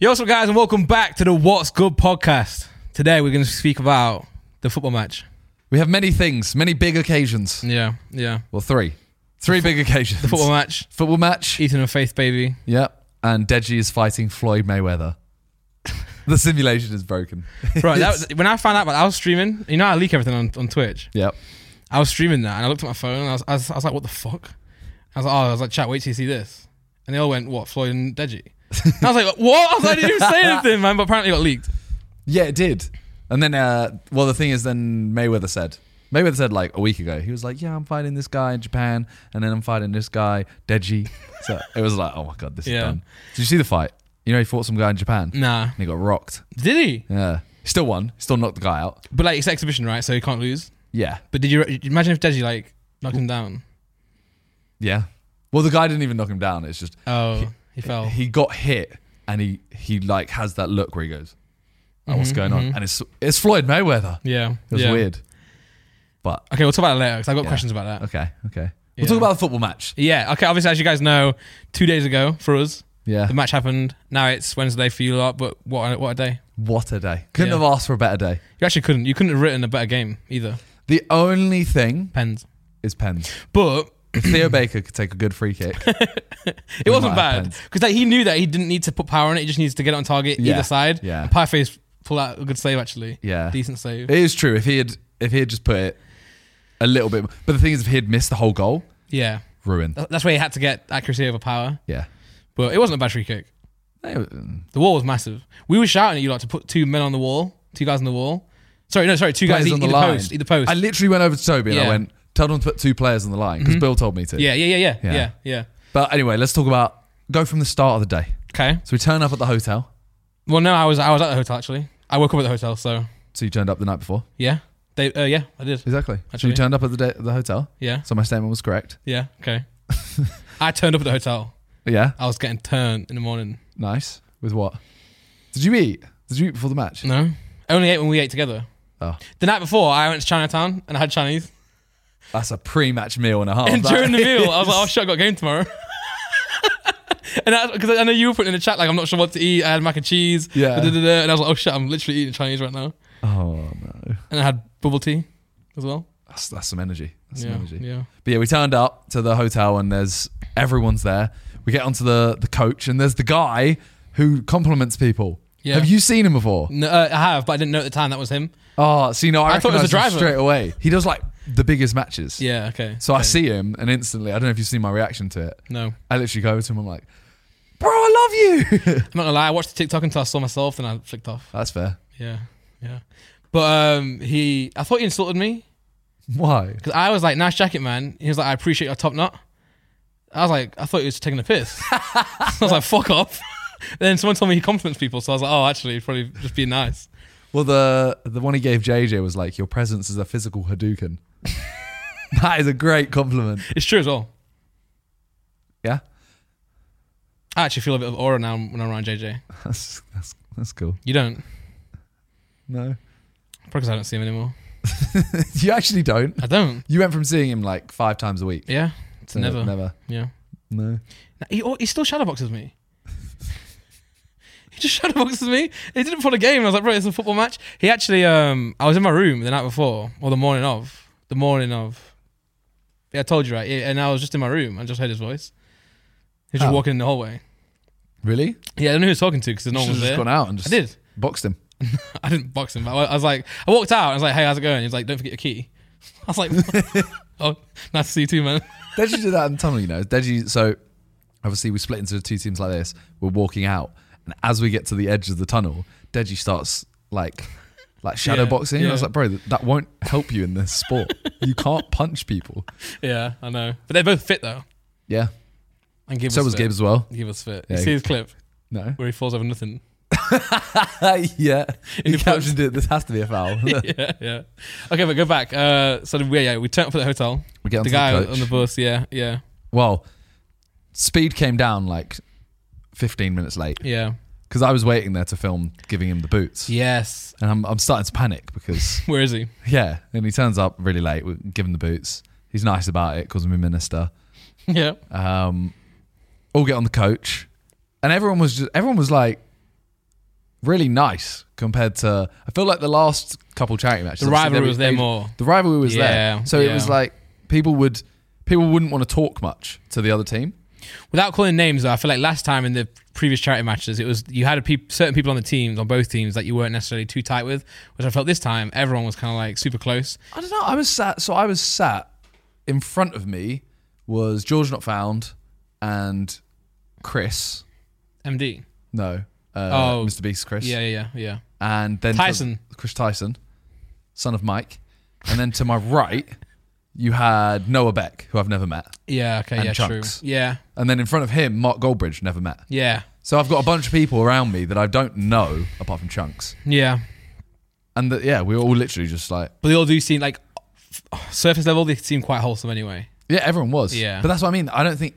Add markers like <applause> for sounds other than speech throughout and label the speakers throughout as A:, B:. A: Yo, what's up, guys, and welcome back to the What's Good podcast. Today, we're going to speak about the football match.
B: We have many things, many big occasions.
A: Yeah, yeah.
B: Well, three. Three big occasions.
A: The football match,
B: Football match.
A: Ethan and Faith <laughs> Baby.
B: Yep. And Deji is fighting Floyd Mayweather. <laughs> the simulation is
A: <laughs>
B: broken.
A: Right, that was, when I found out about I was streaming, you know, I leak everything on, on Twitch.
B: Yep.
A: I was streaming that, and I looked at my phone, and I was, I was, I was like, what the fuck? I was like, oh, I was like, chat, wait till you see this. And they all went, what, Floyd and <laughs> Deji? And I was like, what? I was like, I didn't even say anything, man, but apparently it got leaked.
B: Yeah, it did. And then, uh, well, the thing is, then Mayweather said, Mayweather said like a week ago, he was like, "Yeah, I'm fighting this guy in Japan, and then I'm fighting this guy,
A: <laughs>
B: Deji." So it was like, "Oh my god, this
A: Yeah.
B: is done." Did you see the fight? You know, he fought some guy in Japan, and
A: Nah.
B: he got rocked.
A: Did he?
B: Yeah, he still won. Still knocked the guy out.
A: But, like, it's exhibition, right? So you can't lose.
B: Yeah,
A: But did you imagine if Deji, like, knocked him down?
B: yeah. Well, the guy didn't even knock him down. It's just
A: Oh, he, fell.
B: he got hit and he he like has that look where he goes, oh, "What's going on?" And it's it's Floyd Mayweather.
A: yeah.
B: It was
A: Mm-hmm, yeah.
B: weird, but
A: Okay, we'll talk about that later because I've got
B: Yeah.
A: questions about that.
B: okay, okay.
A: Yeah.
B: We'll talk about the football match.
A: Yeah, okay, obviously, as you guys know, two days ago for us,
B: Yeah,
A: the match happened. Now it's Wednesday for you lot, but what a, what a day.
B: what a day! Couldn't
A: Yeah.
B: have asked for a better day.
A: You actually couldn't. You couldn't have written a better game either.
B: The only thing
A: Pens.
B: is pens.
A: But <coughs>
B: If Theo Baker could take a good free kick,
A: <laughs> it wasn't
B: might have
A: bad
B: pens.
A: because like, he knew that he didn't need to put power on it. He just needs to get it on target
B: Yeah,
A: either side.
B: yeah.
A: And Pieface pulled out a good save, actually.
B: yeah,
A: Decent save.
B: it is true. If he had if he had just put it a little bit, but the thing is, if he had missed the whole goal,
A: yeah.
B: ruined.
A: That- That's where he had to get accuracy over power.
B: Yeah,
A: But it wasn't a bad free kick.
B: They were-
A: The wall was massive. We were shouting at you lot to put two men on the wall, two guys on the wall. Sorry, no, sorry, two guys
B: Players
A: each-
B: on the
A: either
B: line.
A: post, either post.
B: I literally went over to Toby and
A: Yeah. Mm-hmm.
B: I went, tell them to put two players on the line because Bill told me to.
A: yeah, yeah, yeah, yeah, yeah,
B: Yeah.
A: yeah,
B: But anyway, let's talk about go from the start of the day.
A: Okay.
B: So we turn up at the hotel.
A: Well, no, I was I was at the hotel actually. I woke up at the hotel, so
B: So you turned up the night before.
A: yeah, they uh, yeah, I did.
B: Exactly. So
A: Actually.
B: you turned up at the day, the hotel.
A: Yeah,
B: So my statement was correct.
A: yeah, okay. I turned up at the hotel.
B: Yeah.
A: I was getting turned in the morning.
B: Nice. With what? Did you eat? Did you eat before the match?
A: No, I only ate when we ate together.
B: Oh,
A: The night before, I went to Chinatown and I had Chinese.
B: that's a pre-match meal and a half.
A: and
B: that
A: <laughs> during the meal, I was like, "Oh
B: is.
A: shit, I got a game tomorrow." <laughs> and that's because I know you were putting in the chat like, "I'm not sure what to eat." I had mac and cheese.
B: Yeah.
A: da-da-da-da, And I was like, "Oh shit, I'm literally eating Chinese right now."
B: Oh no,
A: And I had bubble tea as well.
B: that's, that's some energy. That's
A: yeah,
B: some energy.
A: yeah.
B: But yeah, we turned up to the hotel and there's everyone's there. We get onto the the coach and there's the guy who compliments people.
A: Yeah.
B: Have you seen him before?
A: No, uh, I have, but I didn't know at the time that was him.
B: Oh, see, no, I,
A: I thought it was
B: recognised
A: the
B: him
A: driver.
B: straight away. He does like the biggest matches.
A: Yeah. Okay.
B: So I
A: okay.
B: see him and instantly, I don't know if you've seen my reaction to it.
A: No.
B: I literally go over to him. I'm like, bro, I love <laughs> you.
A: I'm not gonna lie, I watched the TikTok until I saw myself, then I flicked off.
B: That's fair.
A: Yeah, yeah. But um, he, I thought he insulted me
B: Why?
A: because I was like, "Nice jacket, man." He was like, "I appreciate your top knot." I was like, I thought he was taking a piss. <laughs> I was like, "Fuck off." <laughs> then someone told me he compliments people, so I was like, "Oh, actually, he's probably just being nice."
B: Well, the the one he gave JJ was like, your presence is a physical Hadouken. <laughs> that is a great compliment.
A: It's true as well.
B: Yeah,
A: I actually feel a bit of aura now when I'm around JJ.
B: <laughs> that's that's that's cool.
A: You don't,
B: No,
A: probably because I don't see him anymore.
B: you actually don't.
A: I don't.
B: You went from seeing him like five times a week
A: Yeah, it's
B: to
A: never.
B: never.
A: Yeah.
B: No.
A: He, he still shadow boxes me. he just shadow boxes me. He did it before the game. I was like, bro, it's a football match. He actually, um, I was in my room the night before or the morning of, the morning of. Yeah, I told you right. Yeah, and I was just in my room. I just heard his voice. He was just
B: Oh.
A: walking in the hallway.
B: Really?
A: Yeah, I don't know who he was talking to because no one
B: Should've
A: was
B: just
A: there.
B: gone out
A: I
B: and just
A: did. <laughs>
B: boxed him.
A: I didn't box him. But I I was like, I walked out. I was like, hey, how's it going? He was like, don't forget your key. <laughs> I was like, oh, nice to see you too, man. <laughs>
B: Deji did that in the tunnel, you know. Deji, so obviously we split into two teams like this. We're walking out, and as we get to the edge of the tunnel, Deji starts like like shadow
A: Yeah,
B: boxing. And I was
A: yeah.
B: like, bro, that, that won't help you in this sport. you can't punch people.
A: Yeah, I know. But they both fit though.
B: Yeah.
A: And Gibbs
B: So was
A: fit.
B: Gibbs as well.
A: Gibbs fit.
B: Yeah.
A: You see his clip <laughs>
B: No.
A: where he falls over nothing.
B: <laughs> yeah. He
A: the
B: captioned it. This has to be a
A: <laughs>
B: foul. <laughs>
A: yeah, yeah. Okay, but go back. Uh, so we, yeah, we turned up at the hotel.
B: we get
A: The
B: onto
A: guy
B: the coach.
A: on the bus, yeah, yeah,
B: well, speed came down like 15 minutes late
A: yeah.
B: because I was waiting there to film giving him the boots.
A: Yes. <laughs>
B: And I'm, I'm starting to panic because
A: Where is he? <laughs>
B: Yeah, and he turns up really late. We give him the boots. He's nice about it, calls him a minister.
A: Yeah.
B: Um, all get on the coach, and everyone was just everyone was like, really nice compared to. I feel like the last couple charity matches.
A: The
B: obviously,
A: rivalry was there
B: they-
A: more.
B: The rivalry was
A: Yeah,
B: there, so it
A: yeah.
B: was like people would people wouldn't want to talk much to the other team.
A: Without calling names, though, I feel like last time in the previous charity matches, it was you had a peop certain people on the teams on both teams that you weren't necessarily too tight with, which I felt this time everyone was kind of like super close.
B: I don't know. I was sat. So I was sat. In front of me was George not found, and Chris.
A: MD,
B: No. Uh,
A: Oh.
B: Mr. Beast, Chris.
A: yeah, yeah, yeah, yeah.
B: And then to-
A: Tyson.
B: Chris Tyson, son of Mike. And then to my right, you had Noah Beck, who I've never met.
A: Yeah, okay,
B: And
A: yeah,
B: chunks.
A: true. Yeah,
B: And then in front of him, Mark Goldbridge, never met.
A: yeah,
B: So I've got a bunch of people around me that I don't know apart from Chunks.
A: yeah.
B: And that, yeah, we were all literally just like,
A: But they all do seem like surface level. They seem quite wholesome anyway.
B: yeah, everyone was.
A: Yeah.
B: But that's what I mean. I don't think,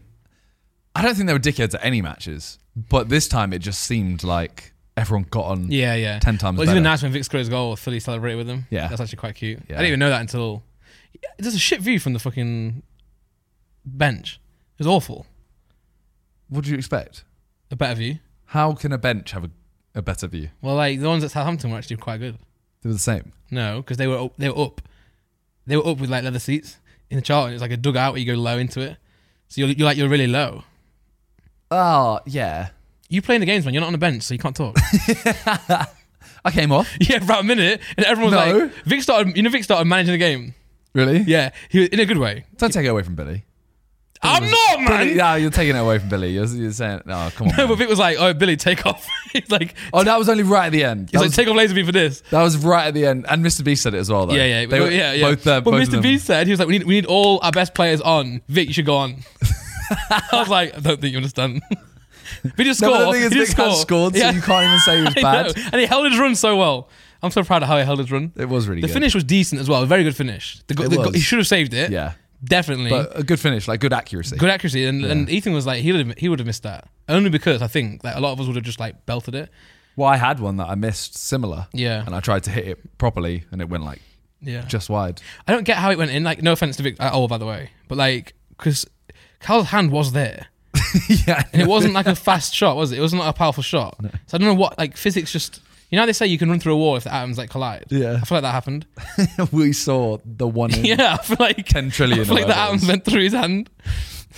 B: I don't think they were dickheads at any matches. But this time it just seemed like everyone got on.
A: Yeah, yeah.
B: 10 times
A: Well, it's even
B: better.
A: nice when Vic scored his goal. Philly celebrated with him.
B: Yeah.
A: that's actually quite cute. I
B: Yeah.
A: didn't even know that until there's a shit view from the fucking bench. It was awful.
B: What did you expect?
A: A better view.
B: How can a bench have a, a better view?
A: Well, like the ones at Southampton were actually quite good.
B: They were the same.
A: No, because they were up, they were up, they were up with like leather seats in the chart. It was like a dugout where you go low into it, so you're, you're like you're really low.
B: Oh, yeah.
A: You playing the games, man. You're not on the bench, so you can't talk. <laughs>
B: I came off.
A: yeah, for about a minute, and everyone was
B: No.
A: like, Vic started. You know, Vic started managing the game.
B: Really?
A: Yeah, he was in a good way.
B: Don't take it away from Billy.
A: I'm not,
B: Billy,
A: man.
B: no, you're taking it away from Billy. You're, you're saying, no,
A: <laughs>
B: come on.
A: No, <laughs> but
B: man.
A: Vic was like, "Oh, Billy, take off." <laughs> he's like,
B: oh, that was only right at the end.
A: he's
B: That
A: like,
B: was,
A: "Take off laser beam for this."
B: that was right at the end. And Mr. Beast said it as well, though.
A: Yeah, yeah,
B: They were-
A: yeah, yeah.
B: Both, uh,
A: but
B: both of
A: Mr.
B: them-
A: Beast said he was like, "We need, we need all our best players on. Vic, you should go <laughs> on." I was like, "I don't think you <laughs> understand." we just
B: No,
A: scored.
B: but the thing is,
A: he
B: Vic
A: just
B: has scored, so you can't even say he was
A: <laughs> I
B: bad.
A: know. And he held his run so well. I'm so proud of how he held his run.
B: It was really
A: The
B: good.
A: finish was decent as well. A very good finish. The, go-
B: It
A: the go-
B: was.
A: he should have saved it.
B: Yeah.
A: definitely.
B: But a good finish, like good accuracy.
A: good accuracy. And, and Ethan was like, he would have, he would have missed that only because I think that a lot of us would have just like belted it.
B: Well, I had one that I missed similar.
A: Yeah.
B: And I tried to hit it properly, and it went like
A: Yeah. <laughs>
B: just wide.
A: I don't get how it went in. Like, no offense to Vic at all, by the way, but like, because Cal's hand was there.
B: yeah.
A: And it wasn't
B: <laughs>
A: like a fast shot, was it? It wasn't like a powerful shot. So I don't know what like physics just you know how they say you can run through a wall if the atoms like collide.
B: Yeah.
A: I feel like that
B: <laughs>
A: happened. <laughs>
B: we saw the one in
A: yeah, I feel like
B: 10 trillion.
A: I feel <laughs> like
B: or
A: the
B: whatever it
A: atoms
B: was.
A: went through his hand. <laughs>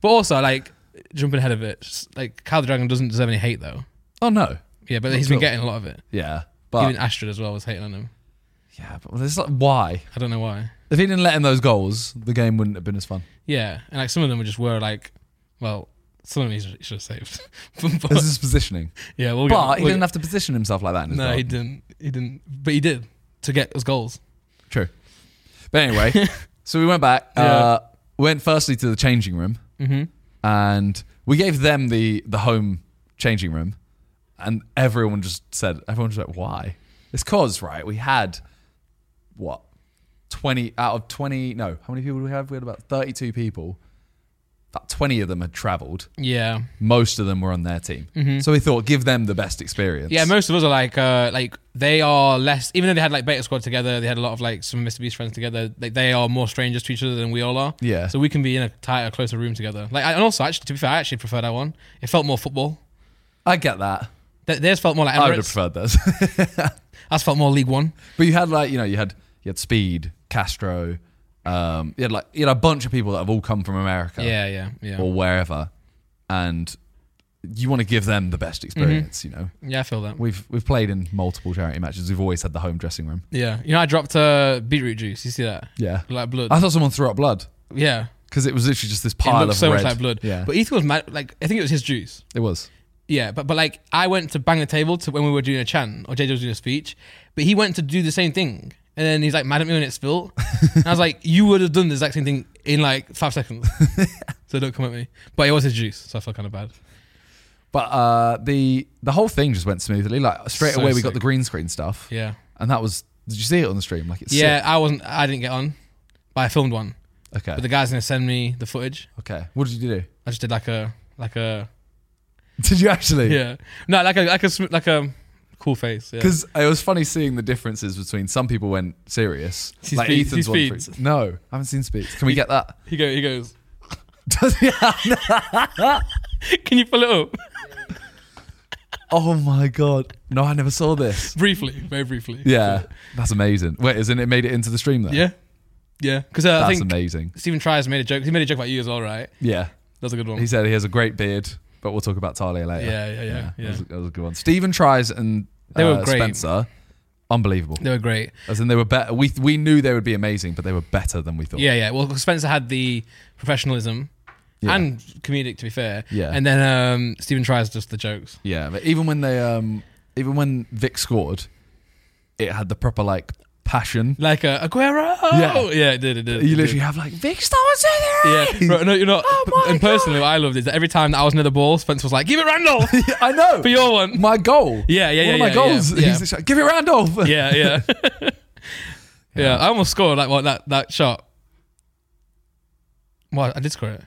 A: but also like jumping ahead of it, just, like Cal the Dragon doesn't deserve any hate though.
B: Oh, no.
A: Yeah, but he's been
B: cool.
A: getting a lot of it.
B: Yeah. But,
A: Even Astrid as well was hating on him.
B: yeah, but it's like, why?
A: I don't know why.
B: If he didn't let in those goals, the game wouldn't have been as fun.
A: Yeah, and like some of them were just were like, well, some of them he should have saved. <laughs> but,
B: This
A: <laughs>
B: is positioning.
A: yeah, we'll
B: But
A: get,
B: he
A: we'll
B: didn't
A: get-
B: have to position himself like that. In his
A: No,
B: goal.
A: he didn't. He didn't. But he did to get us goals.
B: True. But
A: <laughs>
B: anyway, so we went back. Uh, went firstly to the changing room,
A: Mm-hmm.
B: and we gave them the the home changing room, and everyone just said, everyone was like, "Why?" It's cause right. We had what twenty out of twenty? No, how many people did we have? We had about thirty-two people. About twenty of them had travelled.
A: Yeah.
B: Most of them were on their team, so we thought, give them the best experience.
A: Mm-hmm. Yeah, most of us are like, uh, like they are less. Even though they had like Beta Squad together, they had a lot of like some Mr Beast friends together. Like they are more strangers to each other than we all are.
B: Yeah.
A: So we can be in a tighter, closer room together. Like, and also actually, to be fair, I actually prefer that one. It felt more football.
B: I get that.
A: Th- Theirs felt more like
B: I would have
A: Emirates.
B: preferred those. <laughs>
A: Ours felt more League One.
B: But you had like you know you had you had Speed, Castro, um, you had like you had a bunch of people that have all come from America
A: Yeah, yeah, yeah.
B: or wherever, and you want to give them the best
A: Mm-hmm.
B: experience. You know,
A: Yeah, I feel that.
B: we've we've played in multiple charity matches. We've always had the home dressing room.
A: Yeah. You know, I dropped uh, beetroot juice. You see that?
B: Yeah,
A: Like blood.
B: I thought someone threw up blood
A: yeah.
B: because it was literally just this
A: It
B: pile
A: looked
B: of
A: so
B: red.
A: much like blood.
B: Yeah,
A: But Ethan was mad. Like, I think it was his juice.
B: it was.
A: Yeah, but but like I went to bang the table to when we were doing a chant or JJ was doing a speech, but he went to do the same thing. And then he's like mad at me when it
B: <laughs>
A: spilt. and I was like, you would have done the exact same thing in like five
B: <laughs>
A: seconds. so don't come at me. But it was his juice, so I felt kind of bad.
B: But uh, the the whole thing just went smoothly. Like straight
A: So
B: away, we
A: sick.
B: got the green screen stuff,
A: Yeah.
B: and that was. Did you see it on the stream? Like it's
A: yeah,
B: sick.
A: I wasn't I didn't get on, but I filmed one.
B: Okay.
A: But the guy's gonna send me the footage.
B: okay. What did you do? <laughs>
A: I just did like a like a
B: Did you actually?
A: yeah. No, like a like a sm- like a cool face. Yeah.
B: Because it was funny seeing the differences between some people went serious,
A: See
B: like
A: Speeds-
B: Ethan's
A: see
B: one. For,
A: Speeds.
B: no, I haven't seen Speeds. Can we get that? <laughs>
A: He go he goes, <laughs>
B: Does he have-
A: Can you pull it up?
B: Oh my god! No, I never saw this.
A: <laughs> briefly, very briefly.
B: <laughs> Yeah, that's amazing. Wait, isn't it made it into the stream then?
A: Yeah. Yeah. Because uh,
B: that's
A: I think
B: amazing.
A: Stephen Tries made a joke. He made a joke about you as well, right?
B: Yeah,
A: That's a good one.
B: he said he has a great beard, but we'll talk about Talia later.
A: Yeah, yeah, yeah, yeah.
B: That, was, that was a good one. Stephen tries and
A: They were
B: uh,
A: great.
B: Spencer, unbelievable.
A: they were great.
B: As in they were better. We we knew they would be amazing, but they were better than we thought.
A: Yeah, yeah. Well, Spencer had the professionalism
B: Yeah.
A: and comedic, to be fair.
B: Yeah.
A: And then um, Stephen Tries just the jokes.
B: Yeah, but even when they um even when Vic scored, it had the proper like passion.
A: Like uh, Aguero.
B: Yeah.
A: yeah, it did. It did.
B: You
A: it did.
B: literally have like Vic Stars in there.
A: <laughs>
B: <laughs>
A: Yeah, Bro, no, you're not.
B: Oh my
A: and personally, what I loved is that every time that I was near the ball, Spencer was like, "Give it, Randall,
B: <laughs> I know.
A: for your one."
B: my goal.
A: Yeah, yeah, yeah,
B: One of my
A: yeah,
B: goals.
A: yeah, yeah.
B: He's like, Give it Randolph.
A: Yeah, yeah, yeah. <laughs> I almost scored like what that that shot. What I did score it.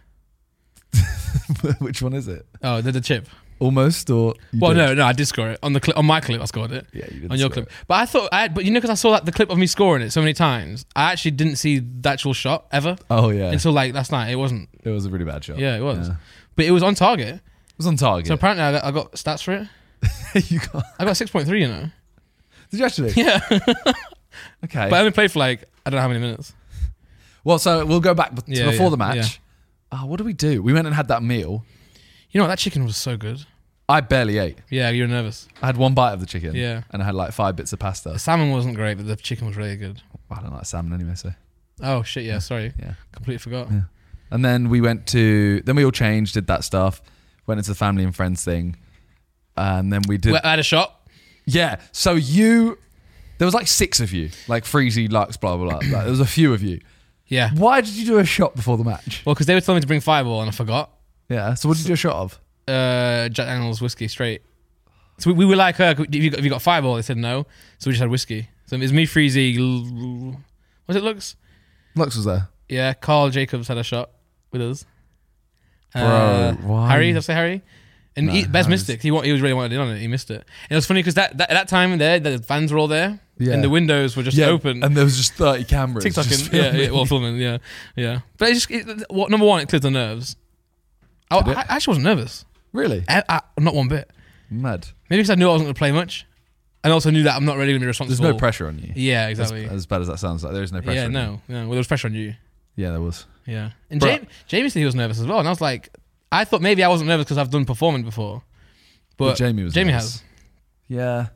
B: <laughs> Which one is it?
A: Oh, the, the chip.
B: Almost or you
A: well,
B: did?
A: no, no, I did score it on the clip on my clip. I scored it.
B: Yeah, you did
A: on your
B: score
A: clip. But I thought, I, but you know, because I saw that the clip of me scoring it so many times, I actually didn't see the actual shot ever
B: Oh yeah,
A: until like last night. It wasn't.
B: it was a really bad shot.
A: Yeah, it was.
B: It
A: But it was on target.
B: was on target.
A: So apparently, I got, I got stats for it.
B: <laughs> you got,
A: I got six point three. You know.
B: did you actually?
A: Yeah. <laughs>
B: Okay.
A: But I only played for like I don't know how many minutes.
B: well, so we'll go back to
A: Yeah,
B: before
A: yeah,
B: the match. Ah, what do we do? We went and had that meal.
A: You know what, that chicken was so good.
B: I barely ate.
A: Yeah, you were nervous.
B: I had one bite of the chicken.
A: Yeah.
B: And I had like five bits of
A: The
B: pasta.
A: salmon wasn't great, but the chicken was really good.
B: I don't like salmon anyway, so
A: Oh shit, yeah, sorry.
B: yeah.
A: Completely forgot.
B: Yeah. And then we went to then we all changed, did that stuff, went into the family and friends thing. And then we did
A: Well, I had a shot.
B: Yeah. So you there was like six of you, like Freezy Lux, blah blah blah. Like, there was a few of you.
A: Yeah.
B: Why did you do a shot before the match?
A: Well, because they were telling me to bring fireball and I forgot.
B: Yeah. So what did you do a shot of?
A: Uh, Jack Daniels whiskey straight. So we, we were like, uh, have, you got, have you got fireball? They said no. So we just had whiskey. So it was me, Freezy. L- L- What's it looks?
B: Lux was there.
A: Yeah, Carl Jacobs had a shot with us. Uh,
B: Bro, why?
A: Harry, did I say Harry? And
B: No,
A: he, Bez
B: Harry's-
A: missed it. He, wa- he was really wanted in on it. He missed it. And it was funny because that, that, at that time there, the fans were all there
B: Yeah.
A: and the windows were just open.
B: And there was just thirty
A: <laughs>
B: cameras.
A: TikTok
B: just
A: and yeah,
B: filming.
A: yeah, well, filming, yeah, yeah. But it just, it, what, number one, it cleared the nerves. I,
B: Did it?
A: I actually wasn't nervous.
B: <laughs> Really?
A: I, I, not one bit.
B: Mad.
A: Maybe because I knew I wasn't going to play much, and also knew that I'm not really going to be
B: There's
A: responsible.
B: no pressure on you.
A: Yeah,
B: As,
A: exactly.
B: as bad as that sounds like there is no pressure.
A: yeah,
B: on you.
A: no, no. Well, there was pressure on you.
B: Yeah, there was.
A: Yeah, and
B: Bruh.
A: Jamie, Jamie said he was nervous as well, and I was like, I thought maybe I wasn't nervous because I've done performing before, but,
B: But Jamie was
A: Jamie
B: nervous.
A: has.
B: Yeah.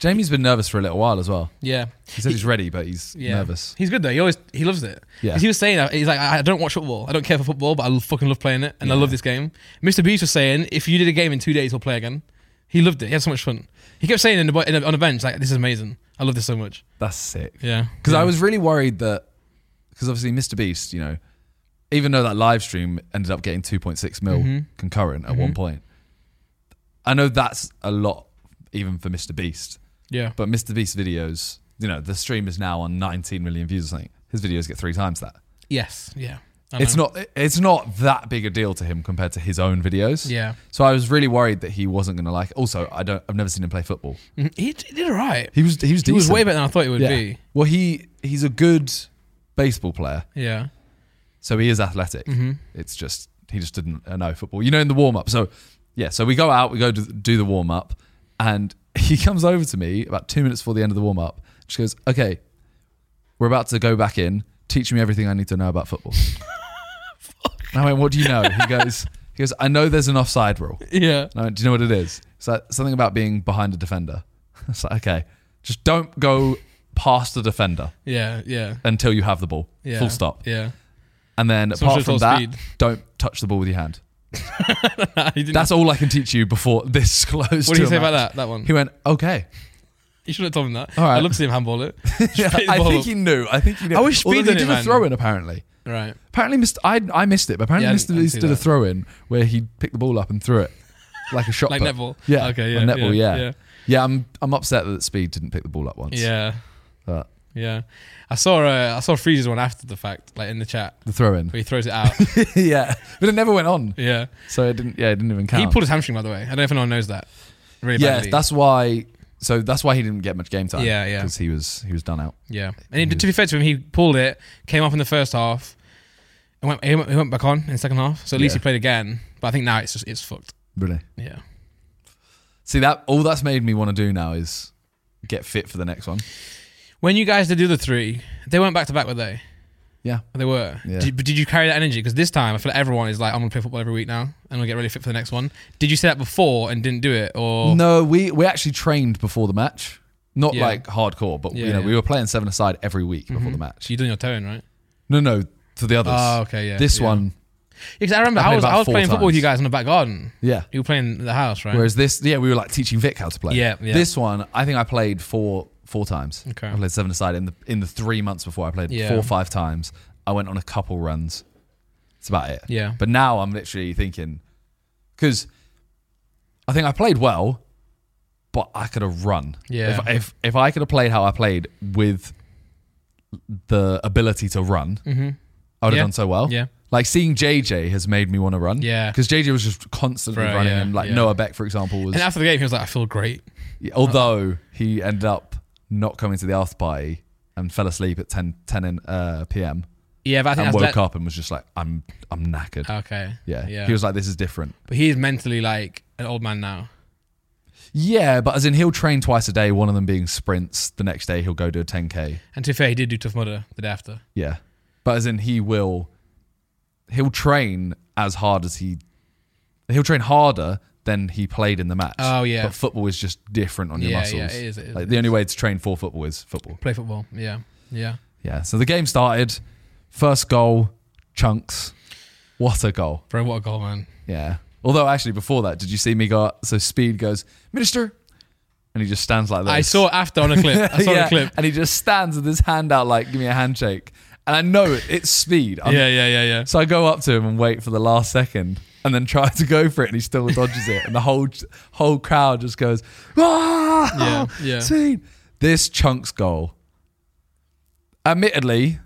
B: Jamie's been nervous for a little while as well.
A: Yeah,
B: He said he's ready, but he's
A: yeah.
B: nervous.
A: He's good though. He always he loves it.
B: Yeah.
A: 'Cause He was saying that- he's like I I don't watch football. I don't care for football, but I fucking love playing it, and I
B: Yeah.
A: love this game. Mr. Beast was saying if you did a game in two days, he'll play again. He loved it. He had so much fun. He kept saying in the, bo- in the, on the bench like this is amazing. I love this so much.
B: That's sick.
A: Yeah.
B: Because
A: Yeah.
B: I was really worried that, because obviously Mr. Beast, you know, even though that live stream ended up getting 2.6 mil
A: Mhm.
B: concurrent at one
A: Mhm.
B: point, I know that's a lot even for Mr. Beast,
A: yeah
B: but Mr. Beast videos, you know, the stream is now on 19 million views or something. His videos get three times that.
A: yes yeah. I
B: It's
A: know.
B: not it's not that big a deal to him compared to his own videos.
A: Yeah.
B: So I was really worried that he wasn't going to like. Also, I don't. I've never seen him play football.
A: Mhm. He, d- he did all right.
B: He was. He was.
A: He was
B: decent.
A: way better than I thought he would
B: Yeah.
A: be.
B: Well, he he's a good baseball player,
A: Yeah.
B: so he is athletic. It's just he just didn't uh, know football. You know, in the warm up. So yeah, so we go out, we go do, do the warm up, and <laughs> he comes over to me about two minutes before the end of the warm up. She goes, "Okay, we're about to go back in. Teach me everything I need to know about <laughs> football." And I went, "What do you know?" He goes, "He goes, I know there's an offside rule."
A: Yeah.
B: And I went, Do you know what it is? It's like something about being behind a defender. <laughs> It's like, okay, just don't go past the defender
A: Yeah. Yeah.
B: until you have the ball.
A: Yeah.
B: Full stop.
A: Yeah. <laughs>
B: And then
A: Someone
B: apart
A: should
B: from
A: have
B: that,
A: told Speed.
B: don't touch the ball with your hand.
A: he didn't.
B: That's all I can teach you before this <laughs> close.
A: what
B: to
A: did he
B: a
A: say about
B: match.
A: that? That one.
B: He went,
A: <laughs>
B: okay.
A: You should have told him that.
B: All right.
A: I'd love to see him handball it.
B: <laughs>
A: <laughs>
B: Yeah,
A: play the
B: I
A: ball
B: think
A: up.
B: he knew. I think he knew.
A: I wish
B: Although
A: Speed
B: he
A: did it,
B: did a
A: man.
B: throw in, apparently.
A: Right.
B: Apparently, missed, I, I missed it, but apparently,
A: Yeah, I didn't-
B: Mr.
A: I didn't
B: Beast
A: see
B: did a
A: that.
B: throw in where he picked the ball up and threw it like a shot
A: Like
B: put.
A: netball.
B: Yeah.
A: Okay. Yeah.
B: Or netball,
A: yeah.
B: yeah.
A: yeah.
B: Yeah, I'm, I'm upset that Speed didn't pick the ball up once.
A: Yeah,
B: But
A: yeah. I saw uh, I saw Freeze's one after the fact, like in the chat,
B: the throw in.
A: where he throws it
B: <laughs>
A: out.
B: yeah, but it never went on.
A: yeah,
B: So it didn't. Yeah, it didn't even count.
A: he pulled his hamstring by the way. I don't know if anyone knows that. Really
B: yeah,
A: badly.
B: that's why. So that's why he didn't get much game time.
A: Yeah, yeah.
B: because he was he was done out.
A: yeah. And he,
B: Mm.
A: to be fair to him, he pulled it, came off in the first half, and went he went, he went back on in the second half. So at least
B: Yeah.
A: he played again. But I think now it's just it's fucked.
B: Really.
A: Yeah,
B: See that all that's made me want to do now is get fit for the next one.
A: When you guys did do the three, they weren't back to back, were they?
B: Yeah.
A: They were.
B: Yeah.
A: Did, but did you carry that energy? Because this time, I feel like everyone is like, I'm gonna play football every week now, and I'm gonna get really fit for the next one. Did you say that before and didn't do it, or
B: No, we we actually trained before the match. Not
A: Yeah.
B: like hardcore, but
A: Yeah,
B: you know,
A: yeah.
B: we were playing seven aside every week before the match.
A: you doing your tone right?
B: No, no, for the others.
A: Oh, okay, yeah.
B: this
A: yeah.
B: one,
A: Because I remember
B: I
A: I,
B: played
A: was I
B: about
A: was
B: four
A: playing football with you
B: times.
A: guys in the back garden.
B: yeah.
A: You were playing at the house, right?
B: Whereas this, yeah, we were like teaching Vic how to play.
A: Yeah, yeah.
B: This one, I think I played four four times.
A: Okay.
B: I played seven aside in the in the three months before I played
A: Yeah.
B: four or five times. I went on a couple runs. That's about it.
A: Yeah.
B: But now I'm literally thinking, because I think I played well, but I could have run.
A: Yeah.
B: If if, if I could have played how I played with the ability to run, I would have
A: Mm-hmm. Yeah.
B: done so well.
A: Yeah.
B: Like seeing JJ has made me want to run.
A: Yeah.
B: Because JJ was just constantly
A: Bro,
B: running,
A: yeah,
B: and like
A: yeah.
B: Noah Beck, for example, was
A: And after the game, he was like, I feel great.
B: although he ended up not coming to the after party and fell asleep at 10, 10 in, uh, p.m.
A: Yeah, but I think
B: and
A: that's
B: woke
A: that-
B: up and was just like, I'm I'm knackered.
A: Okay.
B: yeah.
A: Uh, Yeah.
B: He was like, this is different.
A: but he is mentally like an old man now.
B: Yeah, but as in he'll train twice a day, one of them being sprints. The next day he'll go do a 10K.
A: And to be fair, he did do Tough Mudder the day after.
B: Yeah. But as in he will, he'll train as hard as he, he'll train harder than he played in the match.
A: Oh, yeah.
B: But football is just different on your
A: Yeah,
B: muscles.
A: yeah, it is, it is,
B: like
A: it
B: the only way to train for football is football.
A: Play football. Yeah. Yeah.
B: Yeah, so the game started. First goal, chunks. What a goal.
A: Bro, what a goal, man.
B: Yeah. Although, actually, before that, did you see me go? So Speed goes, Minister. And he just stands like this.
A: I saw it after on a
B: <laughs>
A: clip. I saw
B: Yeah,
A: a clip.
B: And he just stands with his hand out, like, give me a handshake. And I know it, it's <laughs> Speed. I'm-
A: Yeah, yeah, yeah, yeah.
B: So I go up to him and wait for the last second and then try to go for it. And he still dodges it. And the whole whole crowd just goes, ah,
A: Yeah, yeah.
B: Speed. This chunks goal. Admittedly,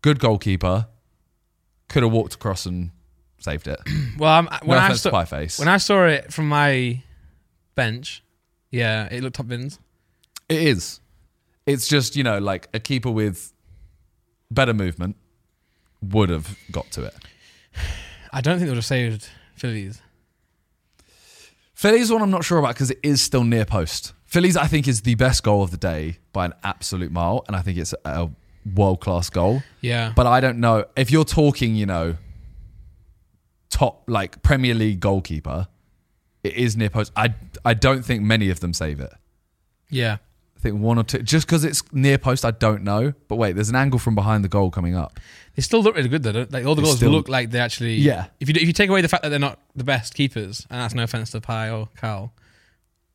B: good goalkeeper. Could have walked across and saved it.
A: Well, I'm, when,
B: no
A: I
B: offense to
A: saw,
B: Pieface.
A: when I saw it from my bench, yeah, it looked top bins.
B: it is. It's just, you know, like a keeper with better movement would have got to it.
A: I don't think they would have saved Phillies.
B: Philly's one I'm not sure about because it is still near post. Philly's, I think, is the best goal of the day by an absolute mile, and I think it's a world class goal.
A: Yeah.
B: But I don't know if you're talking, you know, top like Premier League goalkeeper. It is near post. I I don't think many of them save it.
A: yeah.
B: I think one or two. Just because it's near post, I don't know. But wait, there's an angle from behind the goal coming up.
A: They still look really good though. don't- Like all the
B: They
A: goals
B: still-
A: look like they actually.
B: Yeah.
A: If you if you take away the fact that they're not the best keepers, and that's no offense to Pi or Cal,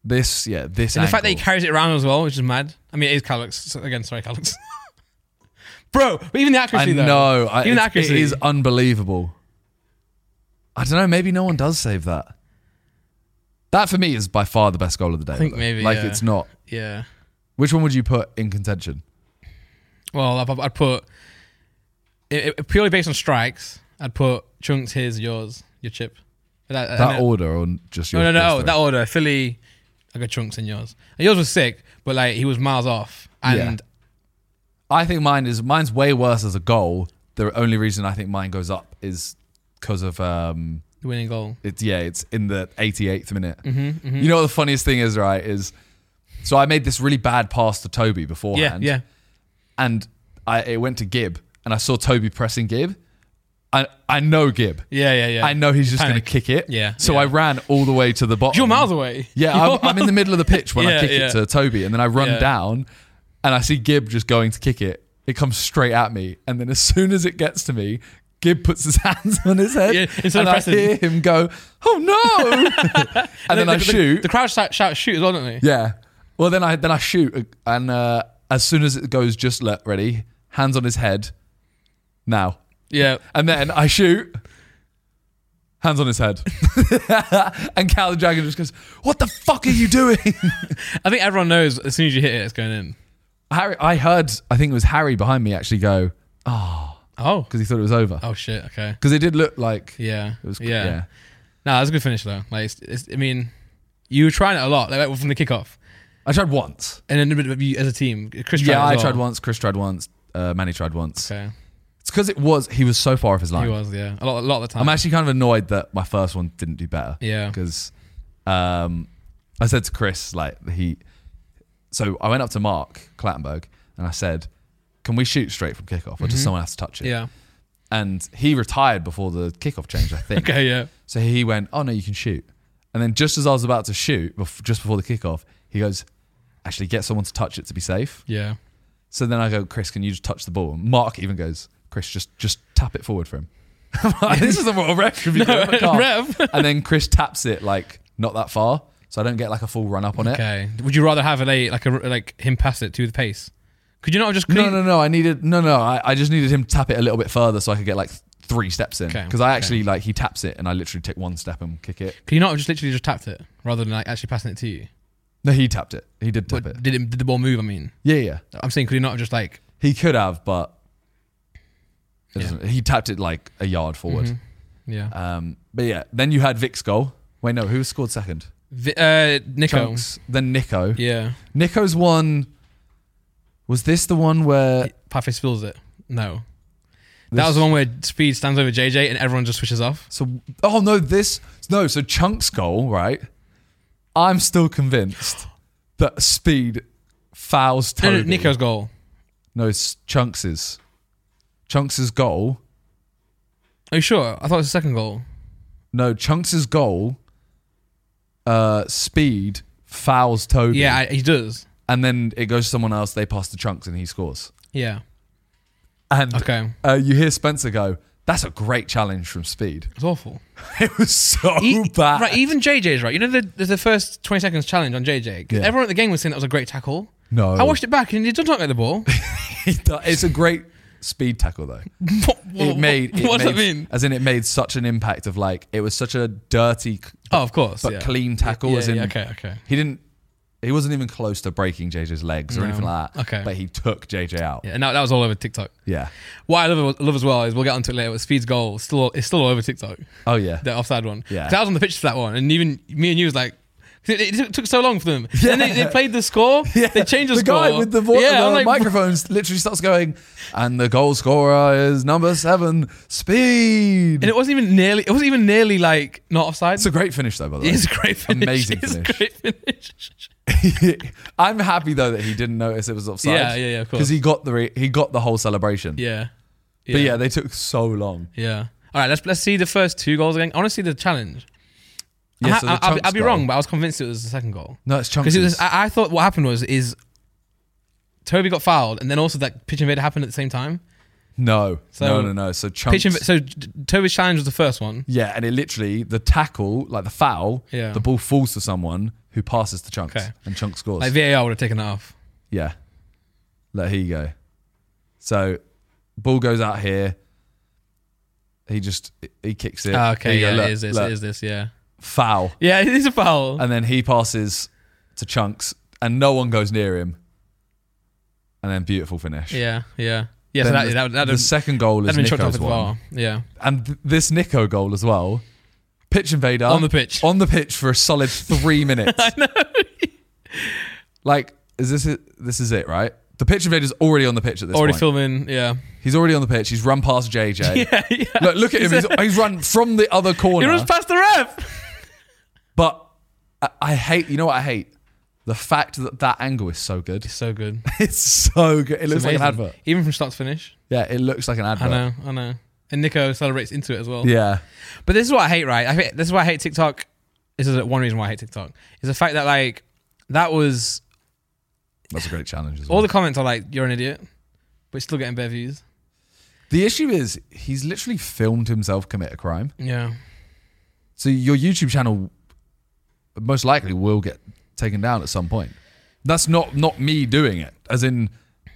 B: This, yeah, this.
A: and the fact that he
B: angle.
A: carries it around as well, which is mad. I mean, it is Calix so, again. Sorry, Calix. <laughs> Bro, but even the accuracy
B: I
A: though.
B: know. I,
A: Even
B: it's- it
A: accuracy.
B: is unbelievable. I don't know. Maybe no one does save that. That for me is by far the best goal of the day. I
A: think maybe,
B: like
A: yeah.
B: it's not.
A: Yeah.
B: Which one would you put in contention?
A: Well, I'd, I'd put it, it- purely based on strikes. I'd put chunks, his, yours, your chip. But I- I-
B: That
A: I know-
B: order or just your?
A: No, no,
B: your
A: no.
B: three?
A: That order. Philly, I got chunks in yours. And yours was sick, but like he was miles off, and
B: I think mine is mine's way worse as a goal. The only reason I think mine goes up is because of um,
A: the winning goal.
B: it's yeah, it's in the 88th minute.
A: Mm-hmm,
B: You know what the funniest thing is, right? Is so I made this really bad pass to Toby
A: Yeah,
B: beforehand.
A: yeah.
B: and I it went to Gib, and I saw Toby pressing Gib. I I know Gib.
A: Yeah, yeah, yeah.
B: I know he's just going to
A: Panic.
B: kick it.
A: Yeah,
B: So
A: yeah.
B: I ran all the way to the bottom.
A: You're miles away.
B: Yeah,
A: You're
B: I'm, I'm in the middle of the pitch when I
A: <laughs> Yeah,
B: kick
A: yeah.
B: it to Toby, and then I run
A: Yeah.
B: down, and I see Gib just going to kick it. It comes straight at me, and then as soon as it gets to me, Gib puts his <laughs> hands on his head,
A: Yeah, instead of
B: and I
A: pressing.
B: hear him go,
A: <laughs>
B: "Oh no!" and, then, I
A: the, the-
B: shoot.
A: The, crowd shout, shout shoot as well, don't they?
B: Yeah. Well, then I then I shoot, and uh, as soon as it goes, just let ready, hands on his head, now,
A: Yeah.
B: and then I shoot, hands on his head, <laughs> and Cal the Dragon just goes, "What the fuck are you doing?" <laughs>
A: I think everyone knows as soon as you hit it, it's going in.
B: Harry, I heard, I think it was Harry behind me actually go
A: Oh.
B: because he thought it was over
A: Oh shit. Okay.
B: because it did look like
A: Yeah.
B: it was
A: yeah. No, that was a good finish though. Like, it's, it's, I mean, you were trying it a lot, like from the kickoff,
B: I tried once.
A: and then a bit of you as a team. Chris.
B: yeah,
A: tried
B: I
A: it as
B: tried
A: well.
B: once. Chris tried once. Uh, Manny tried once.
A: Okay.
B: It's because it was he was so far off his line.
A: He was. Yeah. A lot. A lot of the time.
B: I'm actually kind of annoyed that my first one didn't do better.
A: Yeah.
B: Because um, I said to Chris, like he, so I went up to Mark Clattenburg and I said, "Can we shoot straight from kickoff, or does someone have to touch it?"
A: Mm-hmm. Yeah.
B: And he retired before the kickoff change, I think.
A: <laughs> Okay. Yeah.
B: So he went, "Oh no, you can shoot." And then just as I was about to shoot, bef- just before the kickoff, he goes, "Actually, get someone to touch it to be safe."
A: Yeah.
B: So then I go, "Chris, can you just touch the ball?" And Mark even goes, "Chris, just just tap it forward for him." <laughs> I'm like, this isn't what a <laughs> ref
A: <laughs>
B: should be doing. but can't.
A: rev.
B: and then Chris taps it like not that far, so I don't get like a full run up on it.
A: Okay. Would you rather have a like a like him pass it to the pace? Could you not have just
B: No,
A: clean-
B: no, no. I needed no, no. I, I just needed him to tap it a little bit further so I could get like th- three steps in.
A: Okay,
B: Because I actually like he taps it and I literally take one step and kick it.
A: Could you not have just literally just tapped it rather than like actually passing it to you?
B: No, he tapped it. He did tap
A: But
B: it.
A: did it, did the ball move? I mean,
B: Yeah, yeah.
A: I'm saying could you not have just like
B: He could have, but it
A: Yeah. Mm-hmm.
B: doesn't he tapped it like a yard forward.
A: yeah?
B: Um, but yeah, then you had Vic's goal. Wait, no, who scored second?
A: Vi- uh, Nico.
B: Chunks. Then Nico.
A: Yeah.
B: Nico's one. Was this the one where
A: Parfait spills it. No.
B: this-
A: That was the one where Speed stands over JJ and everyone just switches off.
B: So, oh no, this no. So Chunk's goal, right? I'm still convinced that Speed fouls
A: No,
B: Toby.
A: no, Nico's goal.
B: no, it's Chunks's. Chunks's goal.
A: Are you sure? I thought it was the second goal.
B: No, Chunks's goal. Uh, Speed fouls Toby.
A: Yeah, I, he does.
B: and then it goes to someone else. They pass to Chunks, and he scores.
A: Yeah.
B: And
A: Okay.
B: uh, you hear Spencer go, "That's a great challenge from Speed." <laughs>
A: It's awful.
B: It was so
A: E-
B: bad.
A: Right, even JJ's right. You know the the the first twenty seconds challenge on JJ. 'Cause
B: Yeah.
A: Everyone at the game was saying that was a great tackle.
B: no,
A: I watched it back and he did not get the
B: <laughs>
A: ball. <laughs>
B: It's a great speed tackle though.
A: what,
B: it made
A: <laughs>
B: it
A: what does
B: made,
A: that mean?
B: As in, it made such an impact of like it was such a dirty
A: Oh, of course.
B: but
A: yeah.
B: clean tackle.
A: Yeah,
B: as in,
A: yeah, okay, okay.
B: he didn't, he wasn't even close to breaking JJ's legs or
A: No.
B: anything like that.
A: Okay.
B: but he took JJ out. Yeah,
A: Yeah, and that, that was all over TikTok. What I love, love as well is we'll get onto it later. But Speed's goal is still it's still all over TikTok.
B: oh yeah, <laughs>
A: The offside one.
B: Yeah.
A: 'Cause I was on the pitch for that one, and even me and you was like. 'cause It, it took so long for them. Yeah. And they, they played the
B: <laughs>
A: score. They changed the,
B: the
A: score.
B: guy with the, vo-
A: Yeah,
B: the
A: I'm like,
B: microphones literally starts going, and the goal scorer is number seven, Speed.
A: and it wasn't even nearly. It wasn't even nearly like not offside.
B: it's a great finish though, by the way.
A: It's a great finish.
B: Amazing
A: it's a
B: finish.
A: great finish.
B: <laughs> I'm happy though that he didn't notice it was offside.
A: Yeah, yeah, yeah, of course.
B: Because he got the re- he got the whole celebration.
A: yeah. yeah.
B: But yeah, they took so long.
A: Yeah. All right, let's let's see the first two goals again. I want to see the challenge.
B: Yeah,
A: I,
B: so the
A: will be,
B: Chunks
A: I'll be
B: goal-
A: wrong, but I was convinced it was the second goal
B: No, it's
A: because
B: chunks.
A: it was. I, I thought what happened was is Toby got fouled, and then also that pitch invader happened at the same time.
B: no,
A: So-
B: no, no, no. So chunks.
A: Pitch inv- so d- Toby's challenge was the first one.
B: yeah, and it literally the tackle, like the foul,
A: Yeah.
B: the ball falls to someone who passes to chunks,
A: Okay.
B: and chunks scores.
A: Like VAR would have taken that off.
B: yeah, let he go. So ball goes out here. He just he kicks it.
A: Ah,
B: Here
A: okay,
B: you go,
A: yeah,
B: look,
A: it is this,
B: look,
A: it is this, yeah,
B: foul,
A: yeah, <laughs> it is a foul.
B: and then he passes to chunks, and no one goes near him. And then beautiful finish.
A: yeah, yeah, yeah. So
B: Then
A: that
B: the,
A: that would- that
B: the
A: would
B: second goal
A: that'd
B: is
A: been chucked off
B: Nico's
A: as
B: one.
A: well. Yeah,
B: and th- this Nico goal as well. Pitch invader
A: on the pitch.
B: on the pitch for a solid <laughs> three minutes. I know. like, is this it? This is it, right? The pitch invader's already on the pitch at this
A: Already
B: point.
A: filming. Yeah,
B: he's already on the pitch. He's run past JJ.
A: <laughs> yeah,
B: <laughs>
A: yeah.
B: Look, look at him. <laughs> He's, he's run from the other
A: It
B: corner.
A: was past the <laughs> ref.
B: but I, I hate. You know what I hate? The fact that that angle is so good.
A: So good.
B: <laughs> It's so good. It looks like an
A: Amazing.
B: advert.
A: Even from start to finish.
B: Yeah, it looks like an
A: I
B: advert.
A: know, I know. And Nico celebrates into it as well.
B: Yeah.
A: But this is what I hate, right? I hate, this is why I hate TikTok. This is one reason why I hate TikTok. Is the fact that like that was
B: That's a great challenge as well.
A: all the comments are like you're an idiot, but it's still getting better views.
B: the issue is he's literally filmed himself commit a crime.
A: Yeah,
B: So your YouTube channel most likely will get taken down at some point. That's not not me doing it. As in,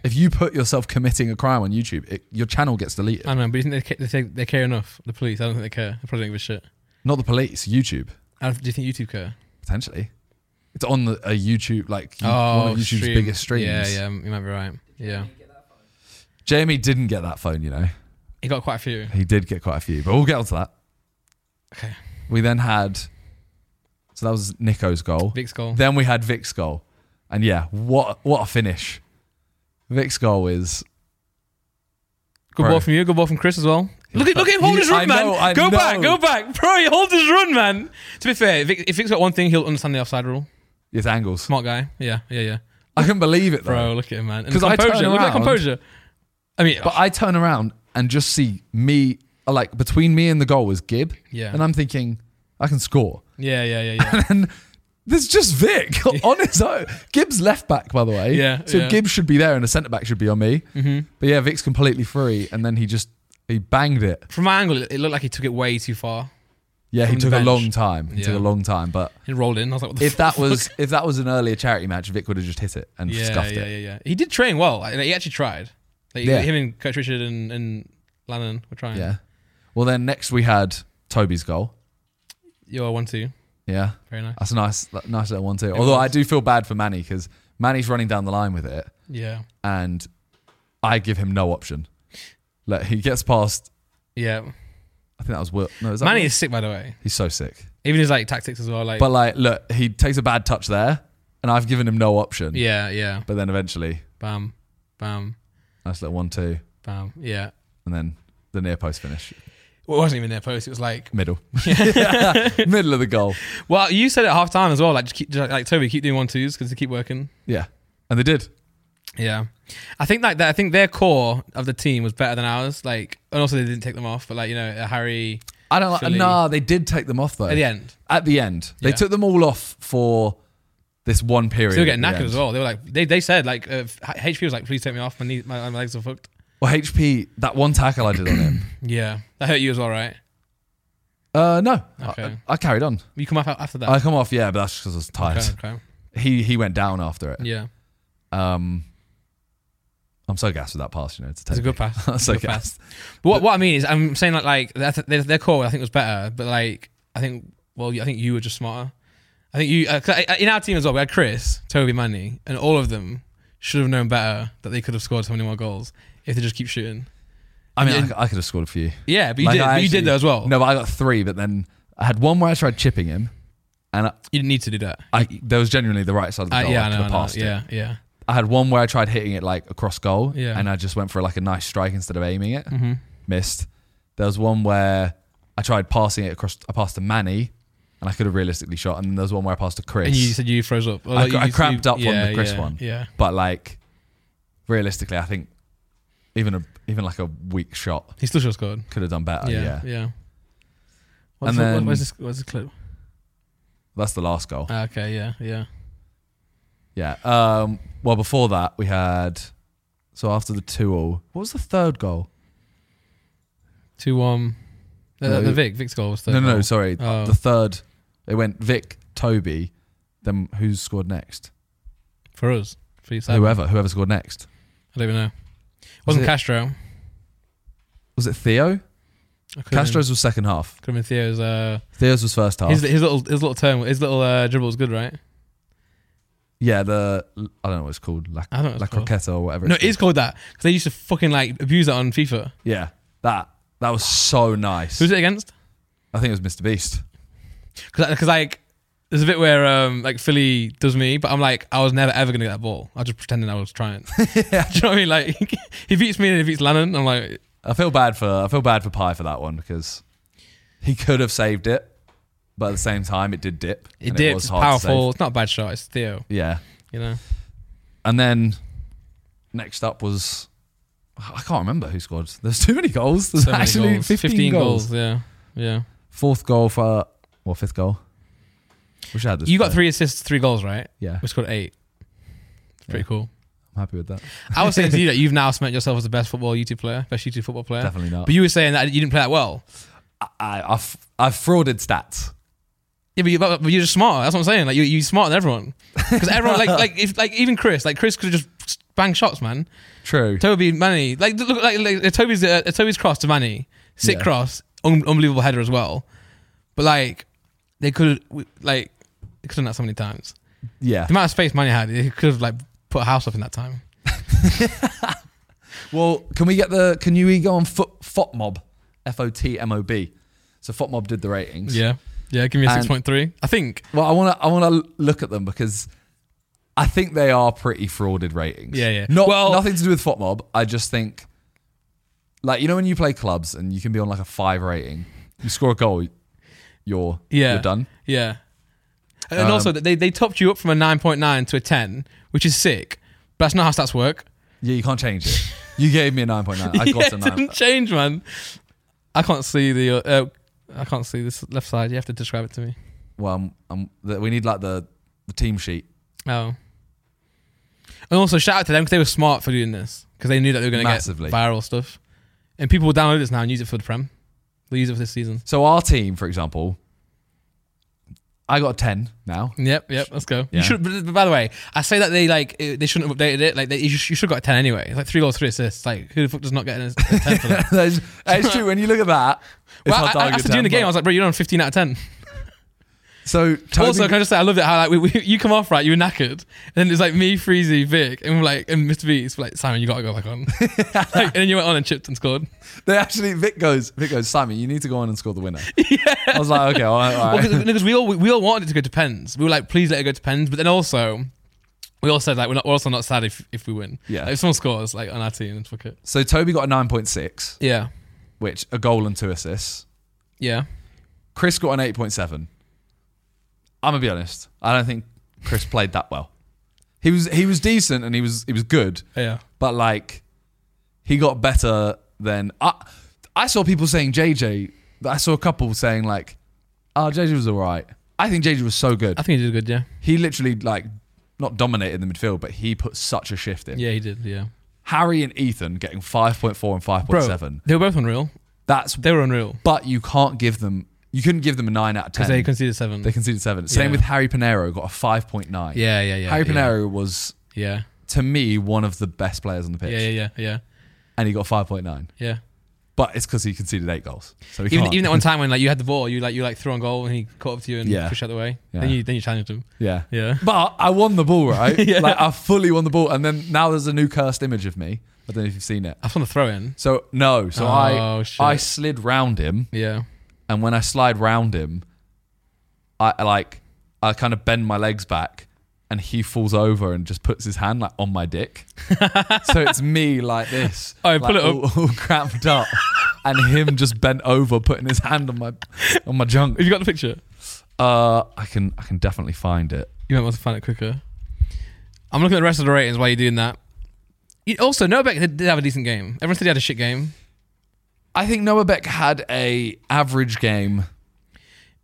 B: if you put yourself committing a crime on YouTube, it, your channel gets deleted.
A: I know. But you think they, ca- they, think they care enough? The police? I don't think they care. They probably don't give a shit.
B: Not the police, YouTube
A: I don't- Do you think YouTube care?
B: potentially. It's on the, a YouTube like you- one of YouTube's
A: Oh, stream.
B: biggest streams.
A: Yeah, yeah. You might be right. Yeah,
B: Jamie didn't get that phone. You know,
A: he got quite a few.
B: he did get quite a few, but we'll get onto that.
A: Okay.
B: We then had, so that was Nico's goal.
A: Vic's goal.
B: Then we had Vic's goal, and yeah, what what a finish! Vic's goal is
A: Good
B: Bro.
A: ball from you. Good ball from Chris as well. Look at look at him hold
B: He-
A: his run,
B: I
A: man.
B: know, I
A: go
B: know.
A: back, go back, bro. He holds his run, man. To be fair, if, Vic- if Vic's got one thing, he'll understand the offside rule.
B: It's angles.
A: Smart guy. Yeah, yeah, yeah.
B: I couldn't believe it,
A: Bro,
B: though.
A: look at him, man. And
B: 'Cause I turn
A: composure. Look at
B: around-
A: composure. I mean,
B: But I turn around and just see me, like between me and the goal was Gib.
A: Yeah.
B: And I'm thinking, I can score. <laughs>
A: yeah, yeah, yeah, <laughs> yeah.
B: And then there's just Vic <laughs> on his own. Gibb's left back, by the way.
A: Yeah,
B: So
A: yeah.
B: Gibb should be there and a centre back should be on me.
A: Mhm.
B: But yeah, Vic's completely free. And then he just, he banged it.
A: From my angle, it it looked like he took it way too far.
B: Yeah, he
A: From the
B: took a
A: bench.
B: long time. He took
A: Yeah.
B: a long time. But
A: He rolled in. I was like, what the
B: if
A: <laughs>
B: that
A: fuck?
B: was if that was an earlier charity match, Vic would have just hit it and
A: yeah,
B: scuffed
A: yeah,
B: it.
A: yeah, yeah. He did train well. Like, he actually tried. Like,
B: Yeah.
A: Him and Coach Richard and, and Lannon were trying.
B: Yeah. Well, then next we had Toby's goal.
A: You are one two.
B: Yeah.
A: Very nice.
B: That's a nice, that- nice little one too. Although I
A: was.
B: do feel bad for Manny because Manny's running down the line with it,
A: Yeah.
B: and I give him no option. Like he gets past.
A: Yeah.
B: I think that was Will. No, is that
A: Manny
B: Will?
A: is sick, by the way.
B: He's so sick.
A: Even his like tactics as well. Like,
B: But like, look, he takes a bad touch there, and I've given him no option.
A: yeah, yeah.
B: But then eventually,
A: Bam, bam,
B: nice little one two,
A: bam. Yeah.
B: and then the near post finish,
A: Well, it wasn't even their post. It was like, <laughs>
B: middle, <laughs> middle of the goal.
A: well, you said it half time as well. Like, just keep, just, like Toby, keep doing one twos because they keep working.
B: Yeah, and they did.
A: Yeah, I think like that. I think their core of the team was better than ours. Like, and also they didn't take them off. But like you know, uh, Harry
B: I don't. Like,
A: Philly.
B: nah, they did take them off though.
A: at the end
B: At the end, they
A: Yeah.
B: took them all off for this one period.
A: still getting
B: at the
A: knackered
B: end.
A: as well. They were like, they, they said like uh, HP was like, please take me off. My knees, my, my legs are fucked.
B: Well, HP, that one tackle I did on
A: <coughs>
B: him.
A: Yeah, that hurt you as well, right?
B: Uh, no,
A: Okay.
B: I, I carried on.
A: You come off after that.
B: I come off, yeah, but that's because I was tired.
A: Okay, okay.
B: He he went down after it.
A: Yeah,
B: Um, I'm so gassed with that pass, you know. To take
A: it's a good pass.
B: <laughs> I'm so
A: Good pass.
B: gassed.
A: But what, what I mean is, I'm saying like like that, their, their core I think was better, but like I think well I think you were just smarter. I think you uh, 'cause I- I- in our team as well. We had Chris, Toby, Manny, and all of them should have known better that they could have scored so many more goals if they just keep shooting.
B: I mean, I
A: Yeah. Oh.
B: c- I, could have scored a few.
A: Yeah, but you
B: Like,
A: did.
B: I
A: But you
B: actually-
A: did though as well.
B: No, but I got three, but then I had one where I tried chipping him, and I,
A: You didn't need to do that.
B: I there was genuinely the right side of the
A: Uh,
B: goal.
A: yeah,
B: I
A: I
B: could
A: know, I
B: have
A: know.
B: passed it.
A: Yeah, yeah.
B: I had one where I tried hitting it like across goal,
A: Yeah.
B: and I just went for like a nice strike instead of aiming it.
A: hmm
B: Missed. There was one where I tried passing it across. I passed to Manny, and I could have realistically shot. And then there was one where I passed to Chris.
A: And you said you froze up. Or,
B: I
A: like,
B: cr-
A: you-
B: I
A: you-
B: cramped up on the
A: yeah,
B: Chris
A: yeah,
B: one.
A: Yeah,
B: but like, realistically, I think even a even like a weak shot
A: he still should have scored.
B: could have done better. Uh, Yeah,
A: Yeah, yeah.
B: And
A: What's the-
B: then-
A: where's this? Where's the clip?
B: that's the last goal.
A: Ah, okay, yeah, yeah.
B: Yeah. Um. Well, before that, we had. So after the two all, what was the third goal?
A: Two um, the,
B: No,
A: the
B: it-
A: Vic Vic's goal was third
B: no, no,
A: goal.
B: no, sorry.
A: Oh.
B: The third, it went Vic, Toby, then who scored next?
A: For us. For yourself.
B: Whoever, whoever scored next.
A: I don't even know. Wasn't
B: it-
A: Castro.
B: Was it Theo?
A: Castro's
B: Castro's Oh. was second half.
A: could have been Theo's uh
B: Theo's was first half.
A: his, his little his little turn his little uh, dribble was good, right?
B: yeah, the I don't know what it's called, La,
A: I don't know what
B: La
A: it's called.
B: Croqueta or whatever.
A: No,
B: it's
A: it is called that. Because they used to fucking like abuse that on FIFA.
B: called. yeah, that that was so nice.
A: Who's it against?
B: I think it was Mr. Beast.
A: Because like there's a bit where um like Philly does me, but I'm like I was never ever gonna get that ball. I was just pretending I was
B: <laughs>
A: trying. <laughs> Do you know what I mean? Like <laughs> he beats me and he beats Lannon. I'm like
B: I feel bad for I feel bad for Pie for that one because he could have saved it, but at the same time it did dip.
A: it
B: and
A: dips,
B: was
A: it's
B: hard to
A: powerful.
B: save.
A: It's not a bad shot. It's Theo.
B: Yeah,
A: You know.
B: and then next up was I can't remember who scored. There's too many goals. There's
A: So many
B: actually
A: goals.
B: 15, goals.
A: Yeah. Yeah.
B: Fourth goal for well, fifth goal. Wish I had this.
A: You got
B: player.
A: three assists, three goals, right?
B: Yeah,
A: We scored eight. It's pretty
B: Yeah.
A: cool.
B: I'm happy with that.
A: I was saying to you that you've now cement yourself as the best football YouTube player, best YouTube football player.
B: Definitely not.
A: But you were saying that you didn't play that well.
B: I, I, I've, I've frauded stats.
A: Yeah, but, you, but but you're just smart. That's what I'm saying. Like you, you're smarter than everyone because everyone, like, like if like even Chris, like Chris could just bang shots, man.
B: True.
A: Toby, Manny, like look, like, like Toby's uh, Toby's cross to Manny, sick
B: Yeah.
A: cross, un- unbelievable header as well. But like they could like they could have done that so many times.
B: Yeah.
A: The amount of space Manny had, they could have like put a house up in that time.
B: Well, can we get the? Can you go on foot, FOTMob? F O T M O B. So FOTMob did the ratings.
A: Yeah, yeah. Give me a
B: And-
A: six point three. I think.
B: Well, I want to I want to look at them because I think they are pretty frauded ratings.
A: Yeah, yeah.
B: Not
A: Well-
B: nothing to do with FOTMob. I just think, like you know, when you play clubs and you can be on like a five rating, you score a goal, you're
A: Yeah.
B: you're done.
A: Yeah. And also that they, they topped you up from a 9.9 to a 10, which is sick. But that's not how stats work.
B: Yeah, you can't change it. You gave me a
A: <laughs>
B: 9.9. <laughs> I got
A: Yeah,
B: a
A: it
B: 9.
A: didn't change, man. I can't see the uh, I can't see this left side. You have to describe it to me.
B: Well, I'm, I'm, th- we need like the, the team sheet.
A: Oh. And also shout out to them because they were smart for doing this because they knew that they were going to get
B: Massively.
A: viral stuff, and people will download this now and use it for the prem. They'll use it for this season.
B: So our team, for example, I got a 10 now. <laughs>
A: Yep, yep. Let's go.
B: Yeah.
A: You should. but- but By the way, I say that they like eh, they shouldn't have updated it. Like they, you, sh- you should have got a ten anyway. It's like three goals, three assists. Like who the fuck does not get an ass- a ten for <laughs> that?
B: That's it's true. When you look at that, it's
A: well,
B: hard to
A: I, I,
B: argue
A: after
B: with
A: doing the
B: 10,
A: game, I was like, bro, you're on fifteen out of ten.
B: but- so Toby,
A: Also, can I just say I love it how like <laughs> we, we, you come off right, you were knackered, and then it's like me, Freezy, Vic, and we're like and Mr. Beast, we're like Simon, you gotta go back <laughs> on. like, and then you went on and chipped and <laughs> scored.
B: they actually Vic goes, Vic goes, Simon, you need to go on and score the winner. I was like, okay, all right, all right.
A: Because we all we, all wanted it to go to pens. We were like, please let it go to pens, but then also. We all said like we're, not, we're also not sad if, if we win.
B: Yeah.
A: Like, if someone scores like on our team, then fuck it.
B: So Toby got a 9.6,
A: Yeah.
B: which a goal and two assists.
A: Yeah.
B: Chris got an 8.7. I'm gonna be honest. I don't think Chris played that well. He was he was decent and he was he was good,
A: Yeah.
B: but like he got better than I. I saw people saying JJ. I saw a couple saying like, "Oh, JJ was all right." I think JJ was so good.
A: I think he did good, yeah.
B: He literally like not dominated the midfield, but he put such a shift in.
A: Yeah, he did, yeah.
B: Harry and Ethan getting 5.4 and 5.7.
A: They were both unreal.
B: That's
A: They were unreal.
B: but you can't give them. You couldn't give them a nine out of ten.
A: Because they conceded seven.
B: They conceded seven. Same
A: Yeah.
B: with Harry Panero, got a 5.9.
A: yeah, yeah, yeah.
B: Harry
A: yeah.
B: Panero was,
A: Yeah.
B: to me, one of the best players on the pitch.
A: Yeah, yeah, yeah, yeah.
B: And he got 5.9.
A: Yeah.
B: But it's because he conceded eight goals. So he
A: Even,
B: can't.
A: even that one time when like you had the ball, you like you like threw on goal and he caught up to you and
B: Yeah.
A: pushed out the way.
B: Yeah.
A: Then you then you challenged him.
B: yeah.
A: Yeah.
B: But I won the ball, right?
A: <laughs> Yeah.
B: Like, I fully won the ball. And then now there's a new cursed image of me. I don't know if you've seen it.
A: I just want to throw in.
B: So, no. So
A: Oh,
B: I
A: shit.
B: I slid round him.
A: Yeah.
B: And when I slide round him, I I, like, I kind of bend my legs back. And he falls over and just puts his hand like on
A: <laughs>
B: my dick. so it's me like this.
A: Oh, pull
B: like,
A: it up.
B: All, all cramped up. and him just bent over, putting his hand on my on my junk.
A: Have you got the picture?
B: Uh, I can I can definitely find it.
A: You might want to find it quicker. I'm looking at the rest of the ratings while you're doing that. You- also, Novak did, did have a decent game. Everyone said he had a shit game.
B: I think Noah Beck had a average game,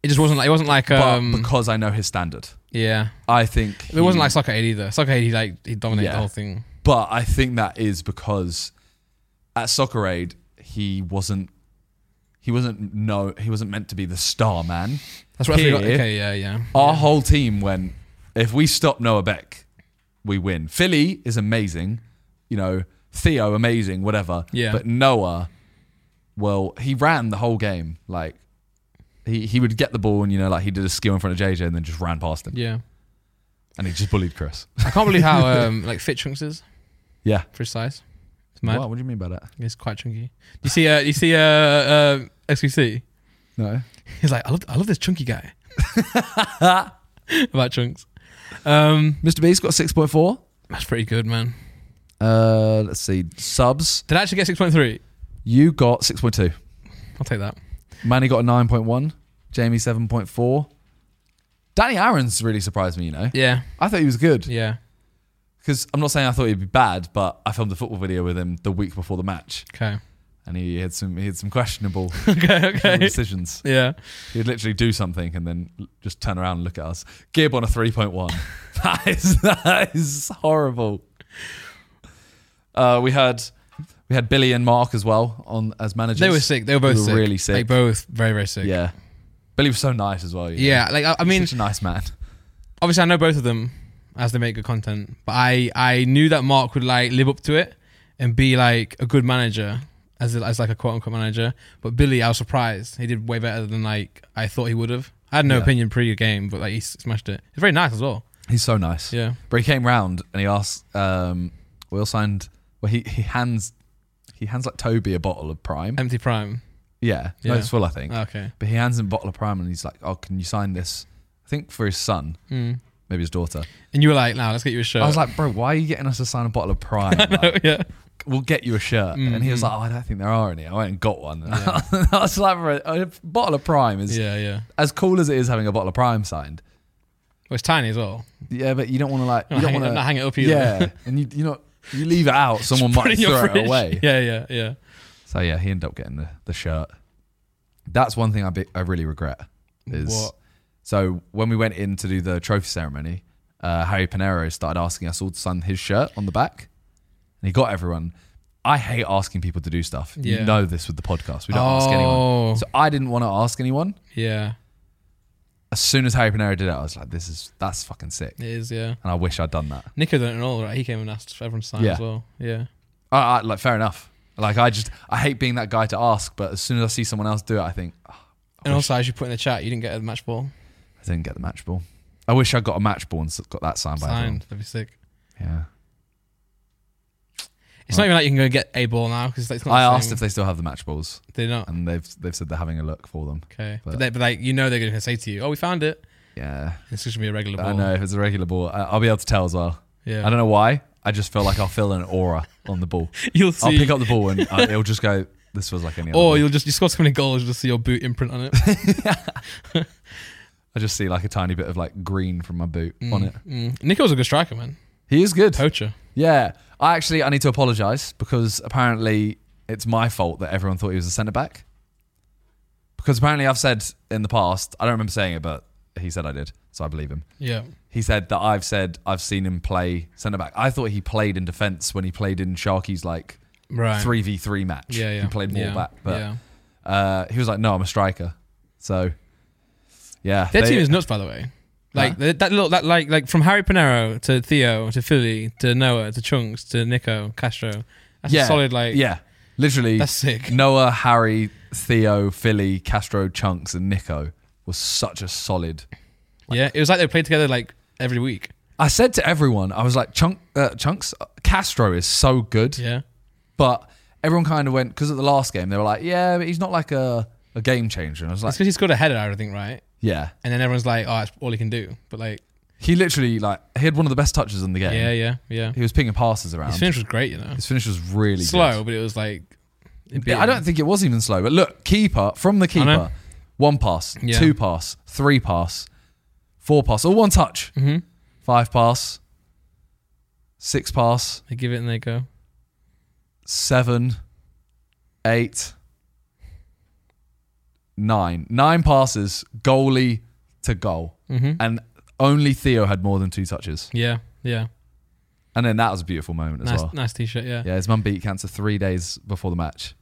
A: It just wasn't like it wasn't like
B: but
A: um
B: because I know his standard,
A: yeah.
B: I think
A: It wasn't
B: he-
A: like soccer eight either. Soccer eight he like he dominated
B: Yeah.
A: the whole thing.
B: But I think that is because at Soccer Aid he wasn't he wasn't no he wasn't meant to be the star man.
A: That's what I forgot.
B: Here-
A: Okay, yeah, yeah.
B: Our whole team went if we stop Noah Beck, we win. Philly is amazing, you know. Theo amazing, whatever.
A: Yeah.
B: But Noah, well, he ran the whole game. Like he he would get the ball and you know like he did a skill in front of JJ and then just ran past him
A: Yeah.
B: and he just bullied Chris.
A: I can't believe
B: <laughs>
A: how um, like fit chunks is
B: Yeah.
A: for his size. It's mad.
B: Wow, what do you mean by that?
A: It's quite chunky. You see, uh, you see, uh, uh, XQC.
B: No.
A: He's like, I love, I love this chunky
B: <laughs>
A: guy. About chunks. Um,
B: Mr. Beast got six point four.
A: that's pretty good, man.
B: Uh, let's see. Subs,
A: Did I actually get six point three?
B: you got 6.2.
A: I'll take that.
B: Manny got a 9.1. Jamie, 7.4. Danny Aaron's really surprised me, you know.
A: Yeah,
B: I thought he was good.
A: yeah.
B: Because I'm not saying I thought he'd be bad, but I filmed a football video with him the week before the match.
A: Okay, <laughs>
B: And he had some he had some questionable
A: okay, okay.
B: decisions.
A: Yeah,
B: He'd literally do something and then l- just turn around and look at us. Gib on
A: <laughs>
B: a 3.1. that, is, that is horrible. Uh, we had we had Billy and Mark as well on as managers.
A: they were sick. They were both
B: They were
A: sick.
B: really sick.
A: Like both very, very sick.
B: Yeah. Billy was so nice as well. you know.
A: yeah. Like I, I mean,
B: such a nice man. <laughs>
A: obviously I know both of them as they make good content, but I I knew that Mark would like live up to it and be like a good manager as as like a quote unquote manager. But Billy, I was surprised he did way better than like I thought he would have. I had no
B: Yeah.
A: opinion pre game, but like he smashed it. It's very nice as well.
B: He's so nice.
A: Yeah,
B: But he came round and he asked, um, we all signed, well, he, he hands, he hands like Toby a bottle of Prime.
A: empty prime.
B: yeah. No,
A: Um, yeah. Uh,
B: it's full, I think.
A: Okay.
B: but he hands him a bottle of Prime and he's like, oh, can you sign this? I think for his son,
A: Mm.
B: maybe his daughter.
A: And you were like, "Now let's get you a shirt."
B: I was like, bro, why are you getting us to sign a bottle
A: <laughs>
B: of Prime? Like,
A: "Yeah,
B: we'll get you a shirt. And he was
A: Mm-hmm.
B: like, oh, I don't think there are any. I went and got one. <laughs> I was like, bro, a bottle of Prime is
A: yeah, yeah."
B: as cool as it is having a bottle of Prime signed.
A: Well, it's tiny as well.
B: Yeah, but you don't want to like. You
A: Not
B: don't
A: hang,
B: want
A: not
B: to.
A: hang it up either.
B: Yeah, and you you know you leave it
A: <laughs>
B: out, someone
A: Put
B: might
A: in your
B: throw it
A: fridge.
B: away.
A: <laughs> Yeah, yeah, yeah.
B: So yeah, he ended up getting the, the shirt. That's one thing I be, I really regret is
A: What?
B: so when we went in to do the trophy ceremony, uh, Harry Panero started asking us all to sign his shirt on the back, and he got everyone. I hate asking people to do stuff.
A: Yeah.
B: You know this with the podcast. We don't ask
A: Oh.
B: anyone. So I didn't want to ask anyone.
A: Yeah,
B: As soon as Harry Panero did it, I was like, "This is that's fucking sick,"
A: it is, yeah.
B: and I wish I'd done that.
A: Nico done it and all, right? He came and asked for everyone to sign
B: Yeah.
A: as well. Yeah.
B: I, I, like fair enough. Like I just I hate being that guy to ask, but as soon as I see someone else do it, I think "Oh,
A: And also, as you put in the chat, you didn't get a match ball
B: I didn't get the match ball. I wish I got a match ball and s- got that signed by
A: signed. That'd be sick.
B: everyone.
A: It's not even like you can go get a ball now because that's
B: Yeah,
A: not.
B: I
A: the
B: asked
A: same.
B: if they still have the match balls,
A: they are not.
B: and they've they've said they're having a look for them.
A: Okay, but,
B: But-
A: they, but like you know, they're going to say to you, "Oh, we found it."
B: Yeah,
A: It's just gonna be a regular ball.
B: I know if it's a regular ball, I, I'll be able to tell as well.
A: Yeah.
B: I don't know why. I just feel like I'll feel an aura on the ball.
A: <laughs> You'll see.
B: I'll pick up the ball and
A: <laughs>
B: uh, it'll just go. This was like any other.
A: Or
B: ball."
A: you'll just you score so many goals, you'll just see your boot imprint
B: <laughs>
A: on it.
B: I just see like a tiny bit of like green from my boot on it.
A: Mm. Nico's a good striker, man.
B: He is good.
A: Poacher.
B: Yeah, I actually I need to apologise because apparently it's my fault that everyone thought he was a centre back. Because apparently I've said in the past, I don't remember saying it, but he said I did, so I believe him.
A: Yeah.
B: He said that I've said I've seen him play centre back. I thought he played in defence when he played in Sharky's like
A: Right.
B: three v three match.
A: Yeah, yeah.
B: he played more
A: yeah.
B: back, but
A: yeah.
B: uh, he was like, no, I'm a striker. So yeah,
A: Their
B: they-
A: team is nuts, by the way. Like
B: Huh?
A: th- that little that like like from Harry Panero to Theo to Philly to Noah to Chunks to Nico Castro. That's
B: yeah,
A: a solid like.
B: yeah, literally
A: That's sick. <laughs>
B: Noah, Harry, Theo, Philly, Castro, Chunks, and Nico was such a solid.
A: yeah. It was like they played together like every week.
B: I said to everyone, I was like, Chunk, uh, Chunks, uh, Castro is so good,
A: Yeah.
B: but everyone kind of went because at the last game they were like, yeah, but he's not like a, a game changer. And I was
A: It's
B: like,
A: because he scored a header, I think, right?
B: yeah,
A: And then everyone's like, "Oh, that's all he can do." But like,
B: he literally like he had one of the best touches in the game.
A: yeah, yeah, yeah.
B: He was pinging passes around.
A: His finish was great, you know.
B: His finish was really
A: Slow,
B: good.
A: but it was like. it beat
B: Yeah, I
A: him.
B: don't think it was even slow, but look, keeper from the
A: know.
B: keeper, one pass,
A: Yeah.
B: two pass, three pass, four pass, or one touch.
A: Mhm.
B: five pass, six pass,
A: They give it and they go.
B: seven, eight, nine. Nine passes, goalie to goal.
A: Mm-hmm.
B: And only Theo had more than two touches.
A: Yeah, yeah.
B: And then that was a beautiful moment as
A: Nice,
B: well.
A: nice t-shirt. Yeah, yeah.
B: Yeah, his mum beat cancer three days before the match.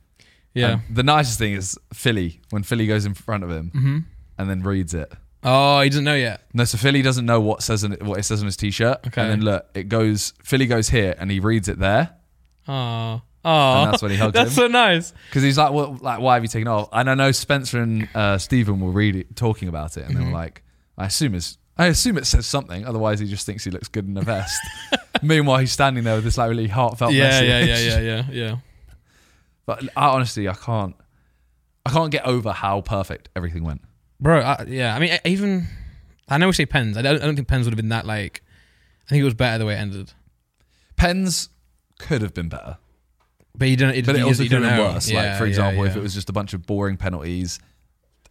B: And the nicest thing is Philly, when Philly goes in front of him
A: Mhm.
B: and then reads it.
A: Oh, he doesn't know yet.
B: No, so Philly doesn't know what says on, what it says on his t-shirt.
A: Okay.
B: And then look, it goes Philly goes here and he reads it there.
A: Oh,
B: And
A: oh.
B: that's when he hugs him.
A: <laughs> That's so nice.
B: Because he's like, well, like, why have you taken off? And I know Spencer and uh, Stephen were really talking about it, and they
A: Mm-hmm.
B: were like, I assume it's, I assume it says something. Otherwise, he just thinks he looks good in
A: <laughs>
B: a vest. Meanwhile, he's standing there with this like really heartfelt
A: Yeah,
B: message.
A: yeah, yeah, yeah, yeah, yeah.
B: <laughs> But I honestly, I can't, I can't get over how perfect everything went.
A: Bro, I, yeah. I mean, I, even I know we say pens. I don't, I don't think pens would have been that like. I think it was better the way it ended.
B: Pens could have been better,
A: But you don't. It,
B: but it
A: you,
B: also
A: you
B: could
A: don't
B: have been
A: know.
B: worse.
A: Yeah,
B: like for
A: yeah,
B: example, if
A: yeah.
B: it was just a bunch of boring penalties,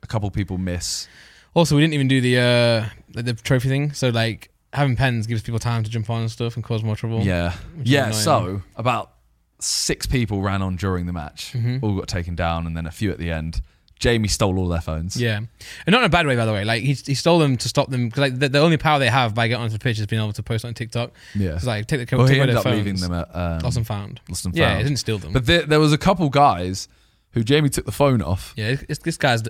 B: a couple people miss.
A: Also, we didn't even do the uh the, the trophy thing. So like having pens gives people time to jump on and stuff and cause more trouble.
B: Yeah.
A: is
B: Yeah.
A: annoying.
B: So about six people ran on during the match,
A: Mm-hmm.
B: all got taken down, and then a few at the end. Jamie stole all their phones.
A: Yeah, and not in a bad way, by the way. Like he, he stole them to stop them because like the, the only power they have by getting onto the pitch is being able to post on TikTok.
B: Yeah.
A: It's like take the
B: Well,
A: take
B: he
A: away
B: ended
A: their
B: up
A: phones.
B: leaving them at um,
A: Lost and found.
B: lost and
A: yeah,
B: found.
A: he didn't steal them.
B: But there, there was a couple guys who Jamie took the phone off.
A: yeah, it's, it's- this guy's. I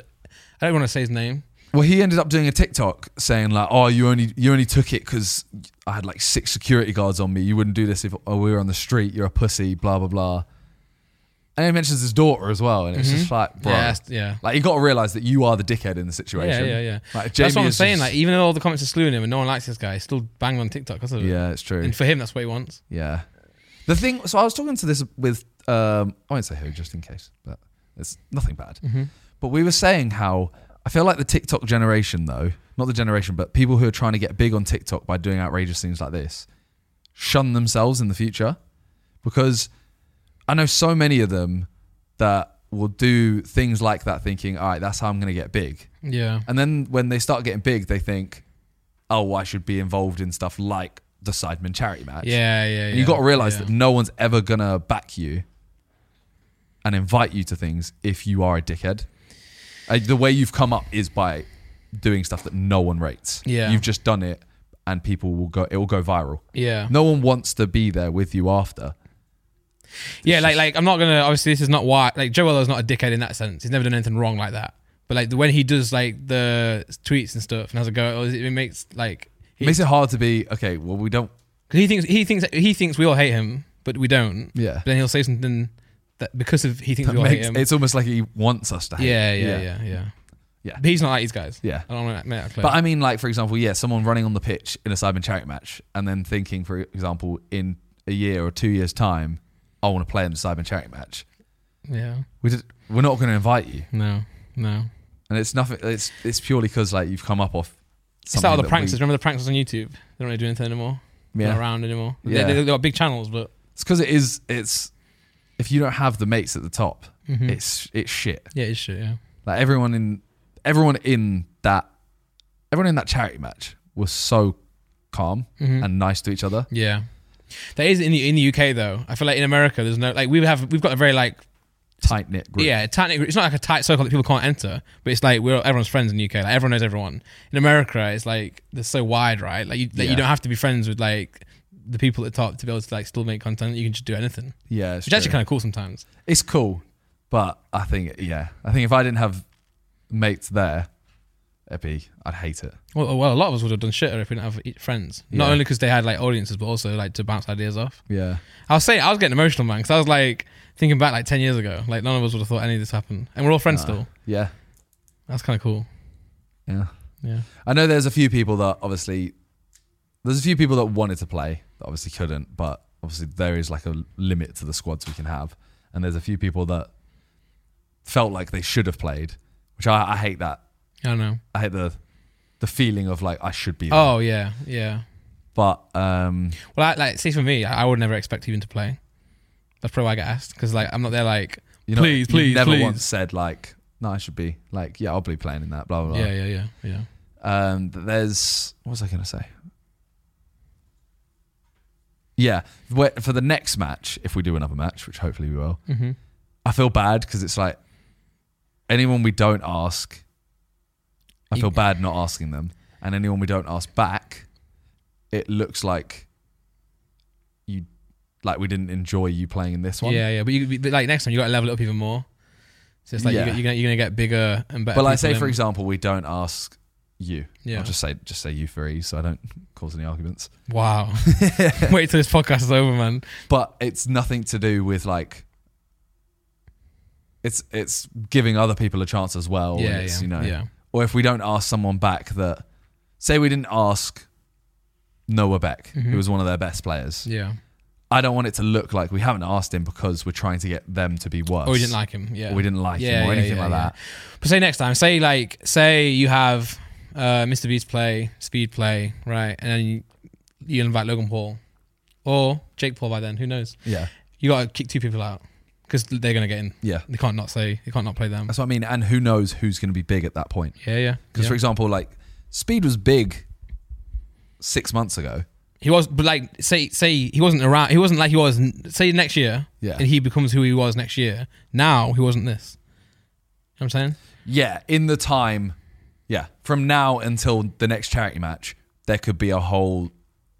A: don't want to say his name.
B: Well, he ended up doing a TikTok saying like, "Oh, you only you only took it because I had like six security guards on me. You wouldn't do this if oh, we were on the street. You're a pussy." Blah blah blah. And he mentions his daughter as well, and it's just like, bro,
A: Mm-hmm. Yeah, that's- yeah.
B: Like you got to realize that you are the dickhead in
A: Yeah,
B: the situation.
A: yeah, yeah.
B: Like Jamie
A: that's what I'm
B: is
A: saying.
B: just-
A: Like, even though all the comments are slewing him and no one likes this guy, he's still banging on TikTok. Because
B: yeah, it's true.
A: And for him, that's what he wants.
B: Yeah. The thing. So I was talking to this with. Um, I won't say who, just in case, but it's nothing bad. But we were saying how I feel like the TikTok generation, though, not the generation, but people who are trying to get big on TikTok by doing outrageous things like this, shun themselves in the future, because I know so many of them that will do things like that, thinking, "All right, that's how I'm going to get big."
A: Yeah,
B: And then when they start getting big, they think, oh, I should be involved in stuff like the Sidemen charity match.
A: Yeah, yeah, yeah.
B: And you got to realize
A: yeah.
B: that no one's ever going to back you and invite you to things if you are a dickhead. Uh, the way you've come up is by doing stuff that no one rates.
A: Yeah.
B: You've just done it and people will go, it will go viral.
A: Yeah.
B: No one wants to be there with you after.
A: yeah, like like I'm not gonna obviously this is not why like Joe Weller's not a dickhead in that sense. He's never done anything wrong like that. But like when he does like the tweets and stuff and has a go, oh, it it makes like
B: It
A: he,
B: makes it hard to be, okay, well, we don't,
A: 'cause he thinks he thinks he thinks we all hate him, but we don't.
B: yeah. <laughs>
A: But then he'll say something that because of he thinks
B: That
A: we all hate
B: makes,
A: him.
B: it's almost like he wants us to hate.
A: yeah,
B: him.
A: yeah, yeah, yeah,
B: Yeah.
A: But he's not like these guys.
B: Yeah.
A: I don't want to make that clear.
B: But I mean, like for example, yeah, someone running on the pitch in a Cyber Charity match, and then thinking, for example, in a year or two years' time, I want to play in the Cyber Charity match.
A: yeah.
B: We just, we're not going to invite you,
A: No. No.
B: and it's nothing. It's it's purely because like you've come up off.
A: It's like all
B: something
A: the
B: that we-
A: pranksters. Remember the pranksters on YouTube? They don't really do anything anymore. They're
B: Yeah,
A: Not around anymore.
B: Yeah.
A: They, they, have got big channels, but
B: it's because it is. It's if you don't have the mates at the top,
A: Mhm.
B: it's it's shit.
A: yeah, it's shit. Yeah.
B: Like everyone in everyone in that everyone in that charity match was so calm
A: Mhm.
B: and nice to each other.
A: Yeah, that is in the in the UK though. I feel like in America, there's no like we have we've got a very like
B: Tight knit group.
A: yeah tight. It's not like a tight circle that people can't enter, but it's like we're everyone's friends in the UK. Like everyone knows everyone. In America, it's like they're so wide, right? Like you that
B: Yeah.
A: you don't have to be friends with like the people at the top to be able to like still make content. You can just do anything,
B: yeah
A: which
B: it's
A: is
B: true.
A: actually kind of cool sometimes.
B: it's cool, but I think yeah, I think if I didn't have mates there, it'd be I'd hate it.
A: Well, well, a lot of us would have done shitter if we didn't have e- friends. Not
B: Yeah.
A: only because they had like audiences, but also like to bounce ideas off.
B: Yeah,
A: I was saying I was getting emotional, man, because I was like thinking back like ten years ago. Like none of us would have thought any of this happened, and we're all friends
B: Nah.
A: still.
B: Uh, yeah,
A: That's kind of cool.
B: yeah.
A: Yeah.
B: I know there's a few people that obviously there's a few people that wanted to play that obviously couldn't, but obviously there is like a limit to the squads we can have, and there's a few people that felt like they should have played, which I, I hate that.
A: I don't know.
B: I hate the the feeling of like I should be there,
A: Oh yeah, yeah.
B: but um,
A: Well, I, like, see, for me, I, I would never expect even to play. That's probably why I get asked because, like, I'm not there. Like,
B: you know,
A: Please,
B: you
A: please,
B: never
A: please.
B: once said like. No, I should be like, yeah, I'll be playing in that, blah blah blah.
A: yeah, yeah, yeah, yeah.
B: Um, th- there's what was I going to say? Yeah, where- for the next match, if we do another match, which hopefully we will,
A: Mm-hmm.
B: I feel bad because it's like anyone we don't ask, I
A: You-
B: feel bad not asking them, and anyone we don't ask back, it looks like you like we didn't enjoy you playing in this one.
A: Yeah, yeah. But you could be- like next time, you got to level it up even more. So it's like
B: Yeah.
A: you, you're gonna you're gonna get bigger and better.
B: But like, say
A: people
B: for
A: in.
B: example, we don't ask you.
A: yeah.
B: I'll just say just say you for ease, so I don't cause any arguments. <laughs>
A: wow. <laughs> Wait till this podcast is over, man.
B: but it's nothing to do with like it's it's giving other people a chance as well and
A: yeah,
B: it's,
A: yeah,
B: you know
A: yeah,
B: or if we don't ask someone back that say we didn't ask Noah Beck who was one of their best players
A: Mm-hmm. yeah.
B: I don't want it to look like we haven't asked him because we're trying to get them to be worse
A: Or we Oh, didn't like him. Yeah.
B: or we didn't like
A: Yeah,
B: him or
A: yeah,
B: anything
A: yeah,
B: like
A: yeah.
B: that
A: But say next time, say like, say you have uh, Mr. Beast play, Speed play, right, and then you, you invite Logan Paul or Jake Paul by then. Who knows?
B: yeah
A: You got to kick two people out because they're gonna get in.
B: yeah
A: They can't not say. They can't not play them.
B: that's what I mean and who knows who's going to be big at that point
A: Yeah, yeah.
B: because
A: yeah.
B: for example like Speed was big 6 months ago
A: he was, but like, say, say he wasn't around. He wasn't like he was. n- Say next year,
B: Yeah.
A: and he becomes who he was next year. Now he wasn't this. You know what I'm saying.
B: Yeah, in the time, yeah, from now until the next charity match, there could be a whole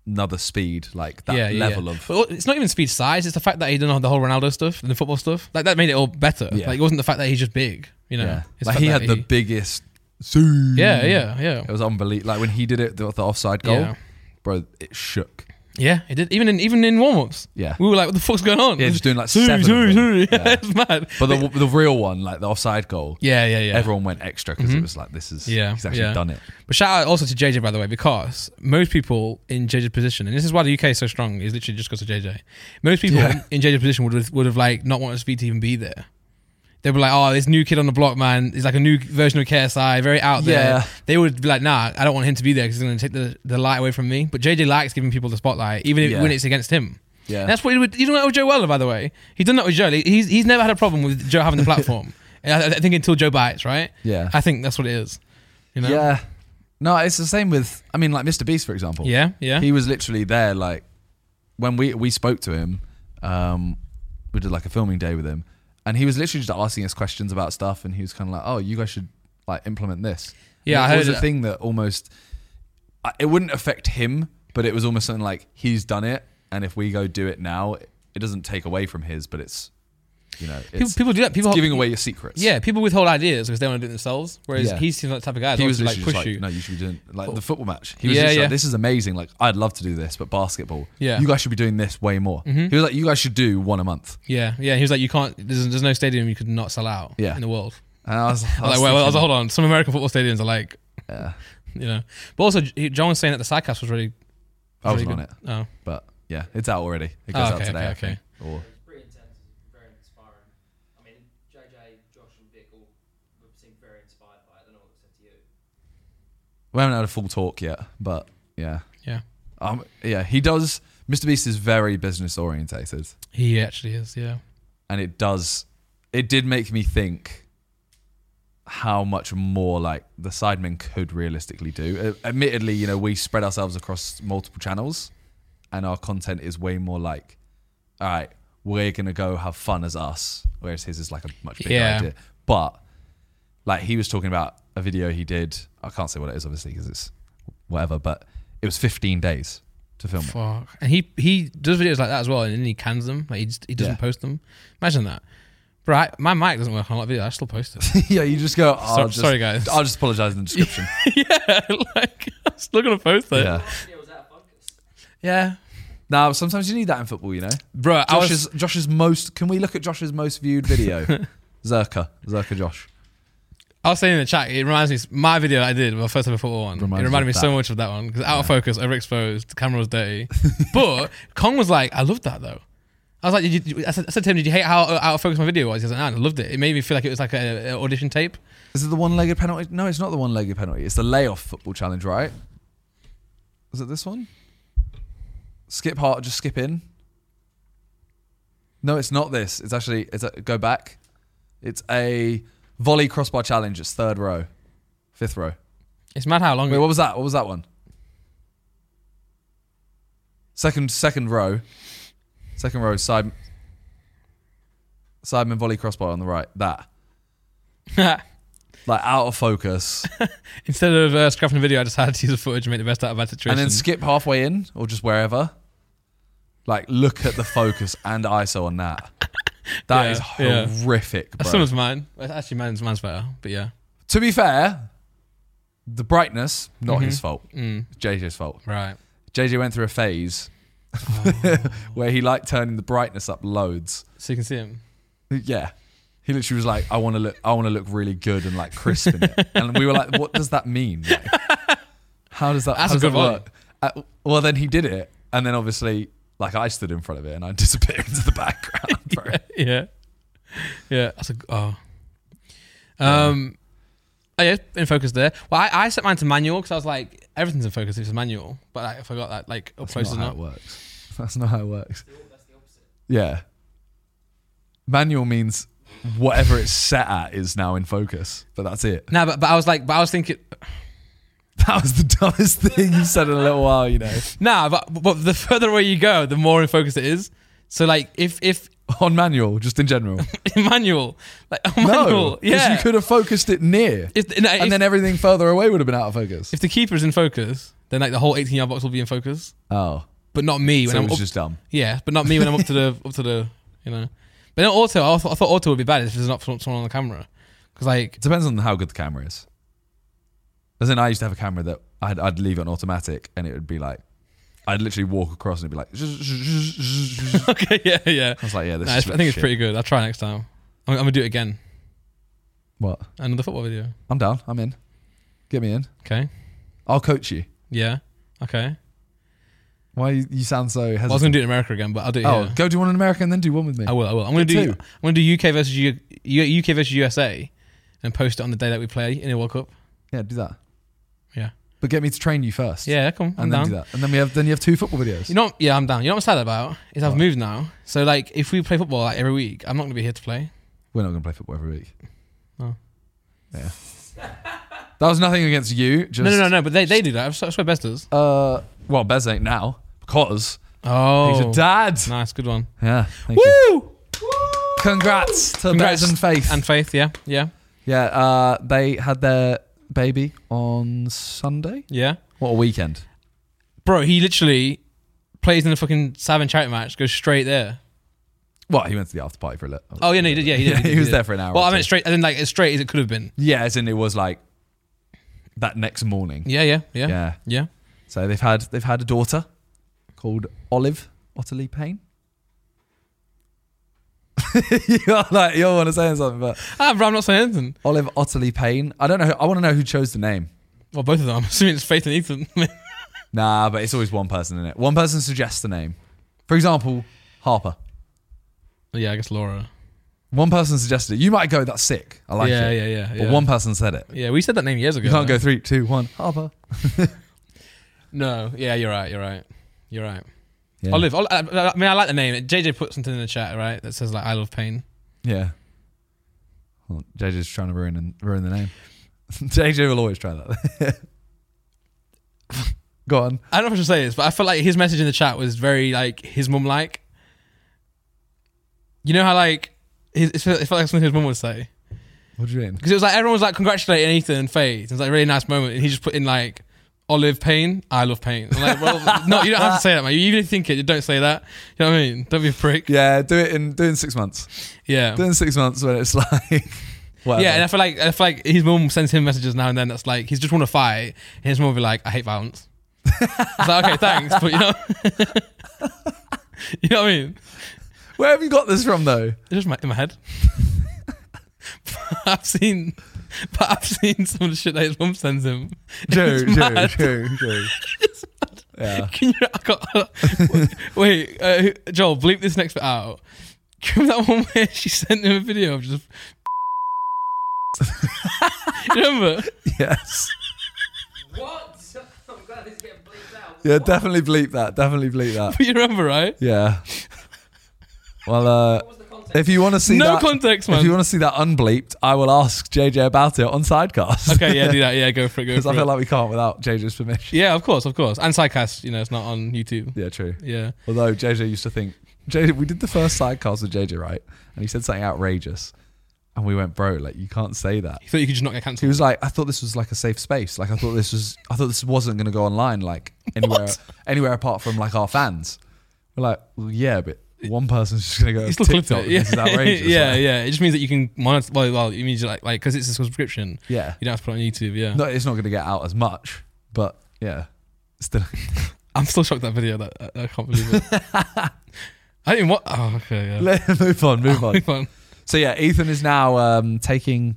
B: another speed like that
A: yeah, yeah,
B: level
A: yeah.
B: of.
A: But it's not even speed size. It's the fact that he done all the whole Ronaldo stuff and the football stuff. Like that made it all better.
B: Yeah.
A: Like it wasn't the fact that he's just big. You know,
B: Yeah,
A: It's
B: like
A: fact
B: he
A: that
B: had the Mm. biggest. Zoom.
A: yeah, yeah, yeah,
B: It was unbelievable. Like when he did it, the, the offside goal,
A: Yeah.
B: bro, it shook.
A: yeah. It did even in even in warm ups.
B: Yeah,
A: We were like, what the fuck's going on?
B: yeah, just doing like
A: Zoom,
B: seven. of
A: zoom,
B: them.
A: zoom. <laughs> Yeah,
B: Yeah.
A: it's mad.
B: But the the real one, like the offside goal,
A: Yeah, yeah, yeah.
B: everyone went extra because it was like this is
A: Yeah,
B: he's actually
A: yeah.
B: done it.
A: But shout out also to JJ by the way, because most people in JJ's position, and this is why the UK is so strong, is literally just because of JJ. Most people
B: Yeah.
A: in JJ's position would have, would have like not wanted Speed to even be there. They were like, "Oh, this new kid on the block, man, is like a new version of KSI, very out there."
B: Yeah.
A: They would be like, "Nah, I don't want him to be there because he's going to take the, the light away from me." But JJ likes giving people the spotlight, even if,
B: Yeah.
A: when it's against him.
B: Yeah,
A: And that's what he would, he's done that with Joe Weller, by the way. He's done that with Joe. He's he's never had a problem with Joe
B: <laughs>
A: having the platform. And I, I think until Joe bites, right?
B: yeah,
A: I think that's what it is. You know?
B: yeah. No, it's the same with. I mean, like Mr. Beast, for example.
A: Yeah, yeah.
B: He was literally there, like when we we spoke to him. Um, we did like a filming day with him, and he was literally just asking us questions about stuff, and he was kind of like, "Oh, you guys should like implement this."
A: Yeah,
B: And
A: I
B: it was
A: heard
B: a
A: it.
B: thing that almost I- it wouldn't affect him, but it was almost something like he's done it, and if we go do it now, it doesn't take away from his, but it's you know,
A: people,
B: it's,
A: people do that. People
B: giving away your secrets.
A: Yeah, people withhold ideas because they want to do it themselves. Whereas
B: Yeah.
A: he seems like the type of guy that
B: he
A: wants
B: was
A: to like
B: literally
A: push
B: just like,
A: you.
B: no, you should be doing like the football match. He was
A: Yeah,
B: yeah,
A: yeah.
B: like, this is amazing. Like, I'd love to do this, but basketball.
A: Yeah. Mm-hmm.
B: you guys should be doing this way more. He was like, you guys should do one a month.
A: Yeah, yeah. He was like, you can't. There's, there's no stadium you could not sell out.
B: Yeah.
A: in the world.
B: And I was, I
A: I was <laughs>
B: was
A: like, well, I was like,
B: thinking,
A: hold on. Some American football stadiums are like,
B: Yeah.
A: you know. But also, he- John was saying that the sidecast was really.
B: I
A: was really
B: wasn't on it,
A: good. Oh,
B: but yeah, it's out already. It
A: Oh,
B: goes
A: okay,
B: out today.
A: okay,
B: I
A: okay.
B: think. Or
C: It's pretty intense. It's very inspiring. I mean, JJ, Josh, and Vic all seem very inspired by it. I don't know what it said to you.
B: we haven't had a full talk yet, but yeah,
A: yeah.
B: um, yeah, he does. Mr. Beast is very business orientated,
A: He actually is. Yeah.
B: and it does. It did make me think how much more like the sidemen could realistically do. Uh, admittedly, you know, we spread ourselves across multiple channels, and our content is way more like, all right, we're gonna go have fun as us, whereas his is like a much bigger
A: Yeah.
B: idea. But like he was talking about a video he did. I can't say what it is, obviously, because it's whatever. But it was 15 days to film. it.
A: Fuck. And he he does videos like that as well, and then he cans them. Like he just, he doesn't
B: Yeah.
A: post them. Imagine that. Bro, I, my mic doesn't work on a lot of videos. I still post it. <laughs>
B: <laughs> yeah, you just go.
A: So-
B: I'll just,
A: sorry, guys.
B: I'll just apologize in the description.
A: yeah, like <laughs> I'm still gonna post it.
B: <laughs> yeah.
C: Last year was out of focus.
A: Yeah.
B: Now, sometimes you need that in football, you know.
A: Bro, I was
B: Josh's Josh's most. Can we look at Josh's most viewed <laughs> video? Zerka, Zerka, Josh.
A: I was saying in the chat, it reminds me my video that I did, my first ever football one.
B: Reminds
A: it reminded
B: you
A: me
B: of
A: so
B: that.
A: much of that one because out of focus, overexposed, the camera was
B: <laughs>
A: dirty. but Kong was like, I loved that though. I was like, did you, I, said, I said to him, did you hate how out of focus my video was? He was like, nah, I loved it. It made me feel like it was like an audition tape.
B: Is it the one-legged penalty? No, it's not the one-legged penalty. It's the layoff football challenge, right? Is it this one? Skip hard, just skip in. No, it's not this. It's actually it's a, go back. It's a volley crossbar challenge. It's third row, fifth row.
A: It's mad how long.
B: Wait,
A: it,
B: what was that? What was that one? Second, second row, second row side, sideman volley crossbar on the right. That like out of focus,
A: <laughs> Instead of uh, scrapping the video, I decided to use the footage and make the best out of bad situation.
B: and then skip halfway in or just wherever. Like look at the focus and ISO on that. That
A: Yeah,
B: is
A: yeah.
B: horrific,
A: That's
B: bro.
A: someone's mine. Well, Actually, mine's, mine's better, but yeah.
B: to be fair, the brightness not his fault.
A: Mm,
B: JJ's fault.
A: right.
B: JJ went through a phase
A: Oh.
B: <laughs> where he liked turning the brightness up loads.
A: So you can see him.
B: Yeah. He literally was like, I want to look, I want to look really good and like crisp in it. And we were like, what does that mean? Like, how does that,
A: That's
B: how does
A: a good
B: that work? Uh, well, then he did it. And then obviously, like I stood in front of it and I <laughs> disappeared into the background. Bro.
A: <laughs> yeah, yeah. That's a g- oh. Um, oh yeah, in focus there. Well, I, I set mine to manual because I was like, everything's in focus. if It's manual, but like, I forgot that like up
B: That's
A: close is
B: not how
A: not.
B: it works. <laughs> That's not how it works.
C: It's the, op- that's the opposite.
B: Yeah. Manual means whatever it's set at is now in focus, but that's it. <laughs>
A: No, but but I was like, but I was thinking,
B: That was the dumbest thing you said in a little while, you know.
A: nah. But but the further away you go, the more in focus it is. So like, if if <laughs>
B: On manual, just in general.
A: in manual, like <laughs> on <laughs> manual,
B: No, because
A: yeah.
B: you could have focused it near,
A: if, no, if,
B: and then everything further away would have been out of focus.
A: if the keeper is in focus, then like the whole 18 yard box will be in focus,
B: Oh,
A: but not me when
B: so it
A: I'm
B: was
A: up
B: just dumb.
A: Yeah, but not me when I'm up to the up to the you know. But then auto, I thought, I thought auto would be bad if there's not someone on the camera, because like <laughs>
B: It depends on how good the camera is. As in, I used to have a camera that I'd, I'd leave it on automatic, and it would be like, I'd literally walk across and it'd be like, I
A: okay, yeah, yeah.
B: was like, yeah, this.
A: Nah,
B: is
A: it's- I think it's
B: Mm. shit.
A: pretty good. I'll try next time. I'm, I'm gonna do it again.
B: What?
A: Another football video.
B: I'm down. I'm in. Get me in.
A: Okay.
B: I'll coach you.
A: Yeah. Okay.
B: Why you, you sound so hesitant?
A: Well, I was gonna do it in America again, but I'll do it
B: oh,
A: here.
B: go do one in America and then do one with me.
A: I will. I will. I'm gonna do.
B: two.
A: I'm gonna do UK versus U, U- UK versus USA, and post it on the day that we play in the World Cup.
B: Yeah, do that.
A: Yeah.
B: But get me to train you first.
A: Yeah. Come. I'm
B: and then
A: down.
B: do that, and then we have then you have two football videos.
A: You know, yeah, I'm down. You know what I'm sad about is I've moved now. So like, if we play football like every week, I'm not gonna be here to play.
B: We're not going to play football every week.
A: No.
B: Yeah. That was nothing against you. Just
A: No, no, no, no. But they, they do that. I swear, Best does.
B: Uh, well, Bez ain't now because
A: Oh,
B: he's a dad.
A: nice, good one.
B: Yeah. Thank you.
A: Woo!
B: Congrats to
A: Congrats.
B: Bez and Faith.
A: And Faith, yeah, yeah,
B: yeah. Uh, they had their baby on Sunday.
A: yeah.
B: What a weekend!
A: Bro, he literally plays in the fucking Savin charity match, goes straight there.
B: Well, he went to the after party for a little.
A: Oh yeah, no, he did. Yeah, he did.
B: Yeah,
A: did,
B: <laughs> he was
A: did.
B: there for an hour
A: Well,
B: or
A: I mean,
B: two.
A: straight. I mean, like as straight as it could have been.
B: Yeah, as in it was like that next morning.
A: Yeah, yeah, yeah,
B: Yeah.
A: yeah.
B: So they've had they've had a daughter called Olive Otterly Payne. <laughs> you are like you're want to say something, but
A: Ah, bro, I'm not saying anything.
B: Olive Otterly Payne. I don't know. Who, I want to know who chose the name.
A: Well, both of them. <laughs> I'm assuming it's Faith and Ethan. <laughs>
B: Nah, but it's always one person in it. One person suggests the name. For example, Harper.
A: yeah, I guess Laura.
B: One person suggested it. You might go, "That's sick. I like
A: yeah,
B: it."
A: yeah, yeah, yeah.
B: But one person said it.
A: Yeah, we said that name years ago.
B: You can't
A: though.
B: go three, two, one. Harper.
A: No, yeah, you're right. You're right. You're right.
B: Yeah.
A: Olive. Ol- I, I I mean, I like the name. JJ put something in the chat, right? That says like "I love pain."
B: Yeah. Well, JJ's trying to ruin and ruin the name. <laughs> JJ will always try that. <laughs> Go on.
A: I don't know if I should say this, but I felt like his message in the chat was very like his mum like. You know how like his, it felt it felt like something his mum would say
B: What do you mean?
A: because it was like everyone was like congratulating Ethan and Faith. It was like a really nice moment, and he just put in like Olive Payne, I love Payne. I'm like, well, no, you don't have to say that, man. You even think it, you don't say that. You know what I mean? Don't be a prick.
B: Yeah, do it in do it in six months.
A: Yeah,
B: Do it in six months when it's <laughs> like whatever.
A: yeah. And I feel like I feel like his mum sends him messages now and then. That's like he's just want to fight, and his mum will be like, I hate violence. it's like okay, thanks, but you know, <laughs> you know what I mean.
B: Where have you got this
A: <laughs>
B: from though?
A: It's just my, in my head. But I've seen, but I've seen some of the shit that his mum sends him. <laughs>
B: Joe, Joe,
A: mad.
B: Joe,
A: <laughs>
B: Joe. Yeah.
A: Can you? I got, <laughs> wait, uh, Joel, bleep this next bit out. <laughs> Remember that one where she sent him a video of just. <laughs> Remember? <laughs>
B: Yes.
C: What? <laughs> I'm glad this is getting bleeped out.
B: Yeah,
C: what?
B: definitely bleep that. Definitely bleep that.
A: But you remember, right?
B: Yeah. Well, uh,
C: What was the context?
B: if you want to see
A: no
B: that,
A: context,
B: if you
A: man.
B: want to see that unbleeped, I will ask JJ about it on Sidecast.
A: Okay, yeah, do that. Yeah, go
B: <laughs>
A: for it. Go
B: Because
A: for
B: I
A: it.
B: feel like we can't without JJ's permission.
A: yeah, of course, of course. And sidecast, you know, it's not on YouTube.
B: Yeah, true.
A: Yeah.
B: Although JJ used to think, JJ, we did the first sidecast with JJ, right? And he said something outrageous. And we went, bro, like, you can't say that.
A: You thought you could just not get
B: He
A: cancelled.
B: was like, I thought this was like a safe space. Like, I thought this was, I thought this wasn't going to go
A: <laughs>
B: online, like, anywhere, anywhere apart from like our fans. We're like, well, yeah, but one person's just going to go,
A: You
B: to
A: still clipped
B: TikTok,
A: it. <laughs> Yeah,
B: this is outrageous.
A: yeah,
B: Like,
A: yeah. It just means that you can monitor. Well, well it means you like like because it's a subscription.
B: yeah.
A: You don't have to put it on YouTube. Yeah.
B: No, it's not going to get out as much, but yeah. Still, <laughs>
A: I'm still shocked that video. That I, I can't believe it. I didn't what. Oh, okay. Yeah.
B: move on, move on.
A: Move on.
B: So yeah, Ethan is now um, taking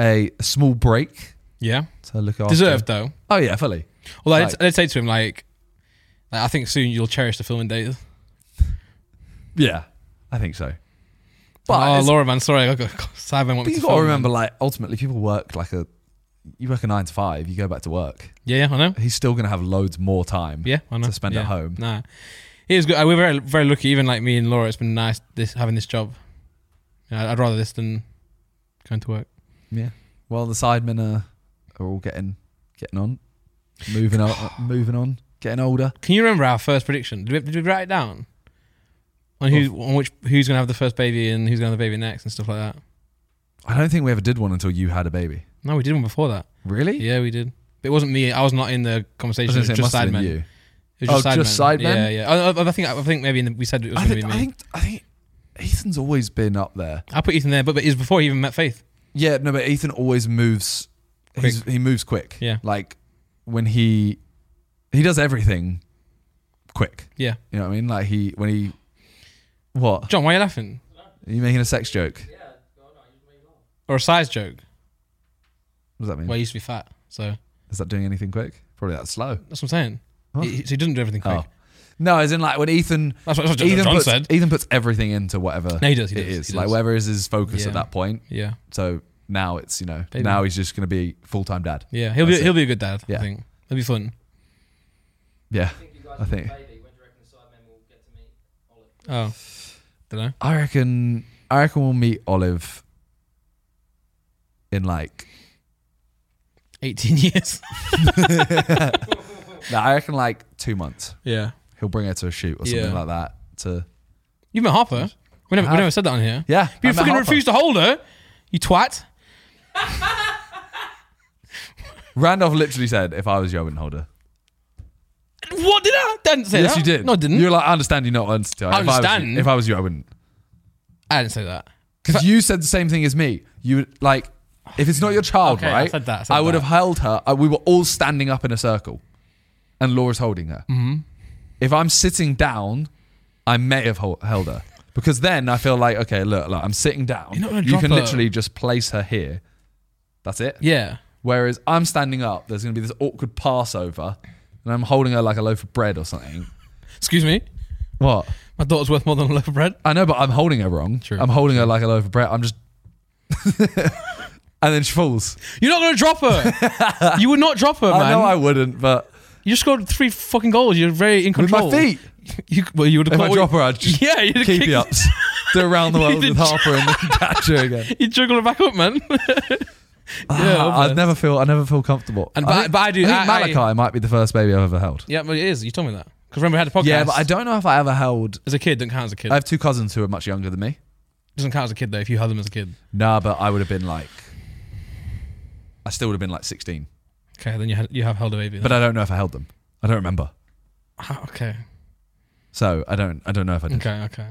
B: a small break
A: Yeah.
B: to look after.
A: Deserved though.
B: Oh yeah, fully.
A: Although I,
B: Right.
A: did, I did say to him like, like, I think soon you'll cherish the filming days.
B: Yeah, I think so.
A: oh,
B: But, it's-
A: Laura, man, sorry, I got Simon.
B: but you got to remember, like ultimately, people work like a. You work a nine to five. You go back to work.
A: Yeah, yeah, I know.
B: He's still gonna have loads more time.
A: Yeah, I know.
B: To spend at
A: Yeah.
B: home.
A: Nah, it was good. Uh, We're very, very lucky. Even like me and Laura, it's been nice this having this job. You know, I'd rather this than going to work.
B: Yeah. Well, the sidemen are, are all getting getting on,
A: <sighs>
B: moving on, moving on, getting older.
A: Can you remember our first prediction? Did we, did we write it down? On who, on which, who's gonna have the first baby and who's gonna have the baby next and stuff like that.
B: I don't think we ever did one until you had a baby.
A: No, we did one before that.
B: Really?
A: Yeah, we did. But it wasn't me. I was not in the
B: I
A: conversation.
B: was
A: It
B: gonna
A: was
B: say it
A: just side men.
B: must have been you.
A: It
B: Oh,
A: was just,
B: just
A: side
B: side
A: men.
B: men?
A: Yeah, yeah. I, I- I think I think maybe in the, we said it was going
B: I
A: to be
B: think,
A: me.
B: I
A: I,
B: think I think Ethan's always been up there.
A: put Ethan there, but, but it was before he even met Faith.
B: Yeah, no, but Ethan always moves. He's, he moves quick.
A: Yeah.
B: like when he he does everything quick.
A: Yeah.
B: You know what I mean? Like he when he what?
A: John, why are you laughing?
B: Are you making a sex joke?
C: yeah, no, no, you made long.
A: Or a size joke?
B: What does that mean?
A: Well, he used to be fat, so
B: Is that doing anything quick? Probably that slow.
A: that's what I'm saying.
B: Huh?
A: He, he- so he doesn't do everything quick.
B: Oh. No, as in like when Ethan
A: That's what, that's what
B: Ethan
A: John
B: puts,
A: said.
B: Ethan puts everything into whatever
A: No, he does. He
B: it
A: does.
B: is.
A: he
B: Like
A: does.
B: whatever is his focus
A: Yeah.
B: at that point.
A: Yeah,
B: So now it's you know
A: Baby.
B: now he's just gonna be full time dad.
A: yeah. He'll be
B: That's it.
A: he'll be a good dad.
B: Yeah.
A: I think it'll be fun.
B: Yeah.
C: I think you guys
B: I
C: I
B: think-
C: think. baby. When do you reckon the sidemen will get to meet Olive?
A: Oh, don't know.
B: I reckon I reckon we'll meet Olive in like
A: 18 <laughs> years.
B: No, I reckon like two months.
A: yeah.
B: He'll bring her to a shoot or something
A: Yeah.
B: like that. To
A: You met Harper. We never, we
B: have.
A: never said that on here.
B: yeah,
A: You
B: I met
A: fucking
B: Harper.
A: refused to hold her. You twat.
B: Randolph literally said, "If I was you, I wouldn't hold her."
A: What did I? Didn't say
B: yes,
A: that.
B: you did.
A: No, I didn't.
B: You're like, I understand you're not honest. to her.
A: I
B: If was you-
A: understand.
B: If I was you, I wouldn't.
A: I didn't say that.
B: Because you said the same thing as me. You would- like, if it's not your child,
A: Okay, I
B: right?
A: said that, I said
B: would
A: that.
B: have held her. I, we were all standing up in a circle, and Laura's holding her. Mm-hmm. If I'm sitting down, I may have hol- held her because then I feel like, okay, look, look I'm sitting down.
A: You're not gonna
B: You
A: drop
B: can
A: her.
B: literally just place her here. That's it.
A: Yeah.
B: Whereas I'm standing up, there's going to be this awkward passover, and I'm holding her like a loaf of bread or something.
A: Excuse me.
B: What?
A: My daughter's worth more than a loaf of bread.
B: I know, but I'm holding her wrong.
A: True.
B: I'm holding her like a loaf of bread. I'm just. <laughs> and then she falls.
A: You're not going to drop her.
B: <laughs>
A: you would not drop her, man.
B: I know I wouldn't, but
A: you scored three fucking goals. You're very in
B: with
A: control.
B: my feet,
A: You, well, you would have
B: if I
A: caught-
B: drop her, I'd <laughs> just
A: Yeah, you'd have
B: keep
A: kicked-
B: you ups. Do around the world with
A: did-
B: Harper and <laughs> then catch her again.
A: <laughs> You'd juggle her back up, man. <laughs>
B: Ah,
A: obvious.
B: I'd never feel. I never feel comfortable.
A: And but I- but I do-
B: I think
A: I-
B: Malachi
A: I-
B: might be the first baby I've ever held.
A: yeah, well, it is. You told me that. Because remember, I had a podcast.
B: Yeah, but I don't know if I ever held.
A: As a kid, doesn't count as a kid.
B: I have two cousins who are much younger than me.
A: doesn't count as a kid, though, if you had them as a kid.
B: Nah, but I would have been like. I still would have been like 16,
A: Okay, then you, had, you have held a baby.
B: but uh,
A: Then.
B: I don't know if I held them. I don't remember.
A: But okay.
B: So I don't. I don't know if I did.
A: Okay, okay.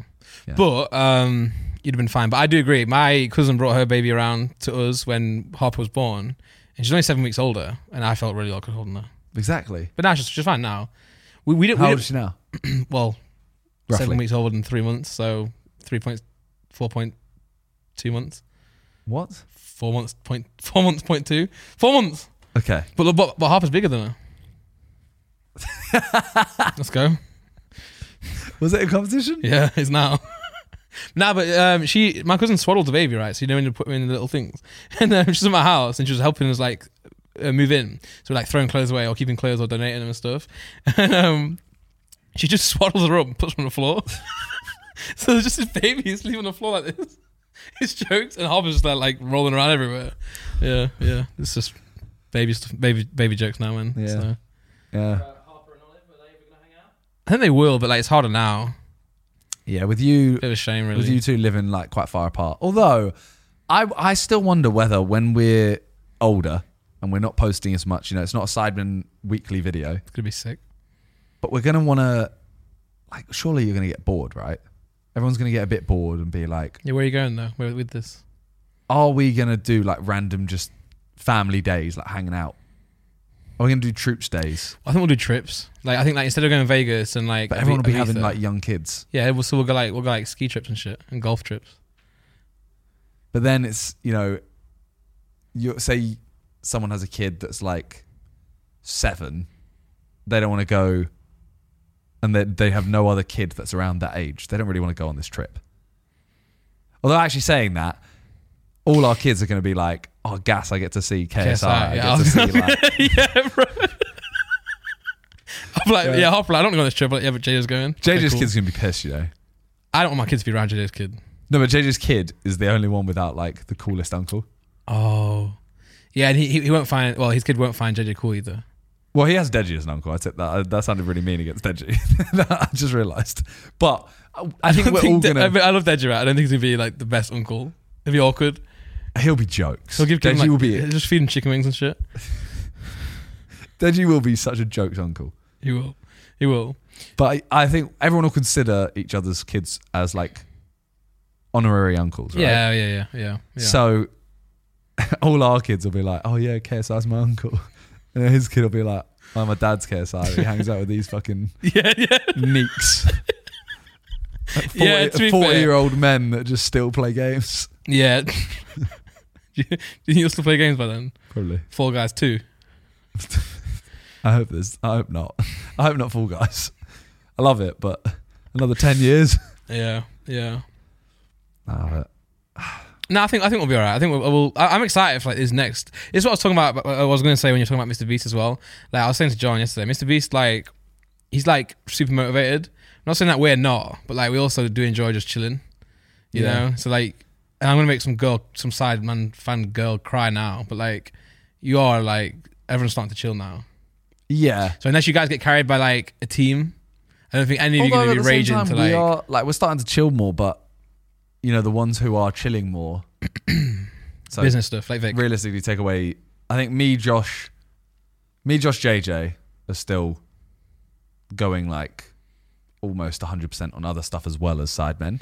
B: Yeah.
A: But um, you'd have been fine. But I do agree. My cousin brought her baby around to us when Harper was born, and she's only seven weeks older, and I felt really awkward holding her.
B: Exactly.
A: But now she's, she's fine now. We we didn't, we
B: How old is
A: didn't
B: she now?
A: well
B: Roughly.
A: seven weeks older than three months, so three point four point two months,
B: What?
A: four months point <laughs> four months point two, four months.
B: Okay.
A: But look, but, but Harper's bigger than her.
B: <laughs>
A: Let's go.
B: Was it a competition?
A: Yeah, <laughs> it's now. nah, but um, she, my cousin swaddled the baby, right? So you know when you put them in the little things, <laughs> and um, she's at my house and she was helping us like uh, move in, so like throwing clothes away or keeping clothes or donating them and stuff, <laughs> and um, she just <laughs> swaddles her up and puts them on the floor. <laughs> so there's just this baby sleeping on the floor like this. <laughs> It's jokes and Harper's just like, like rolling around everywhere. Yeah, yeah. It's just baby stuff, baby baby jokes now, man.
B: Yeah.
A: So.
B: Yeah.
C: Uh, Harper and Olive, are they ever going to hang out?
A: I think they will, but like it's harder now.
B: Yeah. With you,
A: Bit of a shame, really.
B: with you two living like quite far apart. Although, I I still wonder whether when we're older and we're not posting as much, you know, it's not a Sidemen weekly video,
A: it's gonna be sick.
B: but we're gonna want to, like, surely you're gonna get bored, right? Everyone's gonna get a bit bored and be like,
A: Yeah, where are you going though? Where, with this?
B: are we gonna do like random just family days, like hanging out? Are we gonna do troops days?
A: I think we'll do trips. Like I think like instead of going to Vegas and like
B: But everyone will be
A: Ibiza-
B: having like young kids.
A: yeah, we'll so we'll go like we'll go like ski trips and shit and golf trips.
B: But then it's you know, you say someone has a kid that's like seven, they don't want to go, and they they have no other kid that's around that age. They don't really want to go on this trip. Although actually saying that, all our kids are going to be like, "Oh, gas! I get to see KSI.
A: yeah,
B: I get to
A: I was- <laughs>
B: see like,
A: <laughs> yeah, bro. I'm like, yeah,
B: Yeah.
A: Harper, like, I don't want to go on this trip. Like, yeah, but JJ's going.
B: JJ's
A: Okay, cool.
B: kid's going to be pissed, you know."
A: I don't want my kids to be around JJ's kid.
B: No, but JJ's kid is the only one without like the coolest uncle.
A: Oh, yeah, and he he- he won't find. Well, his kid won't find JJ cool either.
B: Well, he has Deji as an uncle. I took that. That sounded really mean against Deji. <laughs> I just realised. But I- <laughs> I think
A: don't <laughs>
B: we're all
A: that- I,
B: gonna.
A: mean, I love Deji. Right? I don't think he's gonna be like the best uncle. It'd be awkward.
B: he'll be jokes.
A: He'll give
B: Deji
A: him, like,
B: will
A: <laughs>
B: be.
A: just feeding chicken wings and shit.
B: Deji will be such a jokes uncle.
A: He will. He will.
B: But I, I think everyone will consider each other's kids as like honorary uncles, right?
A: Yeah, yeah, yeah, yeah. yeah.
B: So <laughs> all our kids will be like, "Oh yeah, KSI's my uncle," <laughs> and then his kid will be like, "I'm my dad's
A: <laughs>
B: KSI. He hangs out with these fucking
A: <laughs> yeah, yeah.
B: neeks." Like 40,
A: <laughs> Yeah, to be fair.
B: year old men that just still play games.
A: Yeah. <laughs> Do you do you think you'll still play games by then?
B: Probably.
A: Fall Guys 2.
B: I hope there's. I hope not. <laughs> I hope not Fall Guys. I love it, but another ten years.
A: Yeah, yeah.
B: Ah, but-
A: No, I think I think we'll be all right. I think we'll. we'll I, I'm excited for like this next. It's what I was talking about. but uh, I was going to say when you're talking about Mr. Beast as well. Like I was saying to John yesterday, Mr. Beast like he's like super motivated. I'm not saying that we're not, but like we also do enjoy just chilling. You
B: Yeah.
A: know, so like, and I'm gonna make some girl, some side man fan girl cry now. But like, you are like everyone's starting to chill now.
B: Yeah.
A: So unless you guys get carried by like a team, I don't think any of you are gonna be raging to like.
B: we are like we're starting to chill more, but you know the ones who are chilling
A: <clears throat>
B: more. so
A: business stuff like Vic.
B: realistically, take away. I think me, Josh, me, Josh, JJ are still going like almost 100% on other stuff as well as Sidemen.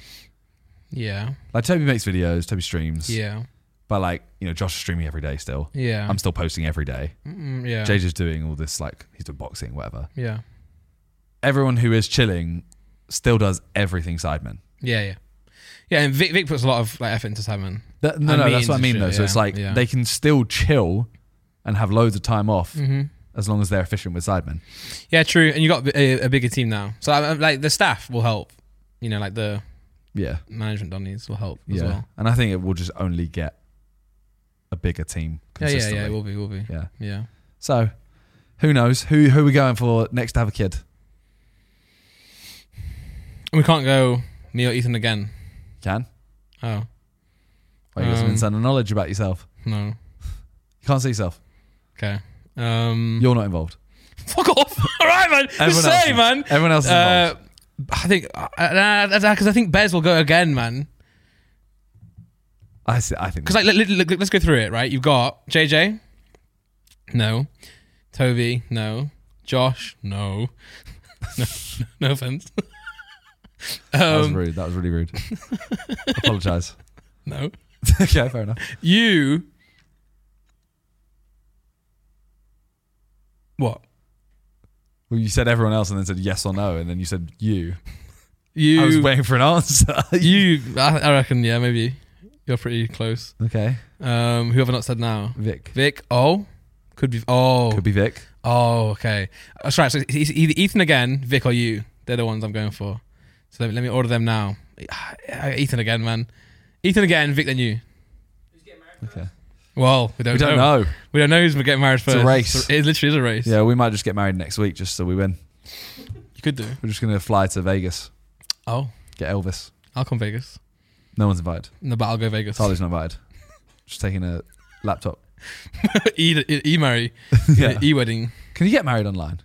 A: Yeah,
B: Like Toby makes videos, Toby streams.
A: yeah,
B: But like, you know, Josh is streaming every day still.
A: yeah,
B: I'm still posting every day.
A: Mm, yeah,
B: JJ's doing all this like he's doing boxing, whatever.
A: yeah,
B: Everyone who is chilling still does everything Sidemen.
A: yeah, yeah, yeah. And Vic, Vic puts a lot of like effort into Sidemen.
B: That, no,
A: And
B: no, that's
A: meetings
B: what I
A: and
B: mean
A: shit,
B: though. So it's
A: yeah,
B: like
A: yeah.
B: they can still chill and have loads of time off
A: Mm-hmm.
B: as long as they're efficient with Sidemen.
A: Yeah, true. And you got a, a bigger team now, so I, I- like the staff will help. You know, like the
B: Yeah.
A: management Donnies will help as
B: Yeah.
A: well.
B: And I think it will just only get a bigger team
A: Yeah, yeah,
B: consistently.
A: yeah. It will be, will be.
B: Yeah.
A: Yeah.
B: So who knows? Who who are we going for next to have a kid?
A: And we can't go me or Ethan again.
B: Can?
A: Oh
B: Well, you got some
A: Um,
B: insider knowledge about yourself.
A: no.
B: You can't see yourself.
A: Okay.
B: <laughs>
A: Um.
B: You're not involved.
A: Fuck off. <laughs> All right, man. Just
B: else
A: say,
B: is.
A: man.
B: Everyone else is
A: Uh,
B: involved.
A: I think uh, because I think Bears will go again, man.
B: I, see, I think
A: Because like, let, us go through it, right? You've got JJ, no, Toby, no, Josh, no, <laughs> no, no offense, <laughs>
B: that was
A: um,
B: rude. That was
A: <laughs>
B: really rude. Apologize. <laughs>
A: no,
B: okay, fair enough.
A: you. What
B: Well, you said everyone else and then said yes or no, and then you said you.
A: you?
B: I was waiting for an answer. <laughs>
A: you, I, I reckon, yeah, maybe you're pretty close.
B: okay,
A: Um, who have I not said now?
B: Vic.
A: Vic, oh, could be, oh,
B: Could be Vic.
A: Oh, okay. That's right. So it's e-, either Ethan again, Vic, or you. They're the ones I'm going for. So let me, let me order them now. <sighs> Uh, Ethan again, man. Ethan again, Vic, then you.
C: Who's getting married
B: Okay.
C: first?
A: Well, we don't,
B: We don't
A: know.
B: know.
A: We don't know who's getting married
B: a
A: first.
B: race.
A: It literally is a race.
B: Yeah, we might just get married next week just so we win.
A: You could do.
B: We're just gonna fly to Vegas,
A: Oh,
B: get Elvis.
A: I'll come Vegas.
B: No one's invited.
A: No, but I'll go Vegas.
B: Tali's not invited. Just taking a laptop.
A: <laughs> e, e, e marry.
B: <laughs> yeah.
A: E wedding.
B: Can you get married online?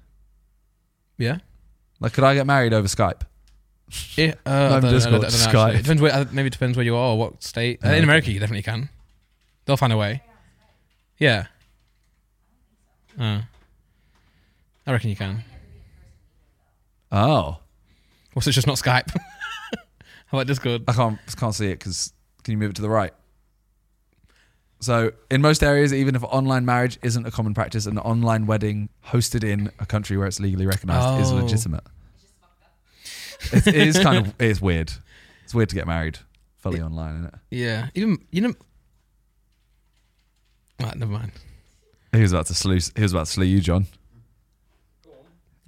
A: Yeah.
B: Like, could I get married over Skype?
A: Eh, uh, I
B: I'm
A: don't know,
B: just
A: I don't
B: got
A: know,
B: Skype.
A: actually. It depends where, uh, maybe it depends where you are or what state. Uh,
B: Oh,
A: in
B: okay.
A: America, you definitely can. They'll find a way. Yeah. Uh, I reckon you can.
B: Oh,
A: Well, so it's just not Skype. <laughs> How about Discord?
B: I can't can't see it because can you move it to the right? So in most areas, even if online marriage isn't a common practice, an online wedding hosted in a country where it's legally recognized is
A: Oh.
B: legitimate. It, it is kind of it's weird. It's weird to get married fully online, isn't it?
A: Yeah. Even you know. Ah, never mind.
B: He was about to slew. He was about to slew you, John.
C: Go on.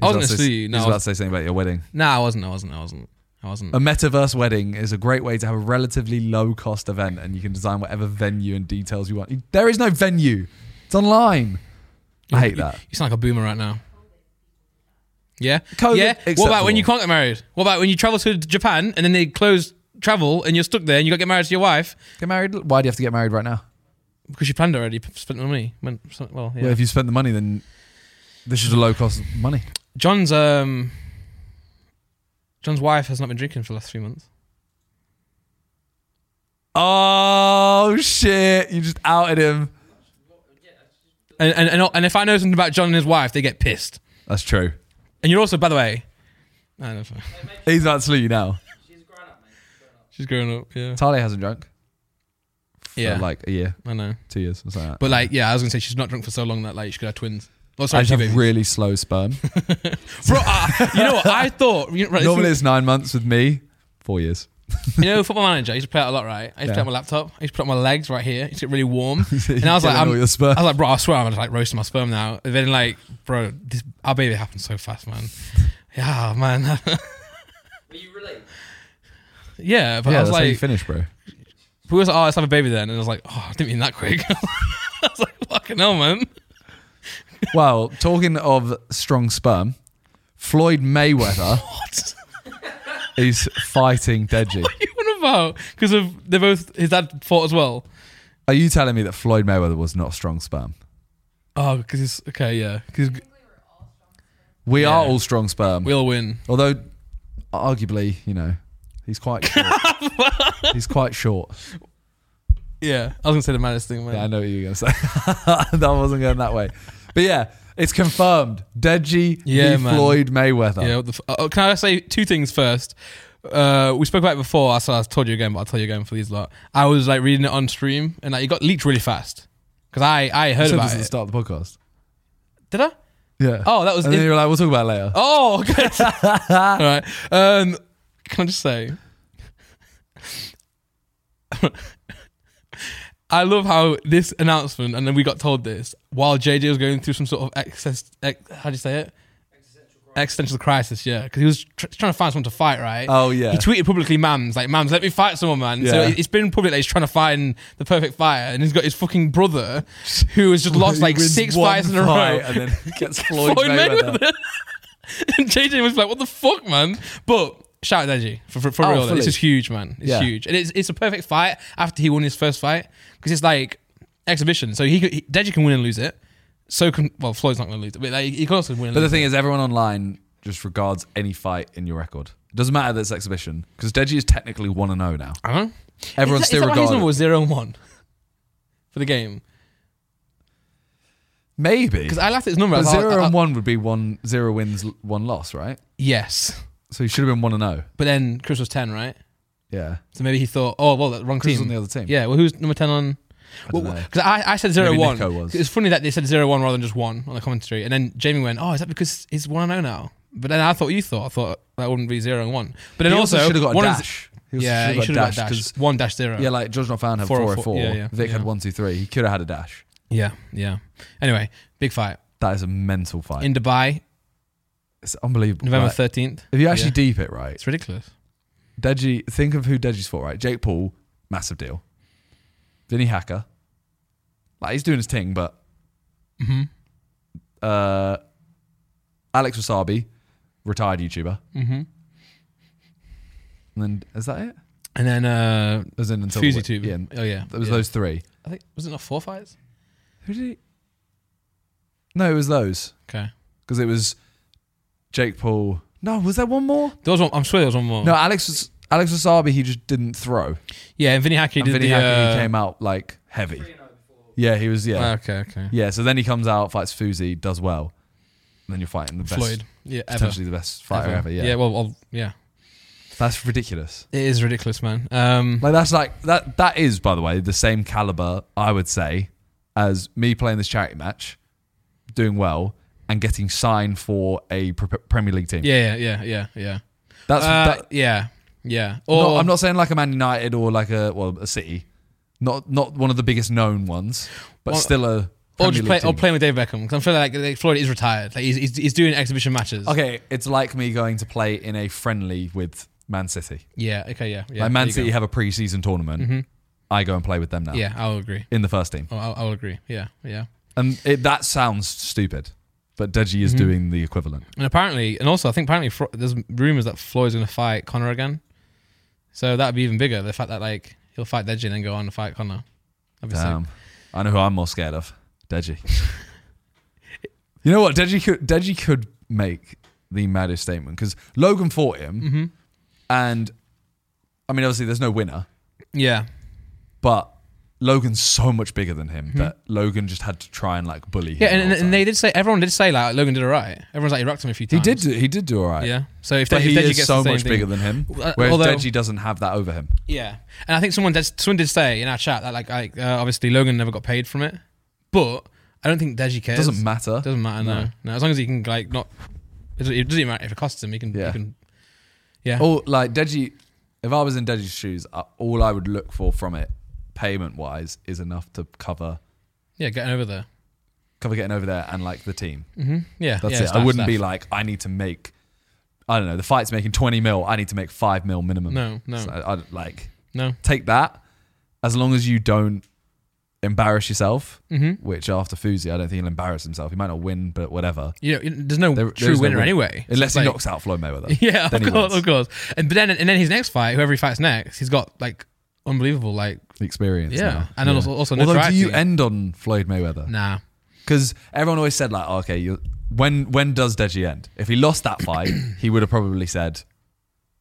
B: He
A: I wasn't
B: about
A: gonna
B: say-
A: slew you, no,
B: he was
A: I
B: about to say something about your wedding.
A: Nah, I wasn't. I wasn't. I wasn't. I wasn't.
B: A metaverse wedding is a great way to have a relatively low cost event, and you can design whatever venue and details you want. There is no venue. It's online. I hate that.
A: You sound like a boomer right now. Yeah.
B: COVID
A: yeah. What about when
B: acceptable.
A: you can't get married? What about when you travel to Japan and then they close travel and you're stuck there and you got to get married to your wife
B: Get married? Why do you have to get married right now?
A: because you planned it already, p- spent the money. Went, so- well, yeah.
B: Well, if you spent the money, then this is a low cost money.
A: John's um, John's wife has not been drinking for the last three months.
B: Oh shit! You just outed him.
A: And and and, and if I know something about John and his wife, they get pissed.
B: That's true.
A: And you're also, by the way, I don't know.
C: Hey, mate,
B: He's about to slew you now.
C: she's a grown up, mate. She's grown up.
A: She's growing up. Yeah.
B: Tale hasn't drunk. for,
A: Yeah.
B: like a year,
A: I know.
B: two years, or something. Like that.
A: But like, yeah, I was gonna say she's not drunk for so long that like she could have twins. Oh,
B: I
A: sorry,
B: just
A: two
B: have
A: babies.
B: really slow sperm.
A: Bro, uh, you know what? I thought. You know, right, this <laughs>
B: Normally
A: is-
B: it's nine months with me, four years.
A: You know, Football Manager. I used to play it a lot, right? I used to play
B: Yeah.
A: it on my laptop. I used to put it on my legs right here. It used to get really
B: <laughs>
A: warm. and
B: You're
A: I was like,
B: killing
A: I'm,
B: all your
A: I
B: sperm.
A: was like, bro, I swear I'm just like roasting my sperm now. And then like, bro, this, our baby happened so fast,
B: <laughs>
A: man. Yeah, man. <laughs>
C: Were you really?
A: yeah, but
B: yeah,
A: I was
B: that's how you
A: like,
B: finish, bro.
A: we was like, oh, let's have a baby then, and I was like, oh, I didn't mean that quick. <laughs> I was like, fucking hell, man. <laughs>
B: Well, talking of strong sperm, Floyd Mayweather
A: <laughs> What?
B: is fighting Deji.
A: What are you on about? Because of they both his dad fought as well.
B: Are you telling me that Floyd Mayweather was not strong sperm?
A: Oh, because it's okay. Yeah, because
B: We
A: Yeah.
B: are all strong sperm.
A: we'll win.
B: Although, arguably, you know,
A: <laughs>
B: he's quite short. he's quite short.
A: Yeah, I was gonna say the maddest thing, man.
B: Yeah, I know what you were going to say. <laughs> that wasn't going that way. But yeah, it's confirmed. Deji
A: Yeah,
B: v.
A: man.
B: Floyd Mayweather.
A: Yeah. What the f- oh, can I say two things first? Uh, we spoke about it before. So I told you again, but I'll tell you again for these lot. I was like reading it on stream, and like it got leaked really fast because I I
B: You
A: heard
B: said
A: about
B: this at the
A: it.
B: start of the podcast.
A: Did I?
B: Yeah.
A: Oh, that was
B: and
A: in-
B: then you were like, we'll talk about it later.
A: Oh,
B: <laughs>
A: okay. All right. Um, can I just say, I love how this announcement, and then we got told this while JJ was going through some sort of excess. Ex, how do you say it? Existential crisis, yeah, because he was tr- trying to find someone to fight, right?
B: Oh, yeah.
A: He tweeted publicly, "Mams, like, mams, let me fight someone, man." So
B: Yeah.
A: it- it's been public that he's trying to find the perfect fighter, and he's got his fucking brother who has just lost
B: <laughs> He
A: like
B: wins
A: six
B: one
A: fights in a row,
B: fight And <laughs> then he gets Floyd,
A: Floyd
B: Mayweather.
A: <laughs> and JJ was like, "What the fuck, man?" But shout out Deji for for, for
B: Oh,
A: real. though.
B: fully.
A: This is huge, man. It's
B: Yeah.
A: huge, and it's it's a perfect fight after he won his first fight because it's like exhibition. So he, could, he Deji can win and lose it. So can well Floyd's not going to lose it, but like, he can also win. And
B: But the
A: lose
B: thing is, everyone online just regards any fight in your record. It doesn't matter that it's exhibition because Deji is technically 1 and 0 now.
A: it. Huh?
B: Everyone
A: Uh-huh. is that,
B: still
A: is that why his
B: regards.
A: number was zero and one for the game
B: Maybe.
A: because I laughed at his number. I
B: But
A: was like, uh,
B: 0
A: I- I-
B: and 1 would be one zero wins, l- 1 loss, right?
A: Yes,
B: So he should have been 1 and oh. 0.
A: but then Chris was ten, right?
B: Yeah.
A: So maybe he thought, oh well, that wrong
B: Chris was
A: team.
B: on the other team.
A: Yeah, well, who's number ten on?
B: don't
A: Because
B: know.
A: I, I said zero
B: Maybe
A: one.
B: Nico was.
A: It's funny that they said zero one rather than just one on the commentary, and then Jamie went, "Oh, is that because he's one zero now?" But then I thought you thought I thought that wouldn't be zero and one. But then
B: he
A: also,
B: should have got a
A: one is-
B: dash. He also
A: yeah, he should have got a dash.
B: 'cause-
A: One dash zero.
B: Yeah, like George Notfan had
A: Four
B: 404.
A: oh four. Yeah, yeah,
B: Vic had
A: yeah.
B: 123. He could have had a dash.
A: yeah, yeah. Anyway, big fight
B: That is a mental fight.
A: in Dubai,
B: it's unbelievable.
A: November
B: Like,
A: thirteenth.
B: if you actually
A: yeah.
B: deep it right,
A: It's ridiculous.
B: Deji, think of who Deji's for, right? Jake Paul, massive deal. Vinny Hacker, like he's doing his thing, but
A: Mhm.
B: uh, Alex Wasabi, retired YouTuber,
A: hmm
B: and then is that it?
A: And then uh,
B: As in until
A: Fuzi Tube.
B: Yeah,
A: Oh yeah,
B: there was
A: yeah.
B: those three.
A: I think was it not four fights?
B: Who did he? No, it was those
A: Okay,
B: because it was Jake Paul. No, was there one more?
A: there was one. I'm sure there was one more.
B: No, Alex was Alex Wasabi. He just didn't throw.
A: Yeah, and Vinny Hackey
B: And
A: did
B: Vinny
A: the.
B: Hacker
A: uh,
B: he came out like heavy.
C: Three and oh before.
B: Yeah, he was. Yeah,
A: ah, Okay, okay.
B: Yeah, so then he comes out, fights Fuzi, does well. And then you're fighting the best,
A: Floyd. Yeah, ever.
B: potentially the best fighter ever. yeah.
A: yeah, well, well, yeah.
B: that's ridiculous.
A: It is ridiculous, man. Um,
B: Like that's like that. That is, by the way, the same caliber I would say as me playing this charity match, doing well, and getting signed for a pre- Premier League team.
A: yeah, yeah, yeah, yeah, yeah.
B: that's.
A: Uh,
B: that,
A: yeah, yeah. Or
B: not- I'm not saying like a Man United or like a well a City, not not one of the biggest known ones, but
A: Well,
B: still a.
A: or
B: Premier
A: just
B: League
A: play, or
B: team.
A: playing with Dave Beckham because I'm feeling like, like Floyd is retired. Like he's, he's he's doing exhibition matches.
B: Okay, it's like me going to play in a friendly with Man City.
A: Yeah. Okay. Yeah. Yeah.
B: like Man
A: there
B: City
A: you
B: have a preseason tournament. I go and play with them now.
A: go. Yeah, I'll agree.
B: In the first team.
A: Oh, I'll, I'll agree. Yeah. Yeah.
B: And it, that sounds stupid, but Deji
A: Mm-hmm.
B: is doing the equivalent.
A: And apparently, and also, I think apparently Fro- there's rumors that Floyd's going to fight Connor again. So that'd be even bigger. The fact that like he'll fight Deji and then go on and fight Connor. That'd be sick.
B: Damn. Um, I know who I'm more scared of. Deji. <laughs> you know what? Deji could Deji could make the maddest statement because Logan fought him
A: Mm-hmm.
B: and I mean obviously there's no winner,
A: Yeah.
B: but Logan's so much bigger than him that Logan just had to try and like bully him.
A: Mm-hmm. Yeah,
B: the
A: and,
B: whole
A: and
B: time.
A: they did say everyone did say like Logan did alright. Everyone's like he rocked him a few
B: he
A: times.
B: did do, he did do all right.
A: Yeah. So if,
B: But
A: if
B: he
A: Deji
B: is
A: gets
B: so
A: the same
B: much
A: thing-
B: bigger than him.
A: Uh,
B: Whereas
A: although-
B: Deji doesn't have that over him.
A: Yeah, and I think someone did, someone did say in our chat that like like uh, obviously Logan never got paid from it, but I don't think Deji
B: It
A: cares.
B: doesn't matter.
A: Doesn't matter. No. no, as long as he can like not. It doesn't- it doesn't even matter if it costs him. He can.
B: Yeah.
A: He can yeah.
B: All like Deji, if I was in Deji's shoes, I- all I would look for from it, payment wise, is enough to cover
A: Yeah. Getting over there.
B: cover getting over there and like the team.
A: hmm Yeah.
B: That's
A: yeah,
B: it. I
A: staff,
B: wouldn't be
A: staff.
B: like I need to make. I don't know. The fight's making twenty mil. I need to make five mil minimum.
A: No, no.
B: So I, would like
A: No.
B: take that as long as you don't embarrass yourself.
A: Mm-hmm.
B: Which after Fuzi, I don't think he'll embarrass himself. He might not win, but whatever.
A: You know, it- there's no
B: There- there
A: true
B: is no
A: winner
B: win-
A: anyway. So
B: Unless
A: it's
B: he
A: like-
B: knocks out Floyd Mayweather.
A: <laughs> Yeah,
B: Then he
A: of course,
B: wins.
A: of course. And but then and then his next fight, whoever he fights next, he's got like unbelievable like
B: The experience.
A: yeah,
B: now.
A: and
B: Yeah.
A: also also
B: Although, do
A: notoriety.
B: you end on Floyd Mayweather?
A: Nah.
B: Because everyone always said like, oh, okay, you when when does Deji end? If he lost that
A: <coughs>
B: fight, he would have probably said,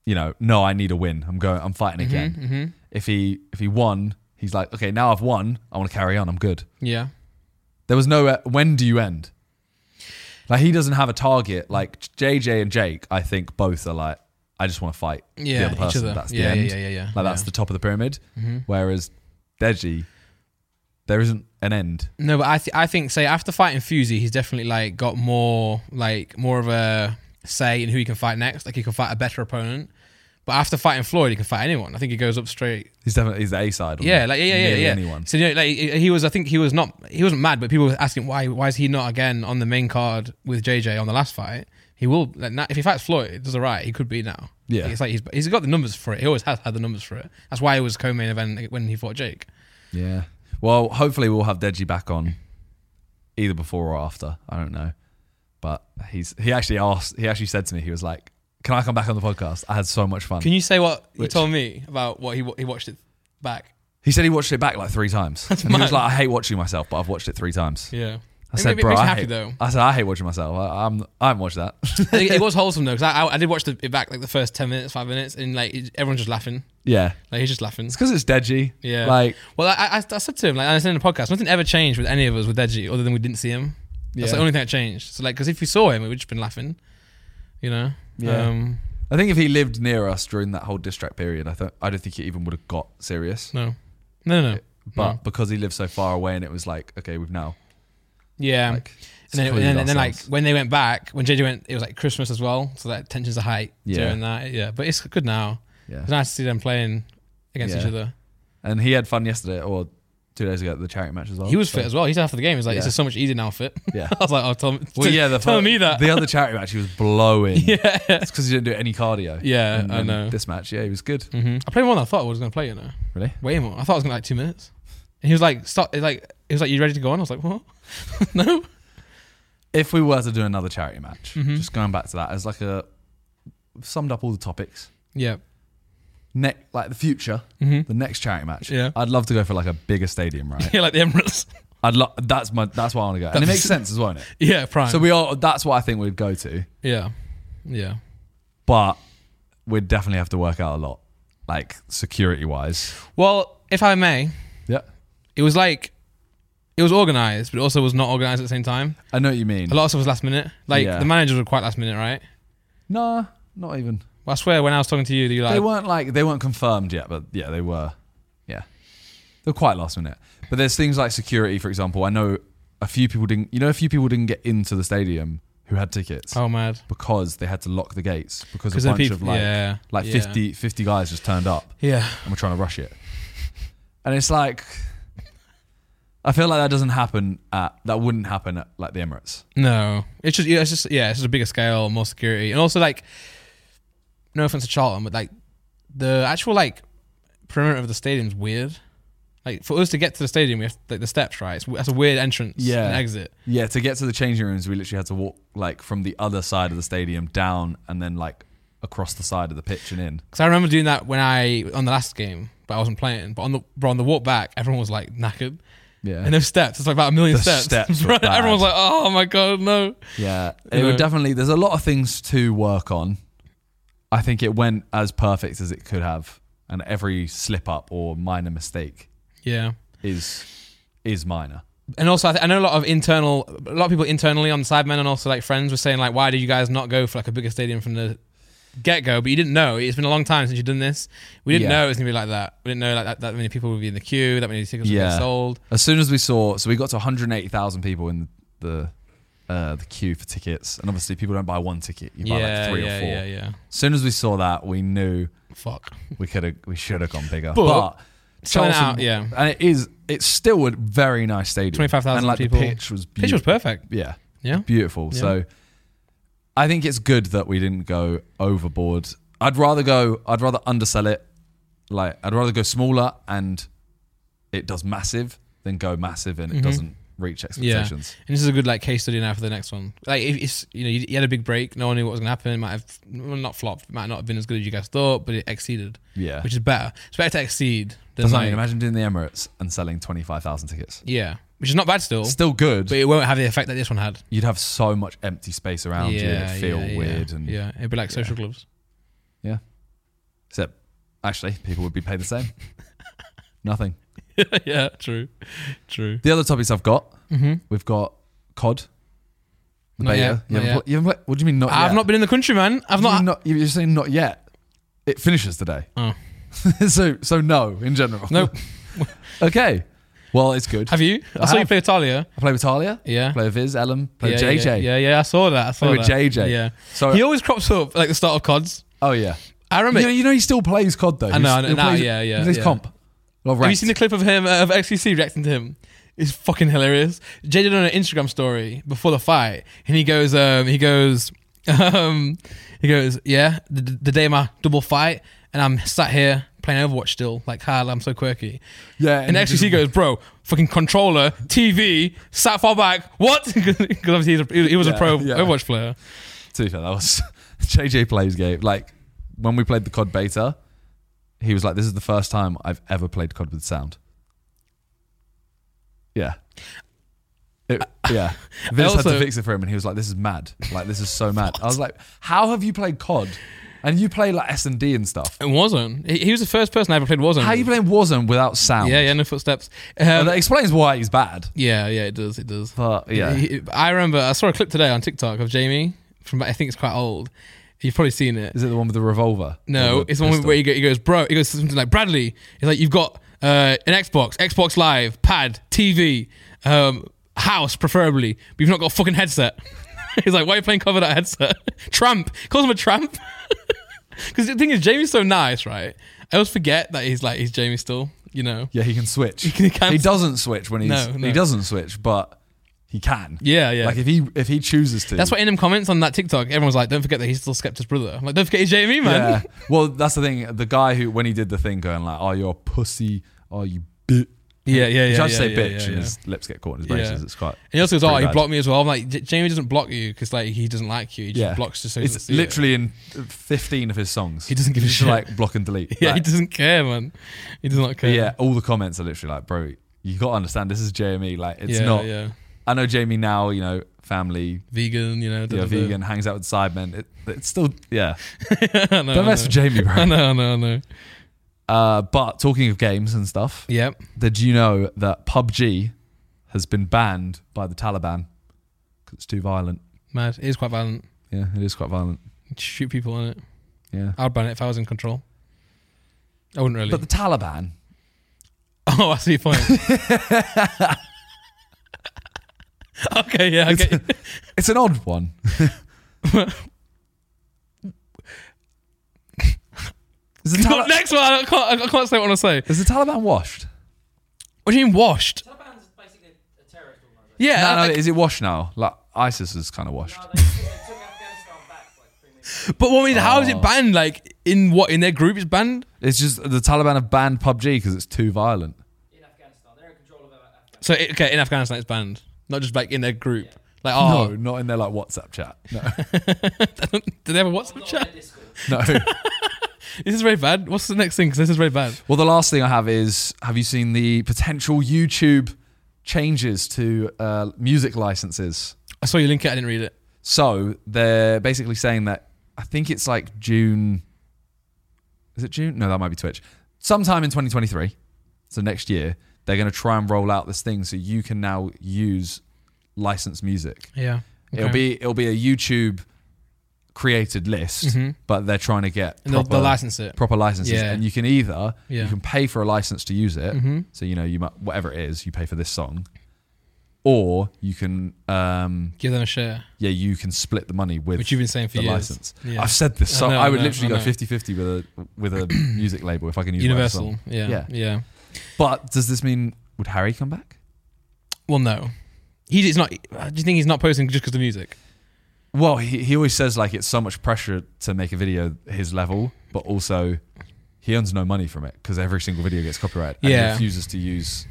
B: you know, no, I need a win. I'm going. I'm fighting
A: Mm-hmm,
B: again. If he if he won, he's like, okay, now I've won. I want to carry on. I'm good.
A: Yeah.
B: There was no uh, when do you end? Like he doesn't have a target. Like JJ and Jake, I think both are like, I just want to fight the
A: Yeah,
B: other
A: each
B: person.
A: other.
B: That's
A: Yeah,
B: the
A: yeah,
B: end.
A: yeah, yeah, yeah.
B: Like that's
A: Yeah. Mm-hmm.
B: the top of the pyramid. Whereas Deji, there isn't an end.
A: No, but I th- I think say after fighting Fusey, he's definitely like got more like more of a say in who he can fight next. Like he can fight a better opponent. But after fighting Floyd, he can fight anyone. I think he goes up straight.
B: He's definitely he's the A side. on
A: Yeah, like yeah, yeah, yeah,
B: nearly
A: yeah.
B: Anyone.
A: So you know, like he was. I think he was not. He wasn't mad, but people were asking why. Why is he not again on the main card with JJ on the last fight? He will. Like, now, if he fights Floyd, does all right. He could be now.
B: Yeah.
A: it's like he's he's got the numbers for it. He always has had the numbers for it. That's why it was co-main event when he fought Jake.
B: Yeah. Well, hopefully we'll have Deji back on, either before or after. I don't know, but he's he actually asked. He actually said to me, he was like, "Can I come back on the podcast? I had so much fun."
A: Can you say what you
B: Which-
A: told me about what he wa- he watched it back?
B: He said he watched it back like three times. and he was
A: mad.
B: like, "I hate watching myself, but I've watched it three times."
A: Yeah.
B: I said,
A: it,
B: "Bro,
A: makes
B: I,
A: me happy
B: hate, <laughs>
A: though.
B: I said I hate watching myself. I, I'm I haven't
A: <laughs>
B: watched that."
A: it, it was wholesome though, because I, I I did watch the, it back like the first ten minutes, five minutes, and like it- everyone's just laughing.
B: yeah,
A: Like he's just laughing.
B: it's because it's Deji.
A: Yeah.
B: like
A: Well, I, I, I said to him like I said in the podcast, nothing ever changed with any of us with Deji, other than we didn't see him. That's
B: Yeah.
A: the only thing that changed. So like, because if we saw him, we would just been laughing. You know.
B: Yeah.
A: Um,
B: I think if he lived near us during that whole distract period, I thought I don't think he even would have got serious.
A: no. No. No. no.
B: But
A: No.
B: because he lived so far away, and it was like, okay, we've now
A: Yeah.
B: like,
A: and then, and
B: secluded
A: then, and then, like
B: ourselves.
A: when they went back, when JJ went, it was like Christmas as well, so that tensions are high
B: Yeah.
A: during that. Yeah. But it's good now.
B: yeah.
A: It's nice to see them playing against each
B: Yeah.
A: other.
B: And he had fun yesterday or two days ago at the charity match as well.
A: He was
B: so-
A: fit as well. He's after the game. He's like,
B: Yeah.
A: it's just so much easier now. Fit.
B: Yeah.
A: <laughs> I was like, oh, tell me,
B: Well, yeah,
A: <laughs>
B: the
A: tell
B: fir-
A: me that.
B: the other charity match he was blowing.
A: <laughs> yeah,
B: It's because he didn't do any cardio.
A: yeah,
B: And
A: I
B: then
A: know.
B: This match, yeah, he was good.
A: hmm I played more than I thought I was gonna play. You know,
B: Really?
A: way more. I thought I was gonna like two minutes. And he was like, start like he was like, you ready to go on? I was like, what? <laughs> no.
B: If we were to do another charity match,
A: Mm-hmm.
B: just going back to that as like a we've summed up all the topics.
A: Yeah. <laughs>
B: Ne- like the future,
A: hmm
B: the next charity match.
A: Yeah.
B: I'd love to go for like a bigger stadium, right?
A: <laughs> yeah, like the Emirates.
B: I'd love. That's my. That's what I want to go. And it
A: That'd be
B: makes
A: s-
B: sense as well, doesn't it?
A: yeah, prime.
B: So we are. That's what I think we'd go to.
A: yeah, yeah.
B: but we'd definitely have to work out a lot, like security wise.
A: Well, if I may,
B: Yeah,
A: it was like it was organized, but it also was not organized at the same time.
B: I know what you mean.
A: A lot of stuff was last minute. Like
B: Yeah.
A: the managers were quite last minute, right?
B: Nah, not even.
A: Well, I swear, when I was talking to you, you like,
B: They weren't like they weren't confirmed yet, but yeah, they were. Yeah, they were quite last minute. But there's things like security, for example. I know a few people didn't. You know, a few people didn't get into the stadium who had tickets
A: oh mad,
B: because they had to lock the gates because
A: because
B: a
A: the
B: bunch
A: people,
B: of like
A: yeah,
B: like
A: yeah.
B: 50, 50 guys just turned up.
A: Yeah.
B: and we're trying to rush it. And it's like, I feel like that doesn't happen at, that wouldn't happen at like the Emirates.
A: No, it's just yeah, it's just yeah, it's just a bigger scale, more security, and also like, no offense to Charlton, but like the actual like perimeter of the stadium's weird. Like for us to get to the stadium, we have like the steps, right? It's, that's a weird entrance
B: Yeah.
A: and exit.
B: Yeah, to get to the changing rooms, we literally had to walk like from the other side of the stadium down and then like across the side of the pitch and in.
A: Because I remember doing that when I on the last game, but I wasn't playing. But on the bro, on the walk back, everyone was like knackered,
B: Yeah.
A: and those steps, it's like about a million
B: The
A: steps. <laughs>
B: steps were
A: Bro,
B: bad.
A: everyone was like, oh my god, no.
B: yeah. It
A: You know.
B: would definitely, there's a lot of things to work on. I think it went as perfect as it could have. And every slip up or minor mistake
A: Yeah.
B: is is minor.
A: and also I, th- I know a lot of internal a lot of people internally on sidemen and also like friends were saying like why did you guys not go for like a bigger stadium from the get-go but you didn't know it's been a long time since you've done this we didn't
B: Yeah.
A: know it was gonna be like that we didn't know like that, that many people would be in the queue that many tickets would
B: Yeah.
A: get sold
B: As soon as we saw, so we got to 180,000 people in the uh, the queue for tickets, and obviously people don't buy one ticket; you buy
A: yeah
B: like three
A: yeah
B: or four.
A: yeah yeah
B: As soon as we saw that, we knew
A: fuck
B: we could have we should have gone bigger.
A: But-
B: But,
A: selling
B: Charlton-
A: out yeah
B: and it is it's still a very nice stadium.
A: 25,000
B: And, like,
A: people.
B: The pitch was
A: pitch
B: beautiful.
A: was perfect
B: yeah,
A: yeah
B: beautiful.
A: Yeah.
B: So I think it's good that we didn't go overboard. I'd rather go. I'd rather undersell it. Like I'd rather go smaller and it does massive than go massive and it
A: Mhm.
B: doesn't reach expectations.
A: and this is a good like case study now for the next one like if it's you know you, you had a big break no one knew what was gonna happen it might have well, not flopped might not have been as good as you guys thought but it exceeded
B: Yeah.
A: which is better it's better to exceed than
B: Does that mean
A: like-
B: imagine doing the Emirates and selling twenty five thousand tickets?
A: Yeah. which is not bad still,
B: Still good.
A: but it won't have the effect that this one had.
B: You'd have so much empty space around you. It'd feel
A: yeah,
B: weird
A: yeah.
B: and
A: yeah, it'd be like social gloves. <laughs>
B: yeah. Except actually, people would be paid the same. <laughs> Nothing.
A: yeah, true, true.
B: The other topics I've got,
A: Mhm.
B: we've got COD. The
A: Not
B: beta.
A: yet,
B: You
A: not
B: haven't
A: yet.
B: put- you haven't put- what do you mean not yet?
A: I've not been in the country, man. I've
B: You mean
A: not.
B: not. You're saying not yet. It finishes today.
A: Oh.
B: <laughs> so so no in general.
A: Nope.
B: <laughs> okay. Well, it's good.
A: Have you? I,
B: <laughs> I
A: saw you
B: have.
A: play Italia.
B: I play with Talia.
A: Yeah.
B: Play with Viz, Ellum. Play
A: yeah,
B: with JJ.
A: Yeah, yeah, yeah, I saw that. I saw
B: Play with
A: that.
B: JJ.
A: Yeah.
B: So
A: He always crops up like the start of CODs.
B: oh yeah.
A: I
B: You
A: remember.
B: know, you know he still plays COD though.
A: I know,
B: He's-
A: I know.
B: he
A: Now,
B: plays-
A: yeah, yeah,
B: He plays
A: yeah.
B: comp. Well,
A: Have you
B: ranked.
A: seen the clip of him uh, of XCC reacting to him? It's fucking hilarious. Jay did on an Instagram story before the fight, and he goes, um, he goes, <laughs> um, he goes, yeah, the, the day of my double fight, and I'm sat here playing Overwatch still, like Kyle, I'm so quirky.
B: yeah,
A: And
B: he
A: XCC
B: just-
A: goes, bro, fucking controller, TV, sat far back, what? <laughs> Because obviously he's a, he was
B: Yeah,
A: a pro
B: yeah.
A: Overwatch player.
B: To be fair, that was <laughs> JJ plays game. Like when we played the COD beta, he was like, "This is the first time I've ever played COD with sound." Yeah.
A: <laughs>
B: It, yeah, Vince had
A: also-
B: to fix it for him, and he was like, "This is mad! Like, this is so mad." I was like, "How have you played COD, and you play like S and D and stuff?
A: And Warzone, he, he was the first person I ever played Warzone.
B: How are you playing Warzone without sound?"
A: Yeah, yeah, no footsteps.
B: And
A: Um,
B: that explains why he's bad.
A: yeah, yeah, it does, it does.
B: But yeah,
A: He- I remember I saw a clip today on TikTok of Jamie from I think it's quite old. You've probably seen it.
B: is it the one with the revolver?
A: No,
B: Or the
A: it's the one
B: pistol?
A: where he go- he goes, bro. He goes something like Bradley. He's like, you've got uh, an Xbox, Xbox Live, pad, TV, um, house preferably, but you've not got a fucking headset. <laughs> He's like, why are you playing cover that headset? <laughs> tramp. He calls him a tramp. <laughs> Because the thing is, Jamie's so nice, right? I always forget that he's like he's Jamie still. You know.
B: Yeah, he can switch. He,
A: can- <laughs> he can-
B: doesn't switch when he's
A: No, no.
B: he doesn't switch, but he can.
A: Yeah, yeah.
B: Like if he if he chooses to.
A: That's why in them comments on that TikTok, everyone's like, don't forget that he's still Skepta's brother. I'm like, don't forget he's Jamie, man.
B: Yeah. <laughs> well, that's the thing. The guy who when he did the thing going like, "Oh, you're a pussy. Oh, you bitch."
A: Yeah, yeah, yeah.
B: Judge
A: yeah,
B: say
A: yeah,
B: bitch,
A: yeah,
B: and
A: yeah.
B: his lips get caught in his
A: Yeah.
B: braces. It's quite.
A: And he also
B: it's
A: goes, "Oh,
B: pretty
A: he
B: bad.
A: blocked me as well." I'm like, "J- Jamie doesn't block you because like he doesn't like you. He just
B: Yeah.
A: blocks just so he doesn't
B: It's
A: see it.
B: literally in 15 of his songs.
A: He doesn't give a
B: Just,
A: shit.
B: Like block and
A: <laughs> <laughs>
B: delete.
A: Yeah, he
B: Like,
A: doesn't care, man. He does not
B: but
A: care.
B: yeah. All the comments are literally like, "Bro, you got to understand. This is JME. Like, it's
A: yeah,
B: not.
A: yeah.
B: I know Jamie now. You know, family,
A: Vegan, you know, da,
B: yeah,
A: da, da.
B: vegan, hangs out with Sidemen. It, it's still, yeah.
A: <laughs> I know,
B: Don't mess with
A: <laughs>
B: Jamie,
A: I
B: bro.
A: know, I know, I know.
B: Uh, but talking of games and stuff,
A: Yep.
B: did you know that PUBG has been banned by the Taliban because it's too violent?
A: Mad. It is quite violent.
B: Yeah, it is quite violent.
A: Shoot people on it.
B: Yeah.
A: I'd ban it if I was in control. I wouldn't really.
B: But the Taliban,
A: <laughs> oh, I see your
B: <laughs>
A: point. <laughs> okay, yeah, I get you.
B: it's an odd one.
A: <laughs>
B: is, the
A: <laughs>
B: Tali-
A: Next one. I can't, I can't say what I want to say.
B: is the Taliban washed?
A: What do you mean washed?
C: Taliban's basically a terrorist organisation.
A: Yeah.
B: no, no,
A: I-
B: is it washed now? Like, ISIS is kind of washed.
C: No, they, they took Afghanistan back like three minutes.
B: <laughs>
A: But what I mean, how is
B: Oh.
A: it banned? Like in what in their group it's banned?
B: It's just the Taliban have banned PUBG because it's too violent.
C: in Afghanistan. They're in control of Afghanistan.
A: So it, okay, in Afghanistan it's banned, not just like in their group. Like
B: No,
A: oh,
B: not in their like WhatsApp chat. No, <laughs>
A: do they have a
C: I'm
A: WhatsApp
C: not on
A: chat?
C: their Discord.
B: no.
A: This is very bad. What's the next thing? Because this is very bad.
B: Well, the last thing I have is have you seen the potential YouTube changes to uh, music licenses?
A: I saw you link it. I didn't read it.
B: So they're basically saying that I think it's like June. Is it June? No, that might be Twitch. Sometime in 2023, so next year, they're going to try and roll out this thing so you can now use licensed music.
A: Yeah,
B: It'll be it'll be a YouTube created list,
A: Mhm.
B: but they're trying to get
A: and they'll,
B: proper-
A: they'll license it.
B: proper licenses,
A: Yeah.
B: and you can either
A: Yeah.
B: you can pay for a license to use it,
A: Mhm.
B: so you know you might whatever it is you pay for this song, or you can um,
A: Give them a share,
B: yeah you can split the money with
A: which you've been saying for
B: the
A: years.
B: license.
A: Yeah.
B: I've said this,
A: I
B: so I,
A: know, I
B: would
A: know,
B: literally
A: I
B: go
A: know.
B: 50-50 with a
A: <clears throat>
B: with a <clears throat> music label if I can use whatever
A: Universal.
B: song.
A: Yeah, yeah,
B: Yeah. But does this mean would Harry come back?
A: Well, no, he's it's not. Do you think he's not posting just because of music?
B: Well, he, he always says like it's so much pressure to make a video his level, but also he earns no money from it because every single video gets copyright. And
A: Yeah.
B: he refuses to use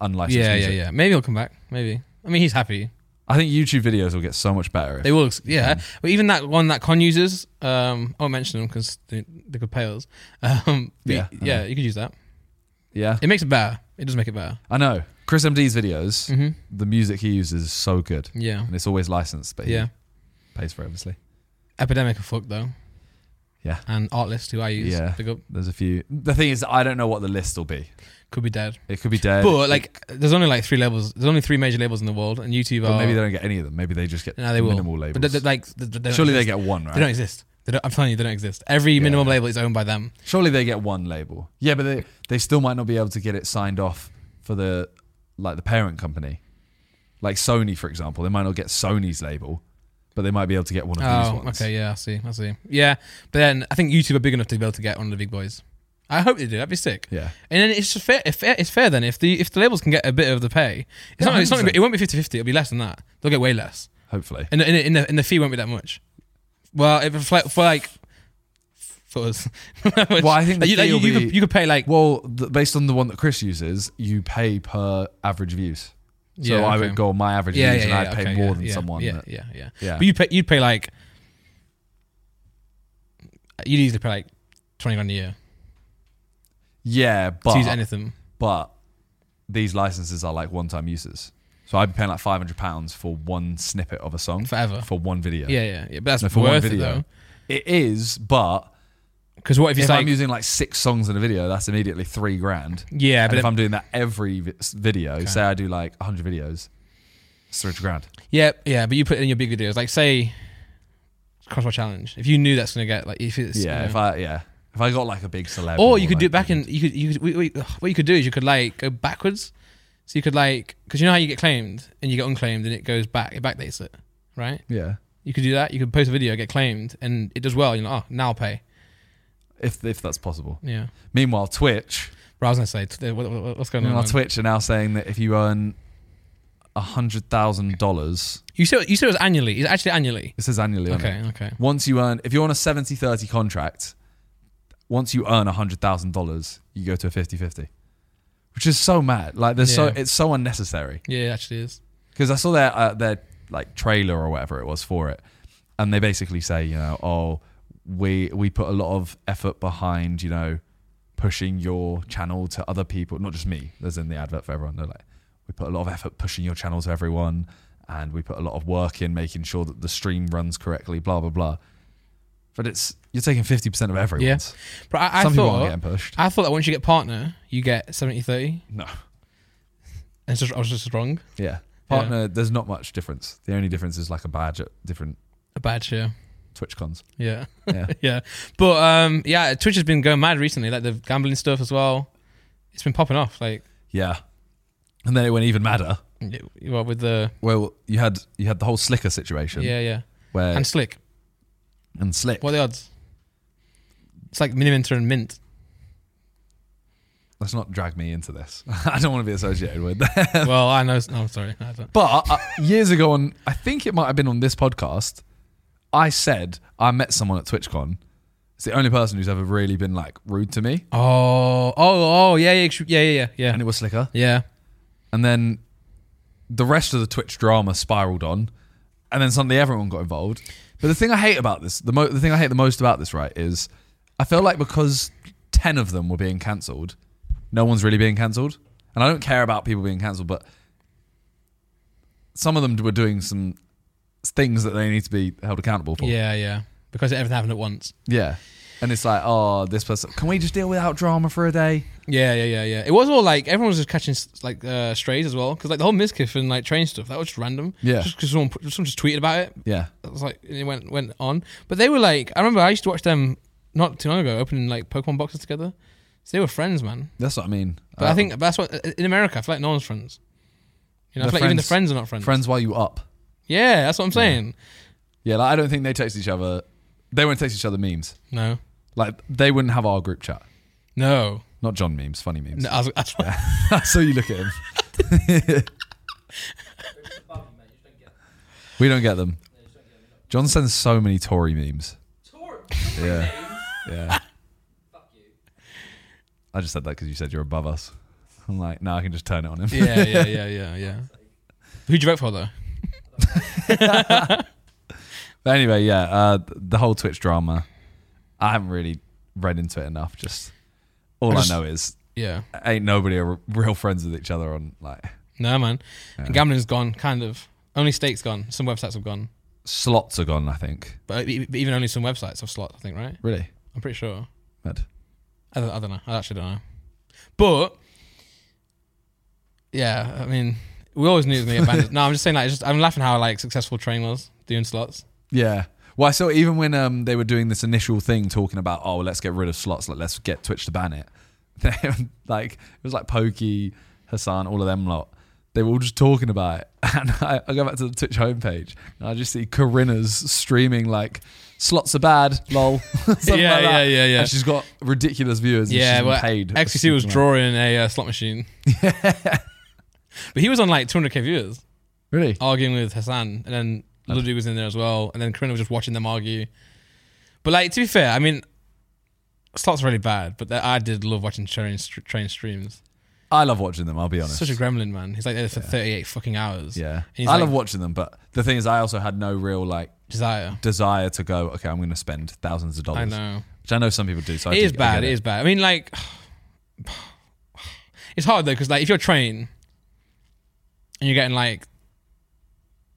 B: unlicensed
A: yeah,
B: music.
A: yeah, yeah. Maybe he'll come back. Maybe. I mean, he's happy.
B: I think YouTube videos will get so much better. If,
A: They will,
B: Hmm.
A: yeah. But even that one that Con uses, um, I won't mention them because they, they could pay us. <laughs> Um, but
B: Yeah, uh-huh.
A: yeah, you could use that.
B: yeah,
A: It makes it better. It does make it better.
B: I know. Chris MD's videos,
A: hmm
B: the music he uses is so good,
A: Yeah.
B: and it's always licensed, but he
A: Yeah.
B: pays for it, obviously.
A: Epidemic are fucked though.
B: Yeah.
A: And Artlist, who I use,
B: Yeah.
A: big up,
B: There's a few. The thing is, I don't know what the list will be.
A: could be dead.
B: It could be dead,
A: But like, there's only like three labels. There's only three major labels in the world, and YouTube
B: But
A: are.
B: maybe they don't get any of them. Maybe they just get
A: no, uh, they will.
B: minimal
A: But
B: labels.
A: they- they- like, they- they don't
B: Surely they
A: exist.
B: get one, right?
A: They don't exist. They don't, I'm telling you, they don't exist. Every
B: Yeah.
A: minimum label is owned by them.
B: Surely they get one label. Yeah, but they they still might not be able to get it signed off for the like the parent company, like Sony, for example. They might not get Sony's label, but they might be able to get one of these
A: Oh,
B: ones.
A: okay, yeah, I see, I see. Yeah, but then I think YouTube are big enough to be able to get one of the big boys. I hope they do. That'd be sick.
B: Yeah.
A: And then it's just fair. If fair it's fair then if the if the labels can get a bit of the pay, it's
B: Yeah,
A: not. It's not.
B: 100%.
A: It won't be 50-50. It'll be less than that. They'll get way less.
B: Hopefully.
A: And the, and the, and the, and the fee won't be that much. Well, if for like, for like for us. <laughs>
B: Well, I think the
A: Like, you,
B: fee
A: like, you,
B: will
A: you
B: be-
A: could, you could pay like
B: Well, th- based on the one that Chris uses, you pay per average views. So
A: Yeah,
B: I
A: okay.
B: would go on my average
A: yeah,
B: views,
A: yeah,
B: and
A: yeah,
B: I'd pay
A: okay,
B: more
A: yeah,
B: than
A: yeah,
B: someone.
A: Yeah,
B: that,
A: yeah, yeah.
B: yeah.
A: But you pay, you'd pay like you'd easily pay like twenty grand a year
B: yeah,
A: to use
B: but
A: anything.
B: but these licenses are like one-time uses. So I'd be paying like five hundred pounds for one snippet of a song
A: Forever.
B: for one video.
A: Yeah, yeah, yeah. But that's
B: No, for one
A: worth it
B: video.
A: though.
B: It is, but
A: Because what if you
B: if
A: start?
B: I'm using like six songs in a video, that's immediately three grand.
A: yeah,
B: and
A: but
B: if
A: then-
B: I'm doing that every vi- s- video, say I do like 100 videos, it's 300 grand.
A: yeah, yeah. But you put it in your big videos, like say crossbar challenge. If you knew that's gonna get like if it's
B: yeah,
A: you
B: if
A: know-
B: I yeah, if I got like a big celeb,
A: or you could do it
B: like-
A: back in you could you could we, we, ugh, what you could do is you could like go backwards. So you could like because you know how you get claimed and you get unclaimed and it goes back it backdates it, right?
B: yeah.
A: You could do that. You could post a video, get claimed, and it does well. You're like, oh, now I'll pay.
B: If if that's possible.
A: Yeah.
B: Meanwhile, Twitch,
A: But I was gonna say, t- what, what- what's going on?
B: meanwhile,
A: man?
B: Twitch are now saying that if you earn hundred thousand dollars,
A: you said you said it was annually. It's actually annually.
B: it says annually. on it.
A: Okay, okay.
B: Once you earn, if you're on a 70-30 contract, once you earn hundred thousand dollars, you go to a 50-50. which is so mad. Like there's so
A: Yeah.
B: it's so unnecessary.
A: Yeah, it actually is.
B: because I saw their uh, their like trailer or whatever it was for it, and they basically say, you know, oh, we we put a lot of effort behind, you know, pushing your channel to other people, not just me. There's in the advert for everyone. They're like, we put a lot of effort pushing your channel to everyone, and we put a lot of work in making sure that the stream runs correctly. Blah blah blah. But it's you're taking fifty percent of everyone's.
A: But I, I
B: Some people aren't
A: thought
B: getting pushed.
A: I thought that once you get partner, you get 70-30.
B: no.
A: And it's just, I was just wrong.
B: Yeah. Partner, there's not much difference. The only difference is like a badge at different
A: A bad show.
B: Twitch cons.
A: Yeah,
B: Yeah.
A: <laughs> yeah. But um, yeah, Twitch has been going mad recently. Like the gambling stuff as well. It's been popping off. Like
B: Yeah. And then it went even madder.
A: what with the
B: Well, you had you had the whole slicker situation
A: yeah, yeah,
B: where
A: and
B: and,
A: Slick.
B: slick.
A: What are the odds? It's like Miniminter and
B: <laughs>
A: Mint.
B: Let's not drag me into this. <laughs> I don't want to be associated with that.
A: well, I know. No, I'm sorry. I don't.
B: <laughs> But uh, years ago, on I think it might have been on this podcast, I said I met someone at TwitchCon. It's the only person who's ever really been like rude to me,
A: Oh, oh, oh, yeah, yeah, yeah, yeah, yeah,
B: and it was slicker.
A: yeah.
B: And then the rest of the Twitch drama spiraled on, and then suddenly everyone got involved. But the thing I hate about this, the mo- the thing I hate the most about this, right, is I feel like because ten of them were being cancelled, no one's really being cancelled, and I don't care about people being cancelled, but some of them were doing some things that they need to be held accountable for.
A: Yeah, yeah. Because everything happened at once.
B: Yeah. And it's like, oh, this person. Can we just deal without drama for a day?
A: Yeah, yeah, yeah, yeah. It was all like everyone was just catching s- like uh, strays as well, because like the whole Miskiff and like train stuff that was just random.
B: Yeah.
A: just because someone, put- someone just tweeted about it.
B: Yeah.
A: It was like and it went went on. But they were like, I remember I used to watch them not too long ago opening like Pokemon boxes together. So they were friends, man.
B: That's what I mean. Uh,
A: But I think that's what in America, I feel like no one's friends. You know, I
B: They're
A: feel like even the
B: friends.
A: friends are not friends.
B: friends while you up.
A: Yeah, that's what I'm saying.
B: Yeah, like, I don't think they text each other. They won't text each other memes.
A: No,
B: Like they wouldn't have our group chat.
A: no.
B: Not John memes, funny memes.
A: no I was, <laughs> that's what-
B: <laughs> I saw you look at him.
C: It's above you, mate. You just don't get it.
B: <laughs> We don't get them.
C: You just don't get it.
B: John sends so many Tory memes.
C: Tory.
B: Yeah. Yeah.
C: Fuck you.
B: I just said that because you said you're above us. I'm like, no, I can just turn it on him.
A: yeah, yeah, yeah, yeah, yeah. Who'd you vote for though?
B: But anyway, yeah, uh, th- the whole Twitch drama. I haven't really read into it enough. Just
A: I
B: all I,
A: just-
B: know is
A: <laughs> Yeah.
B: ain't nobody are real friends with each other on like
A: No, man.
B: Yeah.
A: Gambling's gone, kind of. Only stakes gone. Some websites have gone.
B: slots are gone. I think
A: But e- even only some websites have slot, I think, right?
B: really.
A: I'm pretty sure.
B: Mad.
A: I don't, I don't know. I actually don't know. But yeah, I mean, we always knew it was gonna get
B: <laughs>
A: banned. no, I'm just saying like, it's just I'm laughing how like successful train was doing slots.
B: Yeah. Well, I saw even when um, they were doing this initial thing talking about, oh, let's get rid of slots, like, let's get Twitch to ban it. <laughs> They, like it was like Pokey, Hassan, all of them lot. They were all just talking about it, <laughs> and I, I go back to the Twitch homepage and I just see Corinna's streaming like slots are bad, lol. <laughs> Something
A: Yeah,
B: like that.
A: yeah, yeah, yeah.
B: And she's got ridiculous viewers. and
A: yeah,
B: she's been
A: well,
B: paid. a
A: XQC was
B: stupid amount.
A: drawing a uh, slot
B: <laughs>
A: machine. but he was on like 200k viewers
B: Really?
A: arguing with Hassan, and then Ludwig was in there as well, and then Corinna was just watching them argue. But like to be fair, I mean, slots are really bad, but I did love watching train train streams.
B: I love watching them. I'll be honest.
A: Such a gremlin, man. He's like there for 38 fucking hours.
B: yeah, I
A: he's like-
B: love watching them, but the thing is, I also had no real like
A: Desire.
B: desire to go. Okay, I'm going to spend thousands of dollars.
A: I know.
B: Which I know some people do. So I
A: it
B: do-
A: is
B: I
A: bad.
B: get
A: It is bad. I mean, like, <sighs> it's hard though because like if you're trained and you're getting like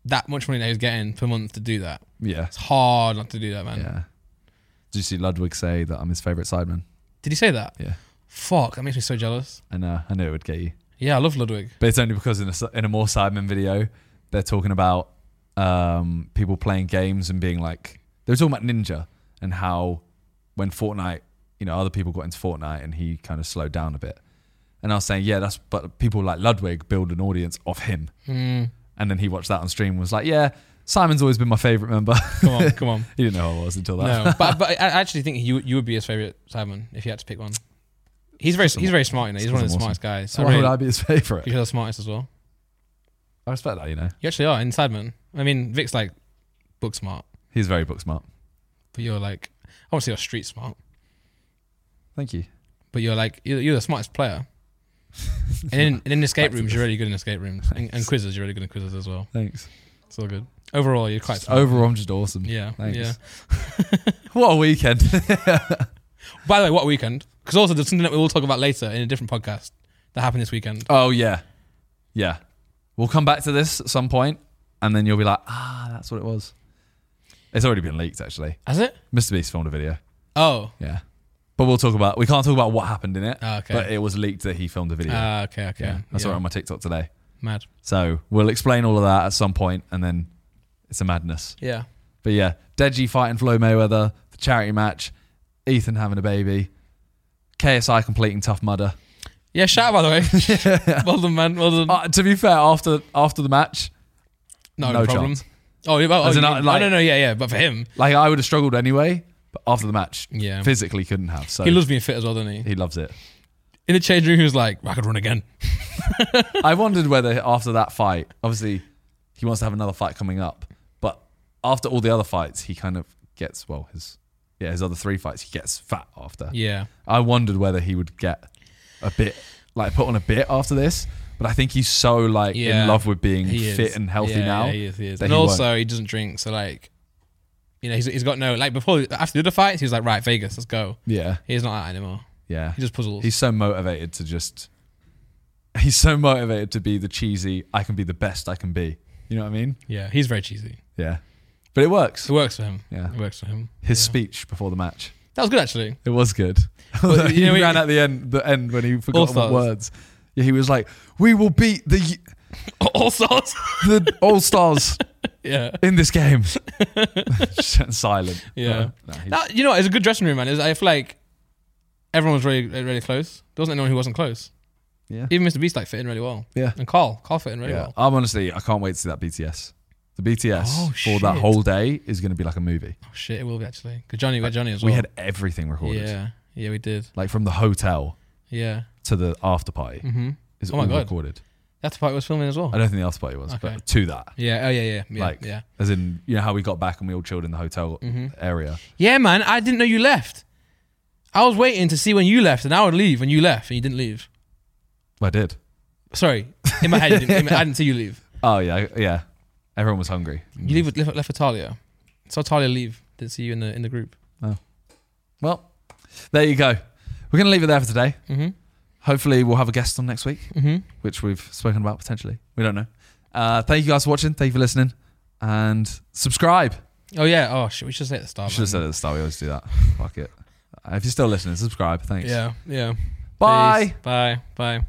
A: that much money that he's getting per month to do that,
B: Yeah.
A: it's hard not to do that, man.
B: Yeah. Did you see Ludwig say that I'm his favourite sideman?
A: Did he say that?
B: Yeah.
A: Fuck, that makes me so jealous.
B: I know. I knew it would get you.
A: Yeah, I love Ludwig.
B: But it's only because in a, s- in a more sideman video, they're talking about um, people playing games and being like, they were talking about Ninja and how when Fortnite, you know, other people got into Fortnite and he kind of slowed down a bit. And I was saying, yeah, that's, but people like Ludwig build an audience off him.
A: Mm,
B: And then he watched that on stream and was like, yeah, Simon's always been my favourite member.
A: come
B: <laughs>
A: on, come on.
B: he didn't know who I was until that.
A: No, but but I actually think you you would be his favorite Simon if you had to pick one. He's very he's very smart. You know, he's one of the
B: Awesome.
A: smartest guys.
B: <laughs> So
A: I
B: why
A: really,
B: would I be his favourite?
A: you're the smartest as well.
B: I respect that, you know.
A: You actually are in Sideman. I mean, Vic's like book smart.
B: He's very book smart.
A: but you're like I want to say you're street smart,
B: Thank you.
A: but you're like you're, you're the smartest
B: <laughs>
A: player. and, in, and in escape rooms, you're really good in escape rooms, and, and quizzes, you're really good in quizzes as well.
B: Thanks.
A: It's all good. Overall, you're quite
B: Just
A: smart.
B: overall, I'm just awesome.
A: yeah,
B: Thanks.
A: yeah.
B: <laughs> What a weekend. <laughs>
A: By the way, what weekend? Because also there's something that we will talk about later in a different podcast that happened this weekend.
B: oh, yeah. Yeah. We'll come back to this at some point, and then you'll be like, ah, that's what it was. It's already been leaked, actually.
A: Has it?
B: Mr. Beast filmed a video.
A: Oh,
B: Yeah. But we'll talk about, we can't talk about what happened in it,
A: Ah, okay.
B: but it was leaked that he filmed a video.
A: Ah, okay, okay.
B: yeah. I saw
A: Yeah.
B: it on my TikTok today.
A: Mad.
B: So we'll explain all of that at some point, and then it's a madness.
A: Yeah.
B: But yeah, Deji fighting Flo Mayweather, the charity match, Ethan having a baby, KSI completing Tough Mudder.
A: Yeah. Shout out by the
B: <laughs>
A: way. <laughs> well done, man. Well done.
B: Uh, to be fair, after after the match,
A: no,
B: no
A: problem.
B: chance.
A: Oh, yeah, well, oh,
B: As in,
A: you
B: I-
A: mean-
B: like-
A: oh, no, no, yeah, yeah. But for him,
B: like I would have struggled anyway, but after the match,
A: Yeah.
B: physically couldn't have. So
A: he loves being fit as well, doesn't he?
B: he loves it.
A: In the change room, he was like, "I could run again."
B: I wondered whether after that fight, obviously, he wants to have another fight coming up, but after all the other fights, he kind of gets well his yeah his other three fights he gets fat after.
A: Yeah.
B: I wondered whether he would get a bit like put on a bit after this, but I think he's so like
A: Yeah.
B: in love with being
A: He
B: fit
A: is.
B: and healthy
A: Yeah,
B: now.
A: Yeah, he is. He is.
B: that
A: And
B: he
A: also, he doesn't drink, so like, you know, he's, he's got no like before after the other fights, he was like, right, Vegas, let's go.
B: Yeah,
A: He's not that anymore.
B: yeah.
A: He just puzzles.
B: He's so motivated to just. He's so motivated to be the cheesy. I can be the best I can be. You know what I mean?
A: yeah, he's very cheesy.
B: Yeah, but it works.
A: It works for him.
B: Yeah.
A: it works for him.
B: His
A: Yeah.
B: speech before the match,
A: that was good actually. <laughs>
B: it was good.
A: But,
B: he <laughs>
A: you know,
B: ran
A: he-
B: at the end. The end when he forgot
A: All-Stars.
B: what words. Yeah, he was like, "We will beat the
A: All sorts. <laughs>
B: the all stars
A: yeah,
B: in this
A: <laughs>
B: game." <laughs> Just Silent.
A: Yeah.
B: No, he-
A: that, you know, what, it's a good dressing room, man. It was- I feel like everyone was really, uh, really close. There wasn't anyone who wasn't close.
B: yeah.
A: Even Mr. Beast like fit in really well,
B: Yeah.
A: and Carl, Carl fit in really
B: Yeah.
A: well.
B: I'm honestly, I can't wait to see that BTS. The BTS
A: Oh,
B: for that
A: shit.
B: whole day is going to be like a movie.
A: Oh shit, it will be actually. Cause Johnny, we had Johnny as well.
B: We had everything recorded,
A: yeah, yeah, we did.
B: like from the hotel
A: Yeah.
B: to the after party
A: Mm-hmm.
B: is
A: Oh my
B: all
A: God.
B: recorded.
A: That's the part was filming as well.
B: I don't think the after party was,
A: Okay.
B: but to that,
A: Yeah. Oh yeah. Yeah. Yeah.
B: like,
A: yeah.
B: as in, you know how we got back and we all chilled in the hotel
A: Mm-hmm.
B: area.
A: Yeah, man. I didn't know you left. I was waiting to see when you left, and I would leave when you left, and you didn't leave.
B: I did.
A: Sorry, in my head, you didn't, in my- I didn't see you leave.
B: Oh yeah, I- yeah. Everyone was hungry.
A: You leave with, left, left with Talia. Saw Talia leave. Didn't see you in the in the group.
B: Well, there you go. We're gonna leave it there for today.
A: Mm-hmm.
B: Hopefully, we'll have a guest on next week,
A: Mm-hmm.
B: which we've spoken about potentially. We don't know. Uh, thank you guys for watching. Thank you for listening. And subscribe.
A: Oh yeah. Oh shit. We should say it at the start.
B: Should have said
A: man.
B: it at the start. We always do that. Fuck it. Uh, If you're still listening, subscribe. Thanks.
A: Yeah. Yeah.
B: Bye.
A: Peace. Bye. Bye.